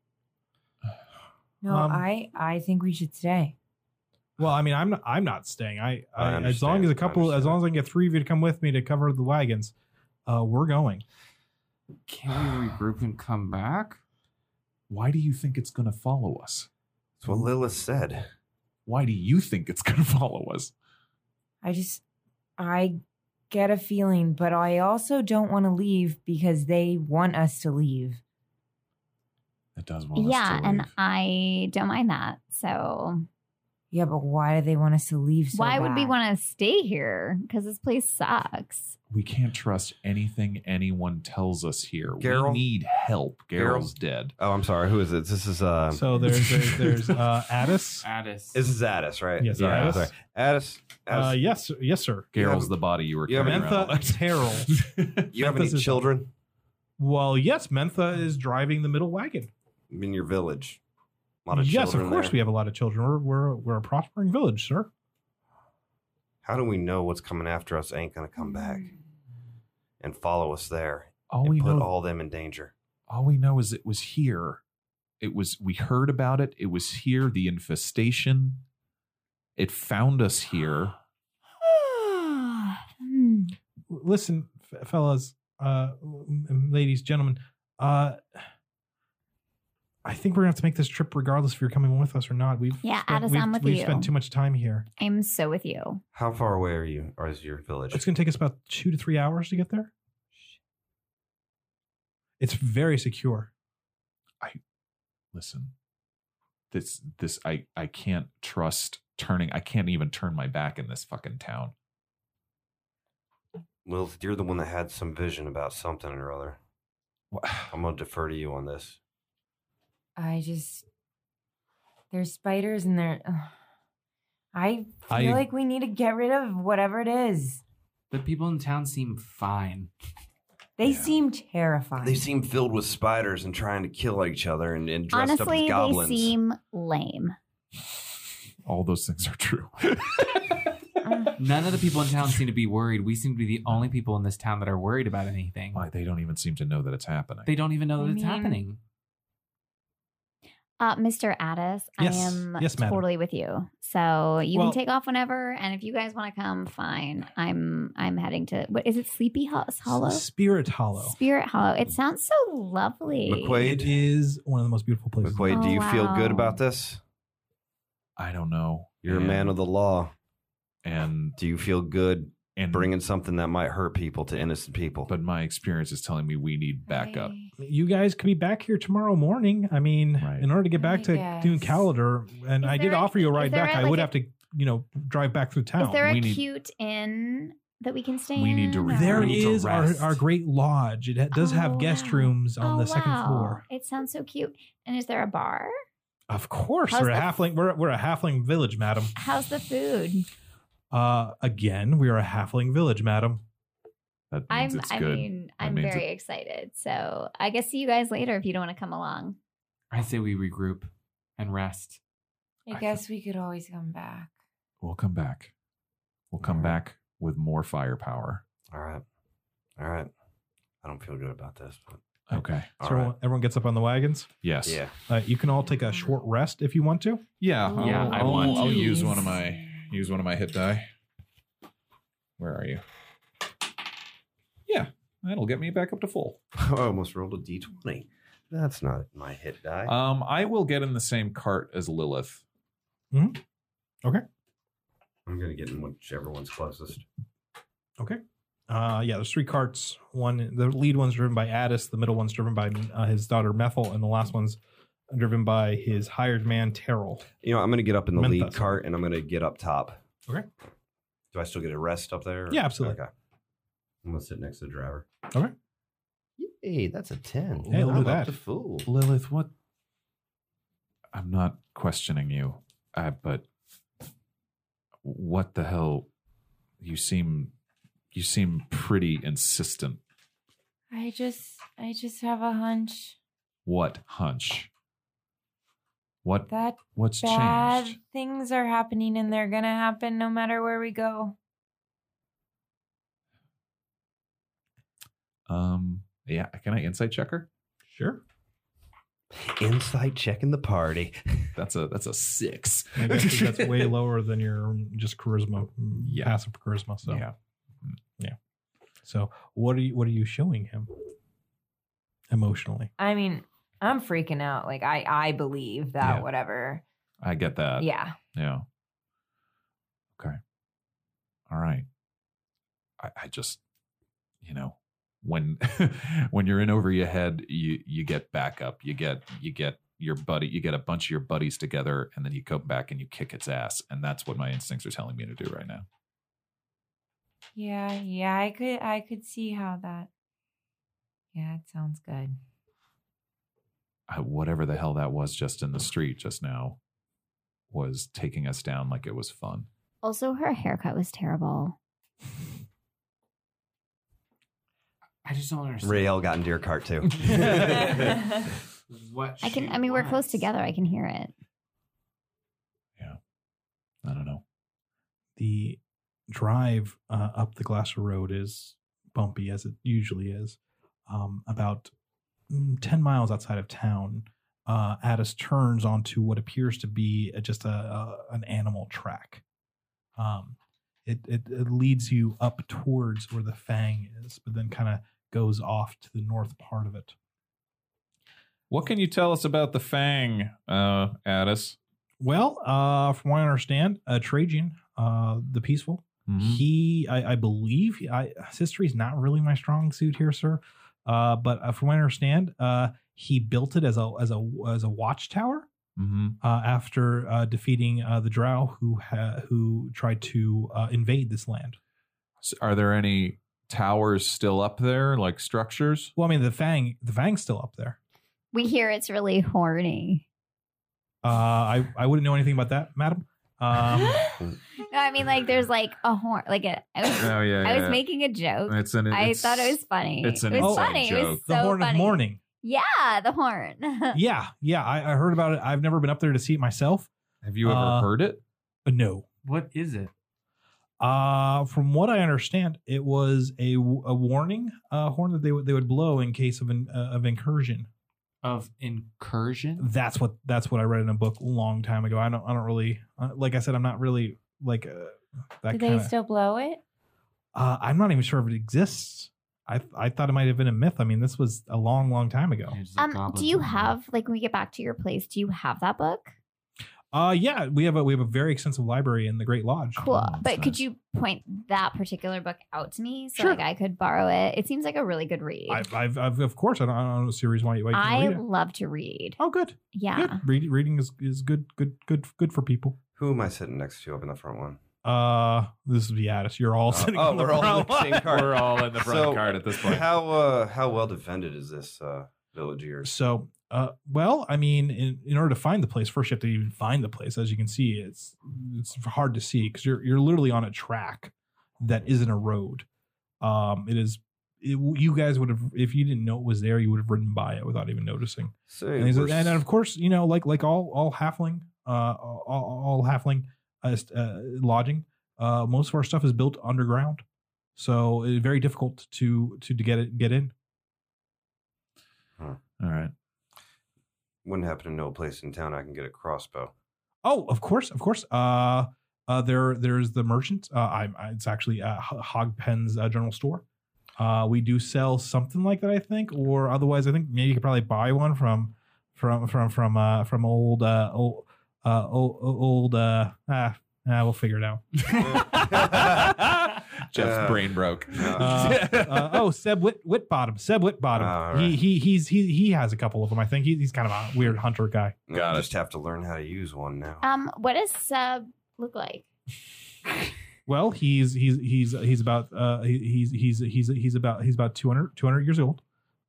Speaker 7: No,
Speaker 2: Um,
Speaker 7: I I think we should stay.
Speaker 2: Well, I mean, I'm not, I'm not staying. I,
Speaker 4: I
Speaker 2: I, as long
Speaker 4: understand.
Speaker 2: as a
Speaker 4: I
Speaker 2: couple, as
Speaker 4: understand.
Speaker 2: long as I can get three of you to come with me to cover the wagons, uh, we're going.
Speaker 6: Can we regroup and come back?
Speaker 3: Why do you think it's going to follow us?
Speaker 4: that's what Lilith said.
Speaker 3: Why do you think it's going to follow us?
Speaker 7: I just I get a feeling, but I also don't want to leave because they want us to leave.
Speaker 3: It does want us to
Speaker 5: yeah,
Speaker 3: leave.
Speaker 5: and I don't mind that. So
Speaker 7: Yeah, but why do they want us to leave? So
Speaker 5: why would we
Speaker 7: bad?
Speaker 5: want to stay here? Because this place sucks.
Speaker 3: we can't trust anything anyone tells us here.
Speaker 4: Geralt?
Speaker 3: We need help. Geralt's dead.
Speaker 4: Oh, I'm sorry. Who is it? This is uh,
Speaker 2: so there's there's, there's uh, Addis.
Speaker 6: Addis.
Speaker 4: this is Addis, right?
Speaker 2: Yes,
Speaker 4: yeah,
Speaker 2: Addis.
Speaker 4: sorry. Addis. Addis,
Speaker 2: Uh, yes, yes, sir.
Speaker 3: Geralt's
Speaker 4: Yeah.
Speaker 3: the body you were
Speaker 4: Yeah,
Speaker 3: carrying
Speaker 2: Mentha
Speaker 3: around.
Speaker 2: and
Speaker 4: you have any
Speaker 2: Memphis is-
Speaker 4: children
Speaker 2: Well, yes, Mentha is driving the middle wagon.
Speaker 4: in your village? A lot of
Speaker 2: yes,
Speaker 4: children
Speaker 2: of course
Speaker 4: there.
Speaker 2: we have a lot of children. We're we're we're a prospering village, sir.
Speaker 4: How do we know what's coming after us ain't gonna come back and follow us there
Speaker 3: all
Speaker 4: and
Speaker 3: we
Speaker 4: put
Speaker 3: know, all-,
Speaker 4: all them in danger?
Speaker 3: we know is it was here. It was we heard about it. It was here. The infestation. It found us here.
Speaker 5: Hmm.
Speaker 2: Listen, f- fellas, uh, m- m- ladies, gentlemen, uh, I think we're gonna have to make this trip regardless if you're coming with us or not. We've
Speaker 5: Yeah,
Speaker 2: spent-
Speaker 5: Addis,
Speaker 2: we've,
Speaker 5: I'm with
Speaker 2: we've
Speaker 5: you.
Speaker 2: spent too much time here.
Speaker 5: I'm so with you.
Speaker 4: How far away are you? Or is your village?
Speaker 2: It's going to take us about two to three hours to get there. It's very secure.
Speaker 3: Listen, this this I I can't trust turning. I can't even turn my back in this fucking town.
Speaker 4: Lilith, you're the one that had some vision about something or other.
Speaker 3: Wha-
Speaker 4: I'm gonna defer to you on this.
Speaker 7: I just there's spiders and they're. I feel
Speaker 3: I-
Speaker 7: like we need to get rid of whatever it is.
Speaker 6: The people in town seem fine.
Speaker 7: They
Speaker 3: Yeah.
Speaker 7: seem terrifying.
Speaker 4: They seem filled with spiders and trying to kill each other and, and dressed up
Speaker 5: Honestly,
Speaker 4: as
Speaker 5: they
Speaker 4: goblins.
Speaker 5: seem lame.
Speaker 3: All those things are true.
Speaker 6: None of the people in town seem to be worried. We seem to be the only people in this town that are worried about anything.
Speaker 3: Why they don't even seem to know that it's happening.
Speaker 6: They don't even know that
Speaker 7: I
Speaker 6: it's
Speaker 7: mean-
Speaker 6: happening.
Speaker 5: Uh, Mr. Addis,
Speaker 2: Yes.
Speaker 5: I am
Speaker 2: Yes, madam.
Speaker 5: totally with you. So you
Speaker 2: Well-
Speaker 5: can take off whenever, and if you guys want to come, fine. I'm I'm heading to what is it? Sleepy Ho- Hollow,
Speaker 2: Spirit Hollow.
Speaker 5: Spirit Hollow. It sounds so lovely.
Speaker 4: McQuaid.
Speaker 2: It is one of the most beautiful places.
Speaker 4: McQuaid, do
Speaker 5: Oh,
Speaker 4: you feel good
Speaker 5: wow.
Speaker 4: about this?
Speaker 3: I don't know.
Speaker 4: You're a man of the law.
Speaker 3: and
Speaker 4: Do you feel good
Speaker 3: and
Speaker 4: bringing something that might hurt people to innocent people?
Speaker 3: But my experience is telling me we need backup.
Speaker 2: You guys could be back here tomorrow morning. I mean,
Speaker 3: Right.
Speaker 2: in order to get back
Speaker 7: I
Speaker 2: to
Speaker 7: guess.
Speaker 2: doing Calendar, and
Speaker 5: Is
Speaker 2: I did
Speaker 5: there-
Speaker 2: offer you a
Speaker 5: is
Speaker 2: ride
Speaker 5: there
Speaker 2: back.
Speaker 5: a-
Speaker 2: I
Speaker 5: like
Speaker 2: would
Speaker 5: a-
Speaker 2: have to, you know, drive back through town.
Speaker 5: Is there a
Speaker 3: We need-
Speaker 5: cute inn that we can stay
Speaker 3: We
Speaker 5: in?
Speaker 3: need to re-
Speaker 2: There
Speaker 5: or-
Speaker 6: We need to
Speaker 2: is our,
Speaker 6: rest.
Speaker 2: our great lodge. It ha- does
Speaker 5: Oh,
Speaker 2: have guest
Speaker 5: wow.
Speaker 2: rooms on
Speaker 5: Oh,
Speaker 2: the second
Speaker 5: wow.
Speaker 2: floor.
Speaker 5: It sounds so cute. And is there a bar?
Speaker 2: Of course,
Speaker 5: How's
Speaker 2: we're a
Speaker 5: the-
Speaker 2: halfling. We're, we're a halfling village, madam.
Speaker 5: How's the food?
Speaker 2: Uh, again, we are a halfling village, madam.
Speaker 3: That means
Speaker 5: I'm.
Speaker 3: it's
Speaker 5: I
Speaker 3: good.
Speaker 5: mean,
Speaker 3: That
Speaker 5: I'm
Speaker 3: means
Speaker 5: very excited. So I guess see you guys later if you don't want to come along.
Speaker 6: I say we regroup and rest.
Speaker 7: I guess we could always come back.
Speaker 3: we'll come back. We'll come
Speaker 4: Alright.
Speaker 3: back with more firepower.
Speaker 4: All right. All right. I don't feel good about this. But
Speaker 3: Okay.
Speaker 2: So
Speaker 4: all right.
Speaker 2: everyone, everyone gets up on the wagons.
Speaker 3: Yes.
Speaker 4: Yeah.
Speaker 2: Uh, you can all take a short rest if you want to.
Speaker 3: Yeah.
Speaker 7: Ooh,
Speaker 6: Yeah, I want
Speaker 3: I'll
Speaker 6: to.
Speaker 3: use one of my use one of my hit die. Where are you? Yeah, that'll get me back up to full.
Speaker 4: I almost rolled a d20. That's not my hit die.
Speaker 3: Um, I will get in the same cart as Lilith.
Speaker 4: I'm going to get in whichever one's closest.
Speaker 2: Uh, yeah, there's three carts. One, the lead one's driven by Addis. The middle one's driven by uh, his daughter Methel, and the last one's driven by his hired man Terrell.
Speaker 4: You know, I'm gonna get up in the lead
Speaker 2: Memphis.
Speaker 4: cart and I'm gonna get up top.
Speaker 2: Okay.
Speaker 4: Do I still get a rest up there?
Speaker 2: Yeah, absolutely.
Speaker 4: Okay. I'm gonna sit next to the driver.
Speaker 8: Hey, that's a 10.
Speaker 2: Hey, look
Speaker 8: I'm
Speaker 2: at that.
Speaker 8: up to fool.
Speaker 3: Lilith, what? I'm not questioning you, uh, but what the hell? You seem you seem pretty insistent.
Speaker 7: I just, I just have a hunch
Speaker 3: What hunch? What
Speaker 7: that
Speaker 3: what's
Speaker 7: bad
Speaker 3: changed?
Speaker 7: things are happening and they're gonna happen no matter where we go.
Speaker 3: Um, yeah. Can I insight checker?
Speaker 2: Sure.
Speaker 8: Inside checking the party.
Speaker 3: That's a that's a six.
Speaker 2: I guess 'cause that's way lower than your just charisma, mm,
Speaker 3: Yeah.
Speaker 2: passive charisma. So,
Speaker 3: Yeah.
Speaker 2: so what are you what are you showing him emotionally?
Speaker 7: I mean, I'm freaking out. Like I, I believe that
Speaker 3: Yeah. Uh,
Speaker 7: whatever.
Speaker 3: I get that.
Speaker 7: yeah.
Speaker 3: Yeah. Okay. All right. I, I just, you know, when when you're in over your head, you you get back up. You get you get your buddy. You get a bunch of your buddies together, and then you come back and you kick its ass. And that's what my instincts are telling me to do right now.
Speaker 7: Yeah, yeah, I could I could see how that. Yeah, it sounds good.
Speaker 3: I, whatever the hell that was just in the street just now was taking us down like it was fun.
Speaker 5: Also, her haircut was terrible.
Speaker 6: I just don't understand.
Speaker 4: Rael got into your cart too.
Speaker 6: What
Speaker 5: I can.
Speaker 6: she
Speaker 5: I mean, we're close
Speaker 6: wants.
Speaker 5: together. I can hear it.
Speaker 3: I don't know.
Speaker 2: The drive uh, up the Glasser Road is bumpy as it usually is. Um, about mm, ten miles outside of town, uh, Addis turns onto what appears to be a, just a, a an animal track. Um, it, it it leads you up towards where the fang is, but then kind of goes off to the north part of it.
Speaker 3: What can you tell us about the Fang, uh, Addis?
Speaker 2: Well, uh, from what I understand, uh, Trajan, uh, the peaceful,
Speaker 3: Mm-hmm.
Speaker 5: Mm-hmm.
Speaker 2: he, I, I believe, he- I, history is not really my strong suit here, sir. Uh, but uh, from what I understand, uh, he built it as a as a as a watchtower
Speaker 3: Mm-hmm.
Speaker 2: uh, after uh, defeating uh, the Drow who ha- who tried to uh, invade this land.
Speaker 3: S- Are there any towers still up there, like structures?
Speaker 2: Well, I mean, the Fang, the Fang's still up there.
Speaker 5: We hear it's really horny.
Speaker 2: Uh, I I wouldn't know anything about that, madam. Um,
Speaker 5: No, I mean, like there's like a horn. Like a, I was,
Speaker 3: Oh, yeah,
Speaker 5: I was making a joke.
Speaker 3: It's an.
Speaker 5: I
Speaker 3: it's-
Speaker 5: thought it was funny.
Speaker 3: it's an
Speaker 5: it was
Speaker 2: inside
Speaker 5: funny. It was
Speaker 3: joke.
Speaker 5: so
Speaker 2: the Horn
Speaker 5: funny. Uh.
Speaker 2: of Mourning.
Speaker 5: Yeah, the horn.
Speaker 2: yeah, yeah. I, I heard about it. I've never been up there to see it myself.
Speaker 3: Have you ever
Speaker 2: uh,
Speaker 3: heard it?
Speaker 2: But no.
Speaker 6: What is it?
Speaker 2: Uh, from what I understand, it was a, w- a warning uh, horn that they would they would blow in case of an, uh, of incursion.
Speaker 6: Of incursion?
Speaker 2: That's what that's what I read in a book a long time ago. I don't I don't really uh, like I said I'm not really like uh, that
Speaker 7: Do
Speaker 2: kind
Speaker 7: they
Speaker 2: of.
Speaker 7: still blow it?
Speaker 2: uh, I'm not even sure if it exists. I I thought it might have been a myth. I mean, this was a long long time ago.
Speaker 6: It's like
Speaker 5: um,
Speaker 6: goblins
Speaker 5: do you
Speaker 6: and-
Speaker 5: have like when we get back to your place? Do you have that book?
Speaker 2: Uh, yeah, we have a we have a very extensive library in the Great Lodge.
Speaker 5: Cool.
Speaker 3: Oh, that's
Speaker 5: but could
Speaker 3: nice.
Speaker 5: you point that particular book out to me so
Speaker 2: Sure.
Speaker 5: like I could borrow it? It seems like a really good read.
Speaker 2: I've, I've, I've of course I don't, I don't know series why you why you
Speaker 5: I
Speaker 2: can't read it.
Speaker 5: love to read.
Speaker 2: Oh, good.
Speaker 5: Yeah.
Speaker 2: Good. Read, reading is, is good, good, good, good for people.
Speaker 4: Who am I sitting next to up in the front one?
Speaker 2: Uh, this is Beatus. You're all
Speaker 4: Uh,
Speaker 2: sitting.
Speaker 4: oh,
Speaker 2: on the
Speaker 4: we're all in
Speaker 2: front
Speaker 4: the same
Speaker 2: line.
Speaker 4: cart.
Speaker 3: We're all in the front
Speaker 4: So-
Speaker 3: card at this point.
Speaker 4: How uh how well defended is this uh village here?
Speaker 2: So, uh, well, I mean, in, in order to find the place, first you have to even find the place. As you can see, it's it's hard to see because you're you're literally on a track that isn't a road. Um, it is. It, you guys would have, if you didn't know it was there, you would have ridden by it without even noticing.
Speaker 4: So
Speaker 2: and, he's-
Speaker 4: we're
Speaker 2: and- and
Speaker 4: s-
Speaker 2: of course, you know, like like all all halfling, uh, all, all halfling uh, st- uh, lodging, uh, most of our stuff is built underground, so it's very difficult to to to get it get in.
Speaker 3: All right.
Speaker 4: wouldn't happen to know a place in town I can get a crossbow.
Speaker 2: Oh, of course, of course. Uh, uh, there there's the merchant. Uh, I'm I, it's actually uh, Ho- Hogpen's uh, general store. Uh, we do sell something like that, I think, or otherwise, I think maybe you could probably buy one from from from from uh, from old uh, old uh, old, old uh, ah, ah, we'll figure it out.
Speaker 3: Jeff's
Speaker 4: Uh,
Speaker 3: brain broke.
Speaker 2: Uh, uh, oh, Seb Whit, Whitbottom. Seb Whitbottom.
Speaker 4: All
Speaker 2: He
Speaker 4: right.
Speaker 2: he he's he he has a couple of them. I think he, he's kind of a weird hunter guy.
Speaker 3: Got
Speaker 4: I
Speaker 3: it.
Speaker 4: just have to learn how to use one now.
Speaker 5: Um, what does sub look like?
Speaker 2: Well, he's he's he's he's about uh he- he's he's he's he's about he's about 200, 200 years old.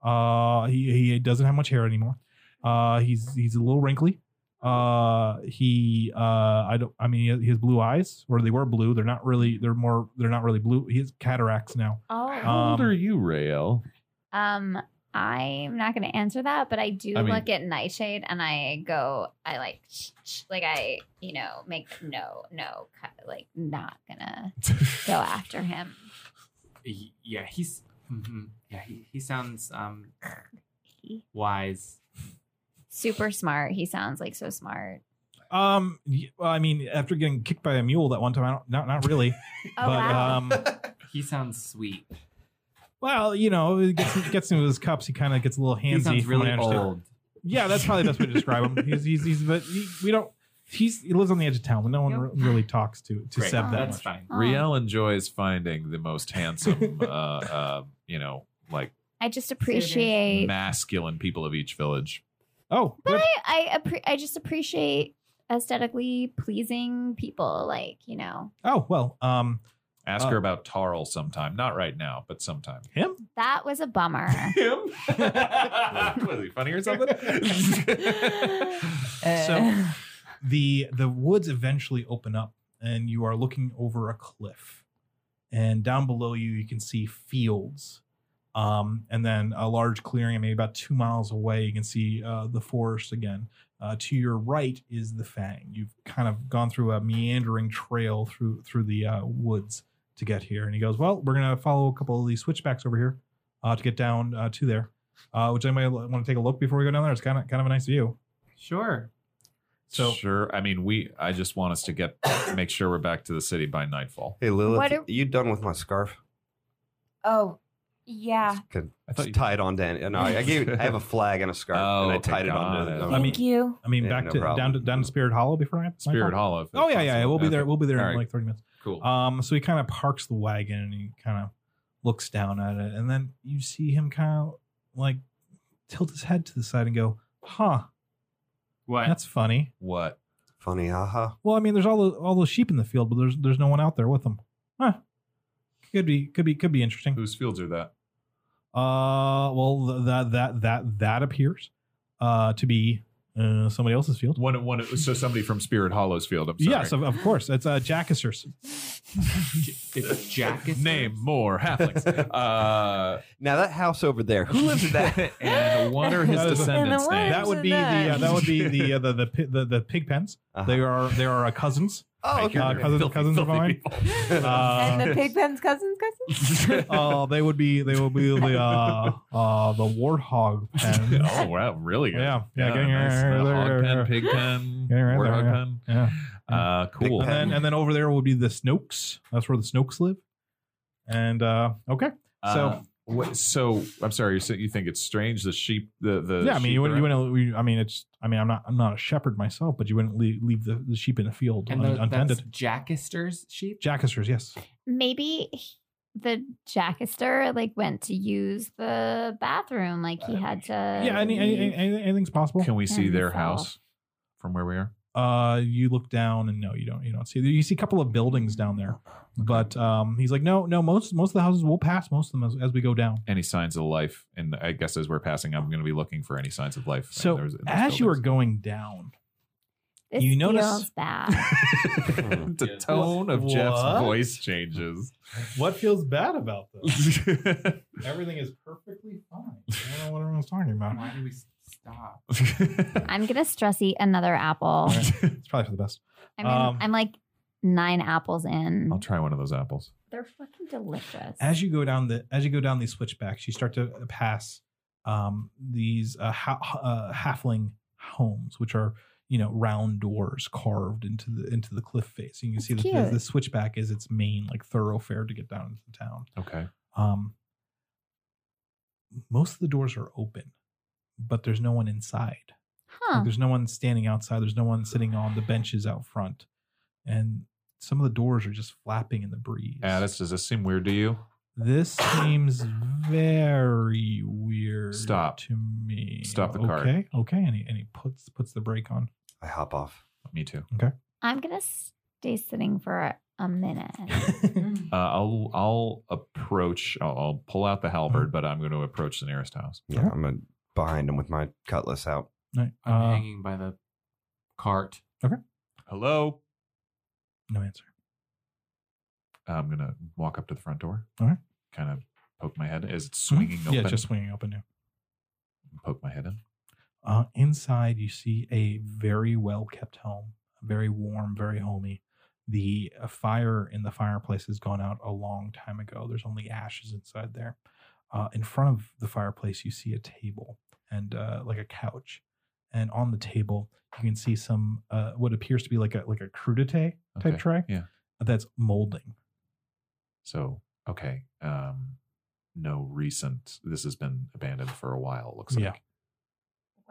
Speaker 2: Uh, he he doesn't have much hair anymore. Uh, he's he's a little wrinkly. Uh, he uh I don't I mean he has- he has blue eyes or they were blue. They're not really they're more they're not really blue. He has cataracts now.
Speaker 5: Oh,
Speaker 3: How old
Speaker 2: um,
Speaker 3: are you, Rael?
Speaker 5: um, I'm not going to answer that, but I do
Speaker 3: I mean-
Speaker 5: look at Nightshade and I go, I like, shh, shh, like I, you know, make no, no, cut, like not gonna go after him.
Speaker 6: Y- Yeah, he's. mhm. Yeah, he, he sounds um wise.
Speaker 5: Super smart. He sounds like so smart.
Speaker 2: Um, y- well, I mean after getting kicked by a mule that one time, I don't not not really. but
Speaker 5: Oh wow.
Speaker 2: um.
Speaker 6: He sounds sweet.
Speaker 2: Well, you know, it gets gets into his cups. He kind of gets a little handsy.
Speaker 6: he sounds
Speaker 2: from what
Speaker 6: really
Speaker 2: I understand.
Speaker 6: old.
Speaker 2: Yeah, that's probably the best way to describe him. He's he's, he's but he, we don't. He's he lives on the edge of town, but no one re- really talks to to
Speaker 6: Great.
Speaker 2: Seb that
Speaker 6: That's
Speaker 2: much.
Speaker 6: fine.
Speaker 5: Oh,
Speaker 3: Riel enjoys finding the most handsome, uh, uh, you know, like
Speaker 5: I just appreciate
Speaker 3: masculine people of each village.
Speaker 2: Oh,
Speaker 5: But
Speaker 2: good.
Speaker 5: I, I, appre- I just appreciate aesthetically pleasing people. Like, you know,
Speaker 2: oh well. Um,
Speaker 3: Ask
Speaker 2: Uh,
Speaker 3: her about Tarl sometime. Not right now, but sometime.
Speaker 2: him.
Speaker 5: that was a bummer.
Speaker 3: Him? Was he funny or something?
Speaker 2: So the the woods eventually open up, and you are looking over a cliff, and down below you you can see fields, um, and then a large clearing, and maybe about two miles away you can see uh, the forest again. Uh, to your right is the Fang. You've kind of gone through a meandering trail through through the uh, woods to get here, and he goes, "Well, we're gonna follow a couple of these switchbacks over here uh, to get down uh, to there." Uh, which anybody want to take a look before we go down there? It's kind of kind of a nice view.
Speaker 6: Sure.
Speaker 2: So
Speaker 3: sure. I mean, we. I just want us to get make sure we're back to the city by nightfall.
Speaker 4: Hey Lilith,
Speaker 5: What are-
Speaker 4: you done with my scarf?
Speaker 7: Oh, yeah.
Speaker 4: Could
Speaker 3: I thought
Speaker 4: just
Speaker 3: you-
Speaker 4: tie it on to any- No, I, I gave. I have a flag and a scarf,
Speaker 3: Oh,
Speaker 4: and I
Speaker 3: okay,
Speaker 4: tied it
Speaker 3: got
Speaker 4: on
Speaker 3: it.
Speaker 4: to.
Speaker 2: I
Speaker 7: Thank
Speaker 2: mean-
Speaker 7: you.
Speaker 2: I mean,
Speaker 4: Yeah,
Speaker 2: back
Speaker 4: no
Speaker 2: to down to
Speaker 4: problem.
Speaker 2: down to Spirit Hollow before I
Speaker 3: Spirit Hollow. if
Speaker 2: Oh yeah,
Speaker 3: that's
Speaker 2: yeah, yeah. We'll be
Speaker 3: okay.
Speaker 2: there. We'll be there
Speaker 3: All
Speaker 2: in
Speaker 3: right.
Speaker 2: like thirty minutes.
Speaker 3: Cool.
Speaker 2: Um, so he kind of parks the wagon and he kind of looks down at it, and then you see him kind of like tilt his head to the side and go, "Huh,
Speaker 6: What?
Speaker 2: that's funny."
Speaker 3: what?
Speaker 4: Funny, uh-huh. haha.
Speaker 2: Well, I mean, there's all the, all those sheep in the field, but there's there's no one out there with them. Huh? Could be could be could be interesting.
Speaker 3: Whose fields are that?
Speaker 2: Uh, well, th- that that that that appears uh to be uh, somebody else's field.
Speaker 3: One, one. So somebody from Spirit Hollow's field. I'm sorry.
Speaker 2: Yes, of, of course. It's uh, Jackisters.
Speaker 6: It's Jack. is-
Speaker 3: Name more halflings. Uh,
Speaker 4: Now that house over there, who lives in that?
Speaker 3: and what are his
Speaker 2: That is-
Speaker 3: descendants'
Speaker 1: And the
Speaker 3: names?
Speaker 2: That would
Speaker 1: Is
Speaker 2: be the
Speaker 1: that-
Speaker 2: uh, that would be the uh, the, the pi- the the pig pens. They are they are uh, cousins.
Speaker 4: Uh-huh. Oh, okay.
Speaker 2: Uh, cousins cousins of mine.
Speaker 7: and the
Speaker 2: Uh,
Speaker 7: pigpen's cousins' cousins?
Speaker 2: uh, they would be they would be the uh, uh, the warthog pen.
Speaker 3: oh wow, really good.
Speaker 2: Yeah, yeah, getting
Speaker 3: nice.
Speaker 2: right
Speaker 3: Uh,
Speaker 2: there,
Speaker 3: hog
Speaker 2: there,
Speaker 3: pen,
Speaker 2: there.
Speaker 3: pig pen,
Speaker 2: Getting right
Speaker 3: warthog
Speaker 2: there,
Speaker 3: pen.
Speaker 2: Yeah.
Speaker 3: Uh, cool.
Speaker 4: Pig
Speaker 2: And then and then over there would be the Snokes. That's where the Snokes live. And uh, okay, so
Speaker 3: Uh, wh- so I'm sorry. You said you think it's strange the sheep. The the
Speaker 2: yeah, I mean
Speaker 3: sheep
Speaker 2: you wouldn't, you
Speaker 3: are-
Speaker 2: wouldn't we- I mean it's I mean I'm not I'm not a shepherd myself, but you wouldn't leave, leave the, the sheep in the field
Speaker 6: And
Speaker 2: un-
Speaker 6: the, that's
Speaker 2: untended.
Speaker 6: Jackister's sheep.
Speaker 2: Jackisters, yes.
Speaker 5: Maybe he- the Jackister like went to use the bathroom. Like he had to.
Speaker 2: yeah, any, any,
Speaker 5: leave.
Speaker 2: any- anything's possible.
Speaker 3: Can we see
Speaker 5: And
Speaker 3: their
Speaker 5: south.
Speaker 3: house from where we are?
Speaker 2: uh you look down and no you don't you don't see you see a couple of buildings down there but um he's like no no most most of the houses will pass most of them as, as we go down
Speaker 3: Any signs of life? And I guess as we're passing, I'm going to be looking for any signs of life.
Speaker 2: so
Speaker 3: in those- in those
Speaker 2: as you are
Speaker 3: buildings.
Speaker 2: going down
Speaker 5: This
Speaker 2: You notice-
Speaker 5: feels bad.
Speaker 3: the tone of Jeff's
Speaker 2: What?
Speaker 3: voice changes.
Speaker 2: what feels bad about this everything is perfectly fine i don't know what everyone's talking about
Speaker 6: Why do we s- stop?
Speaker 5: I'm gonna stress eat another apple.
Speaker 2: it's probably for the best
Speaker 5: I'm, in,
Speaker 2: Um,
Speaker 5: I'm like nine apples in.
Speaker 3: I'll try one of those apples.
Speaker 5: They're fucking delicious.
Speaker 2: as you go down the as you go down these switchbacks you start to pass um these uh, ha- uh halfling homes which are you know round doors carved into the into the cliff face and you can
Speaker 5: That's
Speaker 2: see that the,
Speaker 5: cute.
Speaker 2: the switchback is its main like thoroughfare to get down into the town
Speaker 3: Okay.
Speaker 2: um most of the doors are open but there's no one inside
Speaker 5: huh?
Speaker 2: like, there's no one standing outside. There's no one sitting on the benches out front. And some of the doors are just flapping in the breeze.
Speaker 3: Addis, does this seem weird to you?
Speaker 2: This seems very weird.
Speaker 3: Stop.
Speaker 2: to me.
Speaker 3: Stop the
Speaker 2: okay,
Speaker 3: cart.
Speaker 2: Okay, okay, and he and he puts puts the brake on.
Speaker 4: I hop off.
Speaker 3: Me too.
Speaker 5: I'm gonna stay sitting for a minute.
Speaker 3: Uh, I'll I'll approach. I'll, I'll pull out the halberd, but I'm going to approach the nearest house.
Speaker 4: Yeah,
Speaker 2: Uh-huh.
Speaker 4: I'm uh, behind him with my cutlass out.
Speaker 2: Right,
Speaker 6: I'm
Speaker 2: uh,
Speaker 6: hanging by the cart.
Speaker 3: Hello.
Speaker 2: no answer.
Speaker 3: I'm going to walk up to the front door.
Speaker 2: All right. Mm-hmm.
Speaker 3: Kind of poke my head. Is it swinging open?
Speaker 2: Yeah, just swinging open. Yeah.
Speaker 3: poke my head in.
Speaker 2: Uh, inside, you see a very well kept home, very warm, very homey. The uh, fire in the fireplace has gone out a long time ago. There's only ashes inside there. Uh, in front of the fireplace, you see a table and uh, like a couch, and on the table you can see some uh, what appears to be like a like a crudité type
Speaker 3: Okay,
Speaker 2: tray.
Speaker 3: yeah.
Speaker 2: that's molding.
Speaker 3: So okay. Um, no recent. This has been abandoned for a while. It looks
Speaker 2: Yeah.
Speaker 3: like.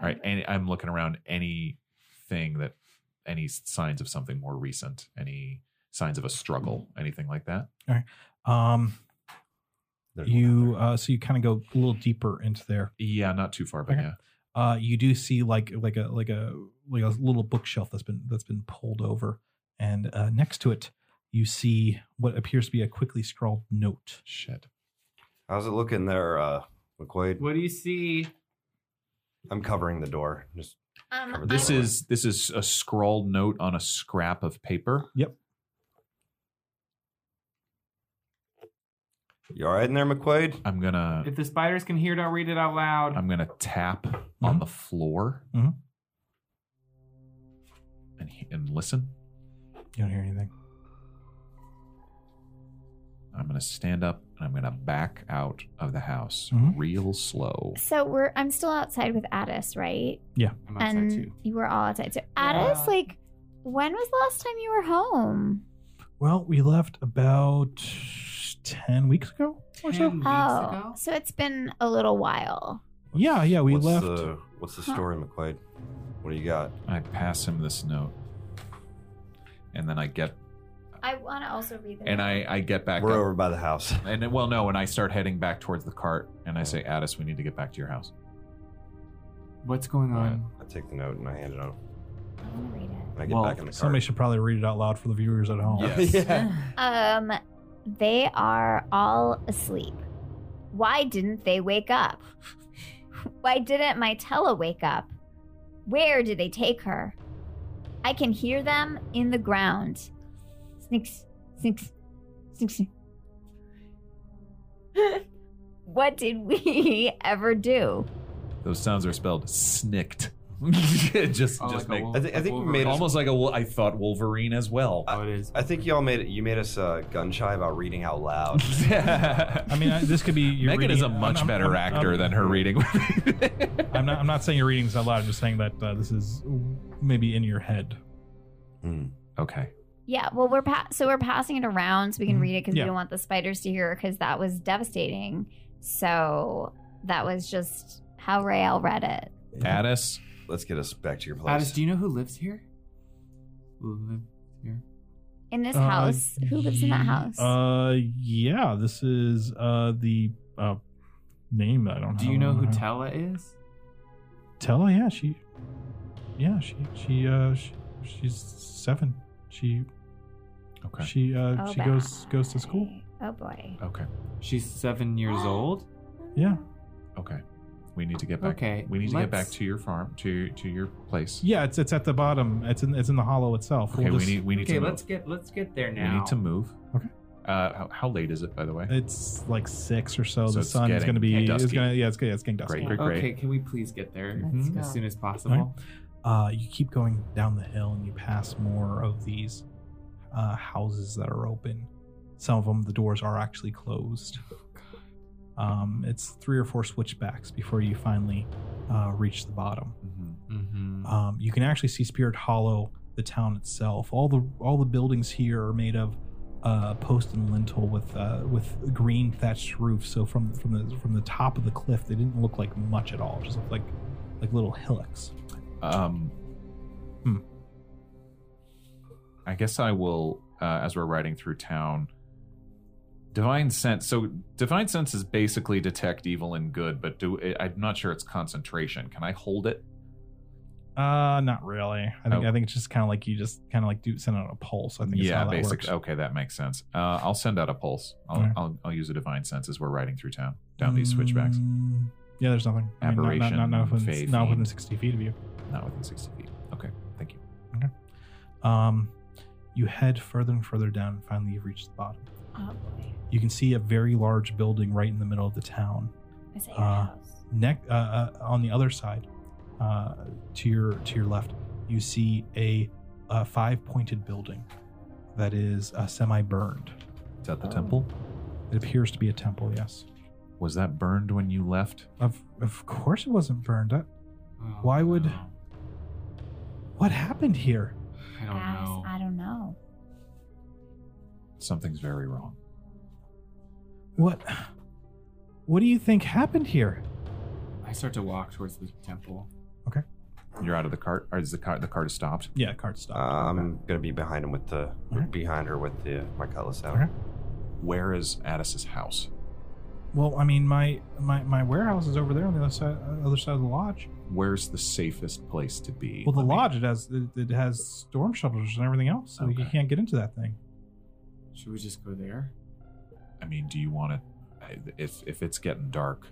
Speaker 3: All right. And I'm looking around. Anything that, any signs of something more recent? Any signs of a struggle?
Speaker 2: Mm-hmm.
Speaker 3: Anything like that?
Speaker 2: Um,
Speaker 8: There's one out
Speaker 2: you
Speaker 8: there.
Speaker 2: uh, so you kind of go a little deeper into there.
Speaker 3: Yeah, not too far, but
Speaker 2: Okay.
Speaker 3: yeah.
Speaker 2: uh, you do see like like a like a like a little bookshelf that's been that's been pulled over, and uh, next to it you see what appears to be a quickly scrawled note.
Speaker 3: Shit.
Speaker 4: How's it looking there, uh, McQuaid?
Speaker 6: What do you see?
Speaker 4: I'm covering the door. Just
Speaker 5: Um,
Speaker 4: Cover the
Speaker 3: This
Speaker 4: door.
Speaker 3: is this is a scrawled note on a scrap of paper.
Speaker 4: you all right in there, McQuaid?
Speaker 3: I'm gonna
Speaker 6: If the spiders can hear, don't read it out loud.
Speaker 3: I'm gonna tap on
Speaker 4: Mm-hmm.
Speaker 3: the floor
Speaker 2: Mhm.
Speaker 3: and he- and listen.
Speaker 2: You don't hear anything.
Speaker 3: I'm gonna stand up and I'm gonna back out of the house
Speaker 4: Mm-hmm.
Speaker 2: Mhm.
Speaker 3: real slow.
Speaker 5: so we're I'm still outside with Addis, right?
Speaker 6: I'm outside
Speaker 5: and
Speaker 6: too.
Speaker 5: you were all outside. So Addis,
Speaker 6: Yeah.
Speaker 5: like, when was the last time you were home?
Speaker 2: Well, we left about ten weeks ago or so.
Speaker 6: Ten weeks
Speaker 5: Oh,
Speaker 6: ago?
Speaker 5: so it's been a little while.
Speaker 2: Yeah, yeah, we
Speaker 4: what's
Speaker 2: left.
Speaker 4: The, what's the story, McQuaid? What do you got?
Speaker 3: I pass him this note, and then I get
Speaker 5: I want to also read
Speaker 3: and I I get back
Speaker 4: We're
Speaker 3: up.
Speaker 4: over by the house.
Speaker 3: and then- well no, and I start heading back towards the cart and I say, Addis, we need to get back to your house.
Speaker 6: What's going on?
Speaker 4: I take the note and I hand it out.
Speaker 5: I want to read it.
Speaker 4: And I get
Speaker 6: Well,
Speaker 4: back in the car.
Speaker 2: Somebody should probably read it out loud for the viewers at home.
Speaker 3: Yes.
Speaker 5: Um, they are all asleep. Why didn't they wake up? Why didn't my Tella wake up? Where did they take her? I can hear them in the ground. Snicks, snicks, snicks. snicks. what did we ever do?
Speaker 3: Those sounds are spelled snicked. just
Speaker 6: Oh,
Speaker 3: just
Speaker 6: like
Speaker 3: make
Speaker 6: a wolf-
Speaker 4: I think- I
Speaker 6: like
Speaker 4: think we
Speaker 6: Wolverine.
Speaker 4: made a-
Speaker 3: almost like a wo- I thought Wolverine as well.
Speaker 6: Oh, it is.
Speaker 4: I think y'all made it. You made us uh, gun shy about reading out loud.
Speaker 2: I mean, I, this could be you're
Speaker 3: Megan is a
Speaker 2: reading- I'm-
Speaker 3: much
Speaker 2: I'm- I'm-
Speaker 3: better actor
Speaker 2: I'm-
Speaker 3: than her reading.
Speaker 2: I'm not. I'm not saying your readings out loud. I'm just saying that uh, this is maybe in your head.
Speaker 6: Hmm.
Speaker 3: okay.
Speaker 5: Yeah, well, we're pa- so we're passing it around so we can
Speaker 2: Mhm.
Speaker 5: read it because
Speaker 2: Yeah.
Speaker 5: we don't want the spiders to hear because that was devastating. So that was just how Rael read it.
Speaker 3: Addis,
Speaker 4: Let's get us back to your place.
Speaker 6: Addis, do you know who lives here? Live here?
Speaker 5: In this
Speaker 2: Uh,
Speaker 5: house, who lives in that
Speaker 2: ye-
Speaker 5: house?
Speaker 2: Uh, yeah, this is uh the uh name that I don't.
Speaker 6: Do
Speaker 2: have
Speaker 6: you know
Speaker 2: on
Speaker 6: who
Speaker 2: her.
Speaker 6: Tella is?
Speaker 2: Tella? Yeah, she. Yeah, she she uh she, she's seven. She
Speaker 3: Okay.
Speaker 2: she uh
Speaker 5: Oh,
Speaker 2: she goes goes to school. Uh,
Speaker 5: boy. Oh boy.
Speaker 3: Okay.
Speaker 6: She's seven years old.
Speaker 2: Yeah.
Speaker 3: Okay. We need to get back.
Speaker 6: Okay,
Speaker 3: We need to get back
Speaker 6: let's-
Speaker 3: to your farm, to to your place.
Speaker 2: Yeah, it's it's at the bottom. It's in it's in the hollow itself.
Speaker 3: Okay.
Speaker 2: We'll
Speaker 3: we
Speaker 2: just-
Speaker 3: need. We need
Speaker 6: okay,
Speaker 3: to.
Speaker 6: let's
Speaker 3: move.
Speaker 6: get let's get there
Speaker 3: We
Speaker 6: now.
Speaker 3: need to move.
Speaker 2: Okay. Uh,
Speaker 3: Uh, how, how late is it, by the way?
Speaker 2: It's like six or so.
Speaker 3: So
Speaker 2: the
Speaker 3: it's
Speaker 2: sun is
Speaker 3: getting
Speaker 2: going to be. It's
Speaker 3: dusky.
Speaker 2: gonna yeah. It's gonna, it's getting dusky.
Speaker 3: Great, great, great.
Speaker 6: Okay, can we please get there Hmm?
Speaker 7: Let's go.
Speaker 6: as soon as possible?
Speaker 2: uh, you keep going down the hill and you pass more of these uh, houses that are open. Some of them, the doors are actually closed. Um, it's three or four switchbacks before you finally uh, reach the bottom.
Speaker 3: Mhm.
Speaker 6: Mm-hmm.
Speaker 2: Um, you can actually see Spirit Hollow, the town itself. All the all the buildings here are made of uh, post and lintel with uh, with green thatched roofs. So from from the from the top of the cliff, they didn't look like much at all. It just looked like like little hillocks.
Speaker 3: Um.
Speaker 2: Hmm.
Speaker 3: I guess I will uh, as we're riding through town. Divine sense. So divine sense is basically detect evil and good, but do I- I'm not sure it's concentration. Can I hold it?
Speaker 2: Uh, not really. I think
Speaker 3: Oh.
Speaker 2: I think it's just kind of like you just kind of like do send out a pulse. I think is
Speaker 3: yeah,
Speaker 2: how that
Speaker 3: basic.
Speaker 2: works.
Speaker 3: Okay, that makes sense. Uh, I'll send out a pulse. I'll,
Speaker 2: Alright.
Speaker 3: I'll, I'll use a divine sense as we're riding through town down these switchbacks.
Speaker 2: Mm, yeah, there's nothing. I mean, not-
Speaker 3: Aberration,
Speaker 2: not, not, not,
Speaker 3: fey
Speaker 2: within, not within
Speaker 3: fiend.
Speaker 2: sixty feet of you.
Speaker 3: Not within sixty feet. Okay, thank you.
Speaker 2: Um, you head further and further down, and finally you reach the bottom.
Speaker 5: Oh boy.
Speaker 2: You can see a very large building right in the middle of the town.
Speaker 5: Is it your
Speaker 2: Uh,
Speaker 5: house?
Speaker 2: Neck uh, uh, on the other side, uh, to your to your left, you see a, a five pointed building that is uh, semi burned.
Speaker 3: Is that the temple?
Speaker 2: It appears to be a temple. Yes.
Speaker 3: Um, Was that burned when you left?
Speaker 2: Of of course, it wasn't burned. That,
Speaker 6: Oh,
Speaker 2: Why would-
Speaker 6: no.
Speaker 2: what happened here?
Speaker 6: I don't
Speaker 5: Guys,
Speaker 6: know.
Speaker 5: I don't know.
Speaker 3: Something's very wrong.
Speaker 2: What? What do you think happened here?
Speaker 6: I start to walk towards the temple.
Speaker 3: You're out of the cart. Or is the cart the cart is stopped?
Speaker 2: Yeah, card stop.
Speaker 4: Uh, I'm gonna be behind him with the
Speaker 2: Alright.
Speaker 4: behind her with the my cutlass out.
Speaker 2: Alright.
Speaker 3: Where is Addis's house?
Speaker 2: Well, I mean, my my my warehouse is over there on the other side, uh, other side of the lodge.
Speaker 3: Where's the safest place to be?
Speaker 2: Well, the
Speaker 3: Let me-
Speaker 2: lodge it has it, it has storm shelters and everything else, so you
Speaker 3: Okay.
Speaker 2: can't get into that thing.
Speaker 6: Should we just go there?
Speaker 3: I mean, do you want to? If if it's getting dark,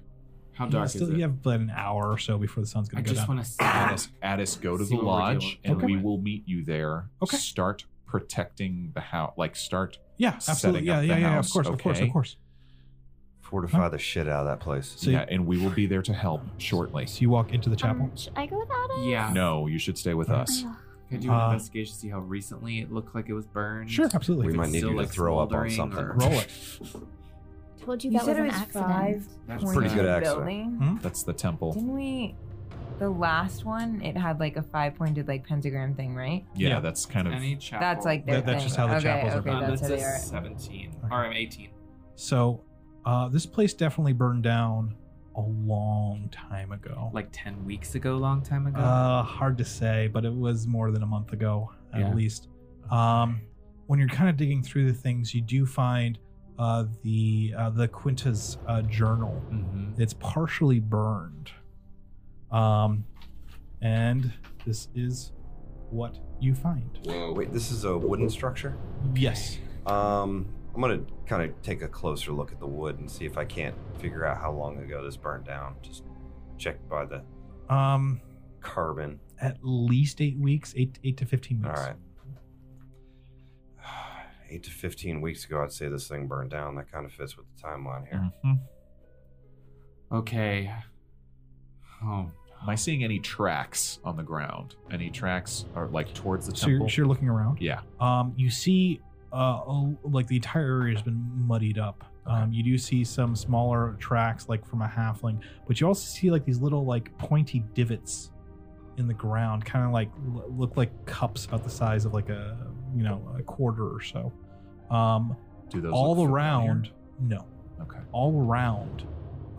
Speaker 6: How dark
Speaker 2: still,
Speaker 6: is it?
Speaker 2: You have like an hour or so before the sun's
Speaker 6: I
Speaker 2: going to go
Speaker 6: just
Speaker 2: down.
Speaker 6: want to see.
Speaker 2: Ah.
Speaker 3: Addis, Addis, go to
Speaker 6: See
Speaker 3: the
Speaker 6: what we're
Speaker 3: lodge,
Speaker 6: dealing-
Speaker 3: and
Speaker 6: okay.
Speaker 3: we will meet you there.
Speaker 2: Okay.
Speaker 3: Start protecting the house. Like start.
Speaker 2: yeah,
Speaker 3: setting
Speaker 2: absolutely. Yeah,
Speaker 3: up the
Speaker 2: yeah, yeah.
Speaker 3: house,
Speaker 2: Of course, of course,
Speaker 3: okay?
Speaker 2: of course.
Speaker 4: Fortify the shit out of that place.
Speaker 2: So you-
Speaker 3: yeah, and we will be there to help shortly.
Speaker 2: So you walk into the chapel.
Speaker 5: Um, should I go without it?
Speaker 6: Yeah.
Speaker 3: No, you should stay with us.
Speaker 5: Ugh,
Speaker 6: Can I do an
Speaker 2: Uh,
Speaker 6: investigation to see how recently it looked like it was burned?
Speaker 2: sure,
Speaker 4: we
Speaker 2: absolutely.
Speaker 6: If
Speaker 4: might
Speaker 6: it's
Speaker 4: need
Speaker 6: still,
Speaker 4: you to
Speaker 6: like,
Speaker 4: throw up on
Speaker 6: smoldering
Speaker 4: something.
Speaker 6: or-
Speaker 2: Roll it.
Speaker 5: Told you,
Speaker 7: You
Speaker 5: that
Speaker 7: said
Speaker 5: was
Speaker 7: it
Speaker 5: an
Speaker 7: was
Speaker 5: accident.
Speaker 7: five
Speaker 6: That's
Speaker 7: points
Speaker 4: pretty good
Speaker 6: pretty good.
Speaker 7: of
Speaker 4: accident.
Speaker 7: building.
Speaker 3: That's the temple.
Speaker 7: Didn't we? The last one, it had like a five pointed like pentagram thing, right?
Speaker 3: Yeah,
Speaker 2: Yeah.
Speaker 3: that's kind of.
Speaker 6: Any chapel.
Speaker 7: That's like their
Speaker 2: That- that's
Speaker 7: thing.
Speaker 2: just how the
Speaker 7: okay,
Speaker 2: chapels are
Speaker 7: okay,
Speaker 2: built.
Speaker 6: Um,
Speaker 7: That's
Speaker 6: that's
Speaker 7: how
Speaker 6: a
Speaker 7: they are.
Speaker 6: 17.
Speaker 2: Okay.
Speaker 6: Or I'm 18.
Speaker 2: So, uh, this place definitely burned down a long time ago.
Speaker 6: Like 10 weeks ago, long time ago.
Speaker 2: Uh, hard to say, but it was more than a month ago at
Speaker 6: Yeah.
Speaker 2: least. Um, when you're kind of digging through the things, you do find uh, the uh, the Quinta's uh, journal.
Speaker 6: mm-hmm.
Speaker 2: It's partially burned, um, and this is what you find.
Speaker 4: Whoa. Oh, Wait, this is a wooden structure.
Speaker 2: Yes.
Speaker 4: Um, I'm gonna kind of take a closer look at the wood and see if I can't figure out how long ago this burned down. Just check by the
Speaker 2: Um,
Speaker 4: carbon.
Speaker 2: at least eight weeks, eight eight to fifteen
Speaker 4: All
Speaker 2: weeks.
Speaker 4: right. Eight to fifteen weeks ago, I'd say this thing burned down. That kind of fits with the timeline here.
Speaker 3: Mhm.
Speaker 6: Okay. Oh.
Speaker 3: Am I seeing any tracks on the ground? Any tracks are like towards the
Speaker 2: So you're,
Speaker 3: temple?
Speaker 2: so you're looking around.
Speaker 3: yeah.
Speaker 2: Um, you see, uh, a- like the entire area has been muddied up. Um, you do see some smaller tracks, like from a halfling, but you also see like these little like pointy divots in the ground, kind of like l- look like cups about the size of like a you know a quarter or so. Um,
Speaker 3: Do those
Speaker 2: all
Speaker 3: look familiar?
Speaker 2: around, no,
Speaker 3: Okay.
Speaker 2: all around,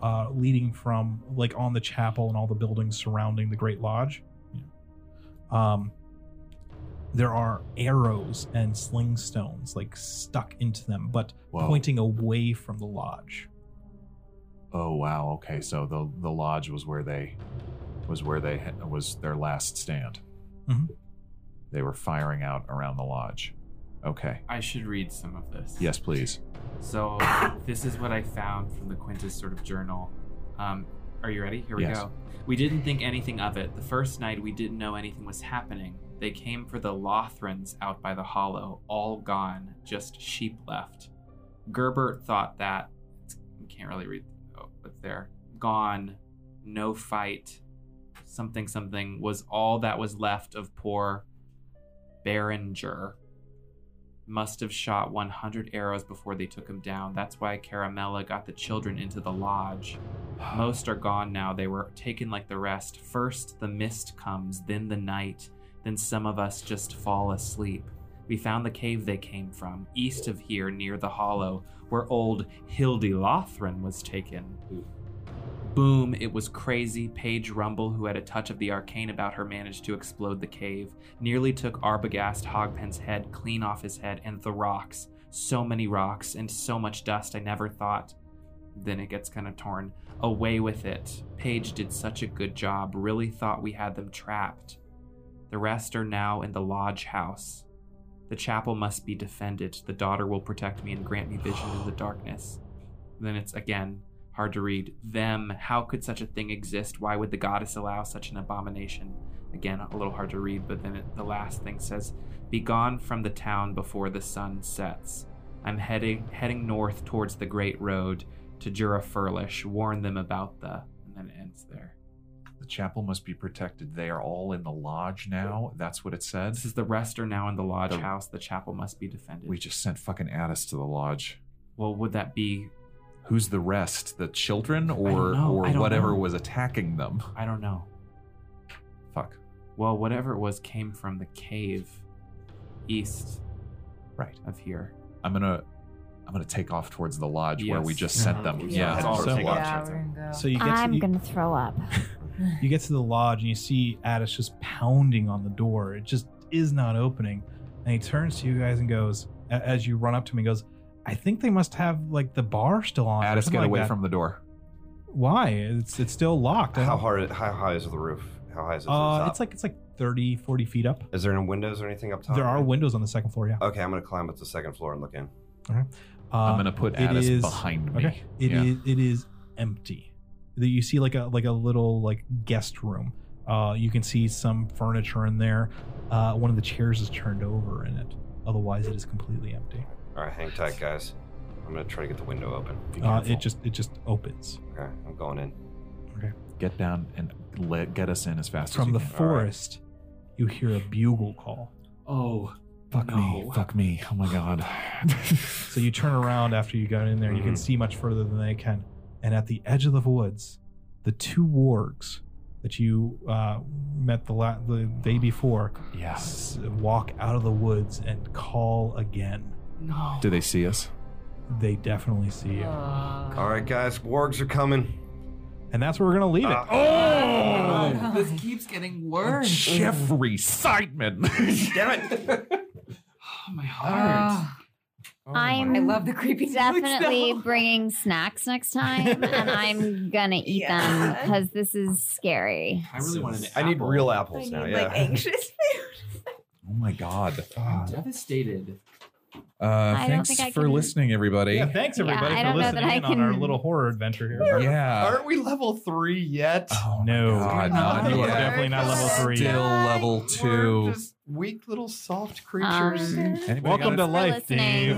Speaker 2: uh, leading from like on the chapel and all the buildings surrounding the Great Lodge. Um, there are arrows and sling stones like stuck into them, but
Speaker 3: Whoa.
Speaker 2: pointing away from the lodge.
Speaker 3: Oh wow. Okay. So the the lodge was where they was where they had- was their last stand.
Speaker 2: Mhm.
Speaker 3: They were firing out around the lodge. Okay.
Speaker 6: I should read some of this.
Speaker 3: Yes, please.
Speaker 6: So this is what I found from the Quintus sort of journal. Um, are you ready? Here we
Speaker 3: Yes.
Speaker 6: go. We didn't think anything of it. The first night we didn't know anything was happening. They came for the Lothrans out by the hollow, all gone, just sheep left. Gerbert thought that I can't really read oh, what's there. Gone, no fight, something something was all that was left of poor Beringer must have shot 100 arrows before they took him down. That's why Caramella got the children into the lodge. Most are gone now. They were taken like the rest. First the mist comes, then the night, then some of us just fall asleep. We found the cave they came from, east of here near the hollow, where old Hildy Lothran was taken. Boom, it was crazy. Paige Rumble, who had a touch of the arcane about her, managed to explode the cave, nearly took Arbogast Hogpen's head clean off his head, and the rocks. So many rocks and so much dust, I never thought. Then it gets kind of torn. Away with it. Paige did such a good job, really thought we had them trapped. The rest are now in the lodge house. The chapel must be defended. The daughter will protect me and grant me vision in the darkness. Then it's again hard to read. Them. How could such a thing exist? Why would the goddess allow such an abomination? Again, a little hard to read, but then it, the last thing says, "Begone from the town before the sun sets." I'm heading heading north towards the great road to Jura Furlish. Warn them about the. And then it ends there.
Speaker 3: The chapel must be protected. They are all in the lodge now. That's what it said.
Speaker 6: This is the rest are now in the lodge
Speaker 3: The-
Speaker 6: house. The chapel must be defended.
Speaker 3: We just sent fucking Addis to the lodge.
Speaker 6: well, would that be
Speaker 3: Who's the rest? The children
Speaker 6: don't
Speaker 3: or
Speaker 6: know.
Speaker 3: or
Speaker 6: I don't
Speaker 3: whatever
Speaker 6: know.
Speaker 3: was attacking them?
Speaker 6: I don't know.
Speaker 3: Fuck.
Speaker 6: Well, whatever it was came from the cave east
Speaker 3: Right.
Speaker 6: of here.
Speaker 3: I'm gonna I'm gonna take off towards the lodge where we
Speaker 6: Yes.
Speaker 3: just sent them.
Speaker 4: Yeah.
Speaker 3: Yeah.
Speaker 4: Head towards
Speaker 2: So-
Speaker 4: the lodge.
Speaker 7: Yeah, we're gonna go.
Speaker 2: So you get to,
Speaker 5: I'm
Speaker 2: you,
Speaker 5: gonna throw up.
Speaker 2: you get to the lodge and you see Addis just pounding on the door. It just is not opening. And he turns to you guys and goes, a- as you run up to him, he goes, I think they must have like the bar still on. or
Speaker 3: Addis,
Speaker 2: something
Speaker 3: get
Speaker 2: like
Speaker 3: away
Speaker 2: that."
Speaker 3: from the door.
Speaker 2: Why? It's it's still locked. I
Speaker 4: How
Speaker 2: don't-
Speaker 4: hard? How high is the roof? How high is it?
Speaker 2: Uh,
Speaker 4: up?
Speaker 2: it's like it's like 30, 40 feet up.
Speaker 4: Is there any windows or anything up top?
Speaker 2: There are windows on the second floor. Yeah.
Speaker 4: Okay, I'm gonna climb up to the second floor and look in.
Speaker 2: Uh,
Speaker 3: Uh, I'm gonna put
Speaker 2: it
Speaker 3: Addis
Speaker 2: is-
Speaker 3: behind me.
Speaker 2: okay. It
Speaker 3: Yeah.
Speaker 2: is it is empty. That you see like a like a little like guest room. Uh, you can see some furniture in there. Uh, one of the chairs is turned over in it. Otherwise, it is completely empty.
Speaker 4: All right, hang tight, guys. I'm gonna try to get the window open.
Speaker 3: Be
Speaker 2: Uh,
Speaker 3: careful.
Speaker 2: it just it just opens
Speaker 4: Okay, I'm going in.
Speaker 3: get down and let get us in as fast
Speaker 2: from the
Speaker 3: as you can.
Speaker 4: All right.
Speaker 2: forest. You hear a bugle call.
Speaker 6: Oh,
Speaker 3: Fuck me.
Speaker 6: No.
Speaker 3: Fuck me. Oh my god.
Speaker 2: So you turn around after you got in there, and you can
Speaker 4: Mhm.
Speaker 2: see much further than they can. And at the edge of the woods, the two wargs that you uh, met the, la- the day before
Speaker 3: yeah.
Speaker 2: s- walk out of the woods and call again.
Speaker 6: no.
Speaker 3: Do they see us?
Speaker 2: They definitely see you.
Speaker 5: Oh.
Speaker 4: All right, guys, wargs are coming.
Speaker 2: And that's where we're going to leave it. Oh!
Speaker 4: Ah.
Speaker 7: God.
Speaker 6: Oh, This keeps getting worse.
Speaker 3: Jeffrey Seidman.
Speaker 4: Damn it!
Speaker 6: Oh, my heart.
Speaker 3: Oh
Speaker 5: I'm
Speaker 7: I love the creepy sounds
Speaker 5: definitely
Speaker 7: now.
Speaker 5: bringing snacks next time, and I'm gonna eat them
Speaker 1: Yeah.
Speaker 5: because this is scary.
Speaker 6: I really wanted an
Speaker 4: I need
Speaker 6: apple.
Speaker 4: real
Speaker 1: I
Speaker 4: apples
Speaker 1: need
Speaker 4: now. Yeah.
Speaker 1: like anxious food.
Speaker 3: oh my god.
Speaker 6: I'm devastated.
Speaker 3: Uh,
Speaker 5: don't
Speaker 3: thanks
Speaker 5: think I
Speaker 3: for
Speaker 5: can-
Speaker 3: listening, everybody.
Speaker 2: Yeah, thanks
Speaker 5: Yeah,
Speaker 2: everybody
Speaker 5: I
Speaker 2: for
Speaker 5: don't know that
Speaker 2: listening
Speaker 5: I
Speaker 2: in on our
Speaker 5: can-
Speaker 2: little horror adventure here.
Speaker 3: Yeah.
Speaker 4: Aren't we level three yet?
Speaker 3: Oh
Speaker 2: No.
Speaker 3: God,
Speaker 4: not
Speaker 2: you are
Speaker 4: yet.
Speaker 2: definitely not level
Speaker 1: Still
Speaker 2: three.
Speaker 3: Still
Speaker 1: Yeah.
Speaker 3: level two.
Speaker 4: just weak little soft
Speaker 5: Um,
Speaker 3: Anybody
Speaker 2: Welcome
Speaker 3: got
Speaker 2: to
Speaker 5: for
Speaker 2: life,
Speaker 5: listening,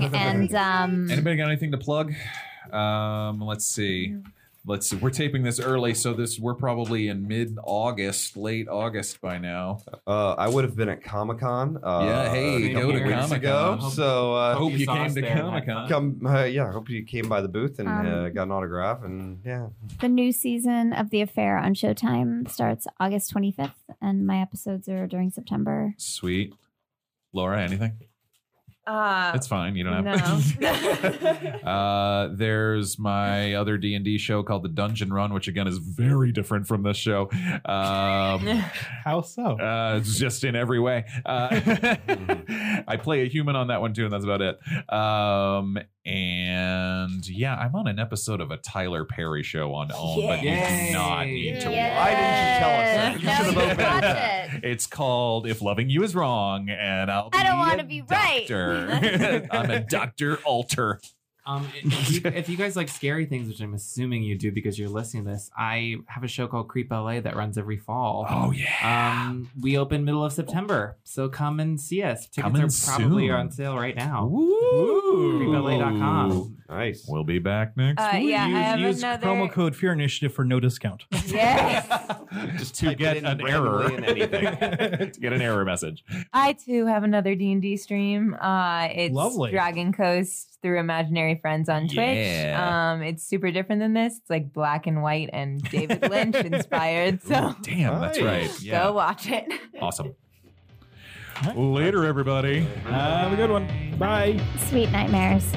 Speaker 2: Dave.
Speaker 5: and um,
Speaker 3: Anybody got anything to plug? Um, let's see. Let's see. We're taping this early, so this we're probably in mid August, late August by now.
Speaker 4: Uh, I would have been at Comic Con. Uh,
Speaker 3: Yeah, hey,
Speaker 4: a
Speaker 6: go
Speaker 4: couple
Speaker 6: to
Speaker 4: weeks
Speaker 3: Comic-Con.
Speaker 4: ago.
Speaker 6: Hope-
Speaker 4: So
Speaker 3: I
Speaker 4: uh,
Speaker 3: hope
Speaker 6: you
Speaker 3: you
Speaker 6: saw
Speaker 3: came
Speaker 6: us
Speaker 3: to
Speaker 6: there,
Speaker 3: Comic
Speaker 6: Mike.
Speaker 3: Con.
Speaker 4: come. Uh, yeah, I hope you came by the booth and
Speaker 5: Um,
Speaker 4: uh, got an autograph. And yeah,
Speaker 5: the new season of The Affair on Showtime starts August 25th, and my episodes are during September.
Speaker 3: Sweet. Laura, anything?
Speaker 1: Uh,
Speaker 3: It's fine. You don't
Speaker 1: no.
Speaker 3: have. Uh, there's my other D and D show called The Dungeon Run, which again is very different from this show. Um,
Speaker 2: How so?
Speaker 3: uh, it's just in every way. Uh, I play a human on that one too, and that's about it. Um, and yeah, I'm on an episode of a Tyler Perry show on OWN, but you
Speaker 6: Yay.
Speaker 3: do not need to
Speaker 5: Yay.
Speaker 3: watch.
Speaker 4: why didn't you tell us that? You
Speaker 5: No,
Speaker 4: should
Speaker 5: you
Speaker 4: have opened.
Speaker 5: watch it.
Speaker 3: It's called "If Loving You Is Wrong," and I'll
Speaker 5: I don't
Speaker 3: want
Speaker 5: wanna
Speaker 3: to
Speaker 5: be right.
Speaker 3: doctor. I'm a doctor alter.
Speaker 6: Um, if, you, if you guys like scary things, which I'm assuming you do because you're listening to this, I have a show called Creep LA that runs every fall.
Speaker 3: Oh yeah.
Speaker 6: Um, we open middle of September, so come and see us. Tickets
Speaker 3: Coming
Speaker 6: are probably
Speaker 3: soon.
Speaker 6: on sale right now.
Speaker 3: Woo.
Speaker 6: Creepballet.com.
Speaker 4: nice.
Speaker 3: We'll be back next.
Speaker 1: Uh,
Speaker 2: Ooh,
Speaker 1: yeah, I
Speaker 2: use,
Speaker 1: have
Speaker 2: use
Speaker 1: another.
Speaker 2: promo code Fear Initiative for no discount.
Speaker 1: Yes.
Speaker 3: Just
Speaker 4: type it in randomly in anything.
Speaker 3: to get an error message.
Speaker 7: I too have another D and D stream. Uh, it's
Speaker 2: Lovely.
Speaker 7: Dragon Coast through Imaginary Friends on Twitch.
Speaker 3: Yeah.
Speaker 7: Um, it's super different than this. It's like black and white and David Lynch inspired. So
Speaker 3: Damn, that's
Speaker 4: Nice.
Speaker 3: right. Yeah.
Speaker 7: go watch it.
Speaker 3: Awesome.
Speaker 2: All right.
Speaker 3: Later, everybody.
Speaker 2: Have a good one. Bye.
Speaker 5: Sweet nightmares.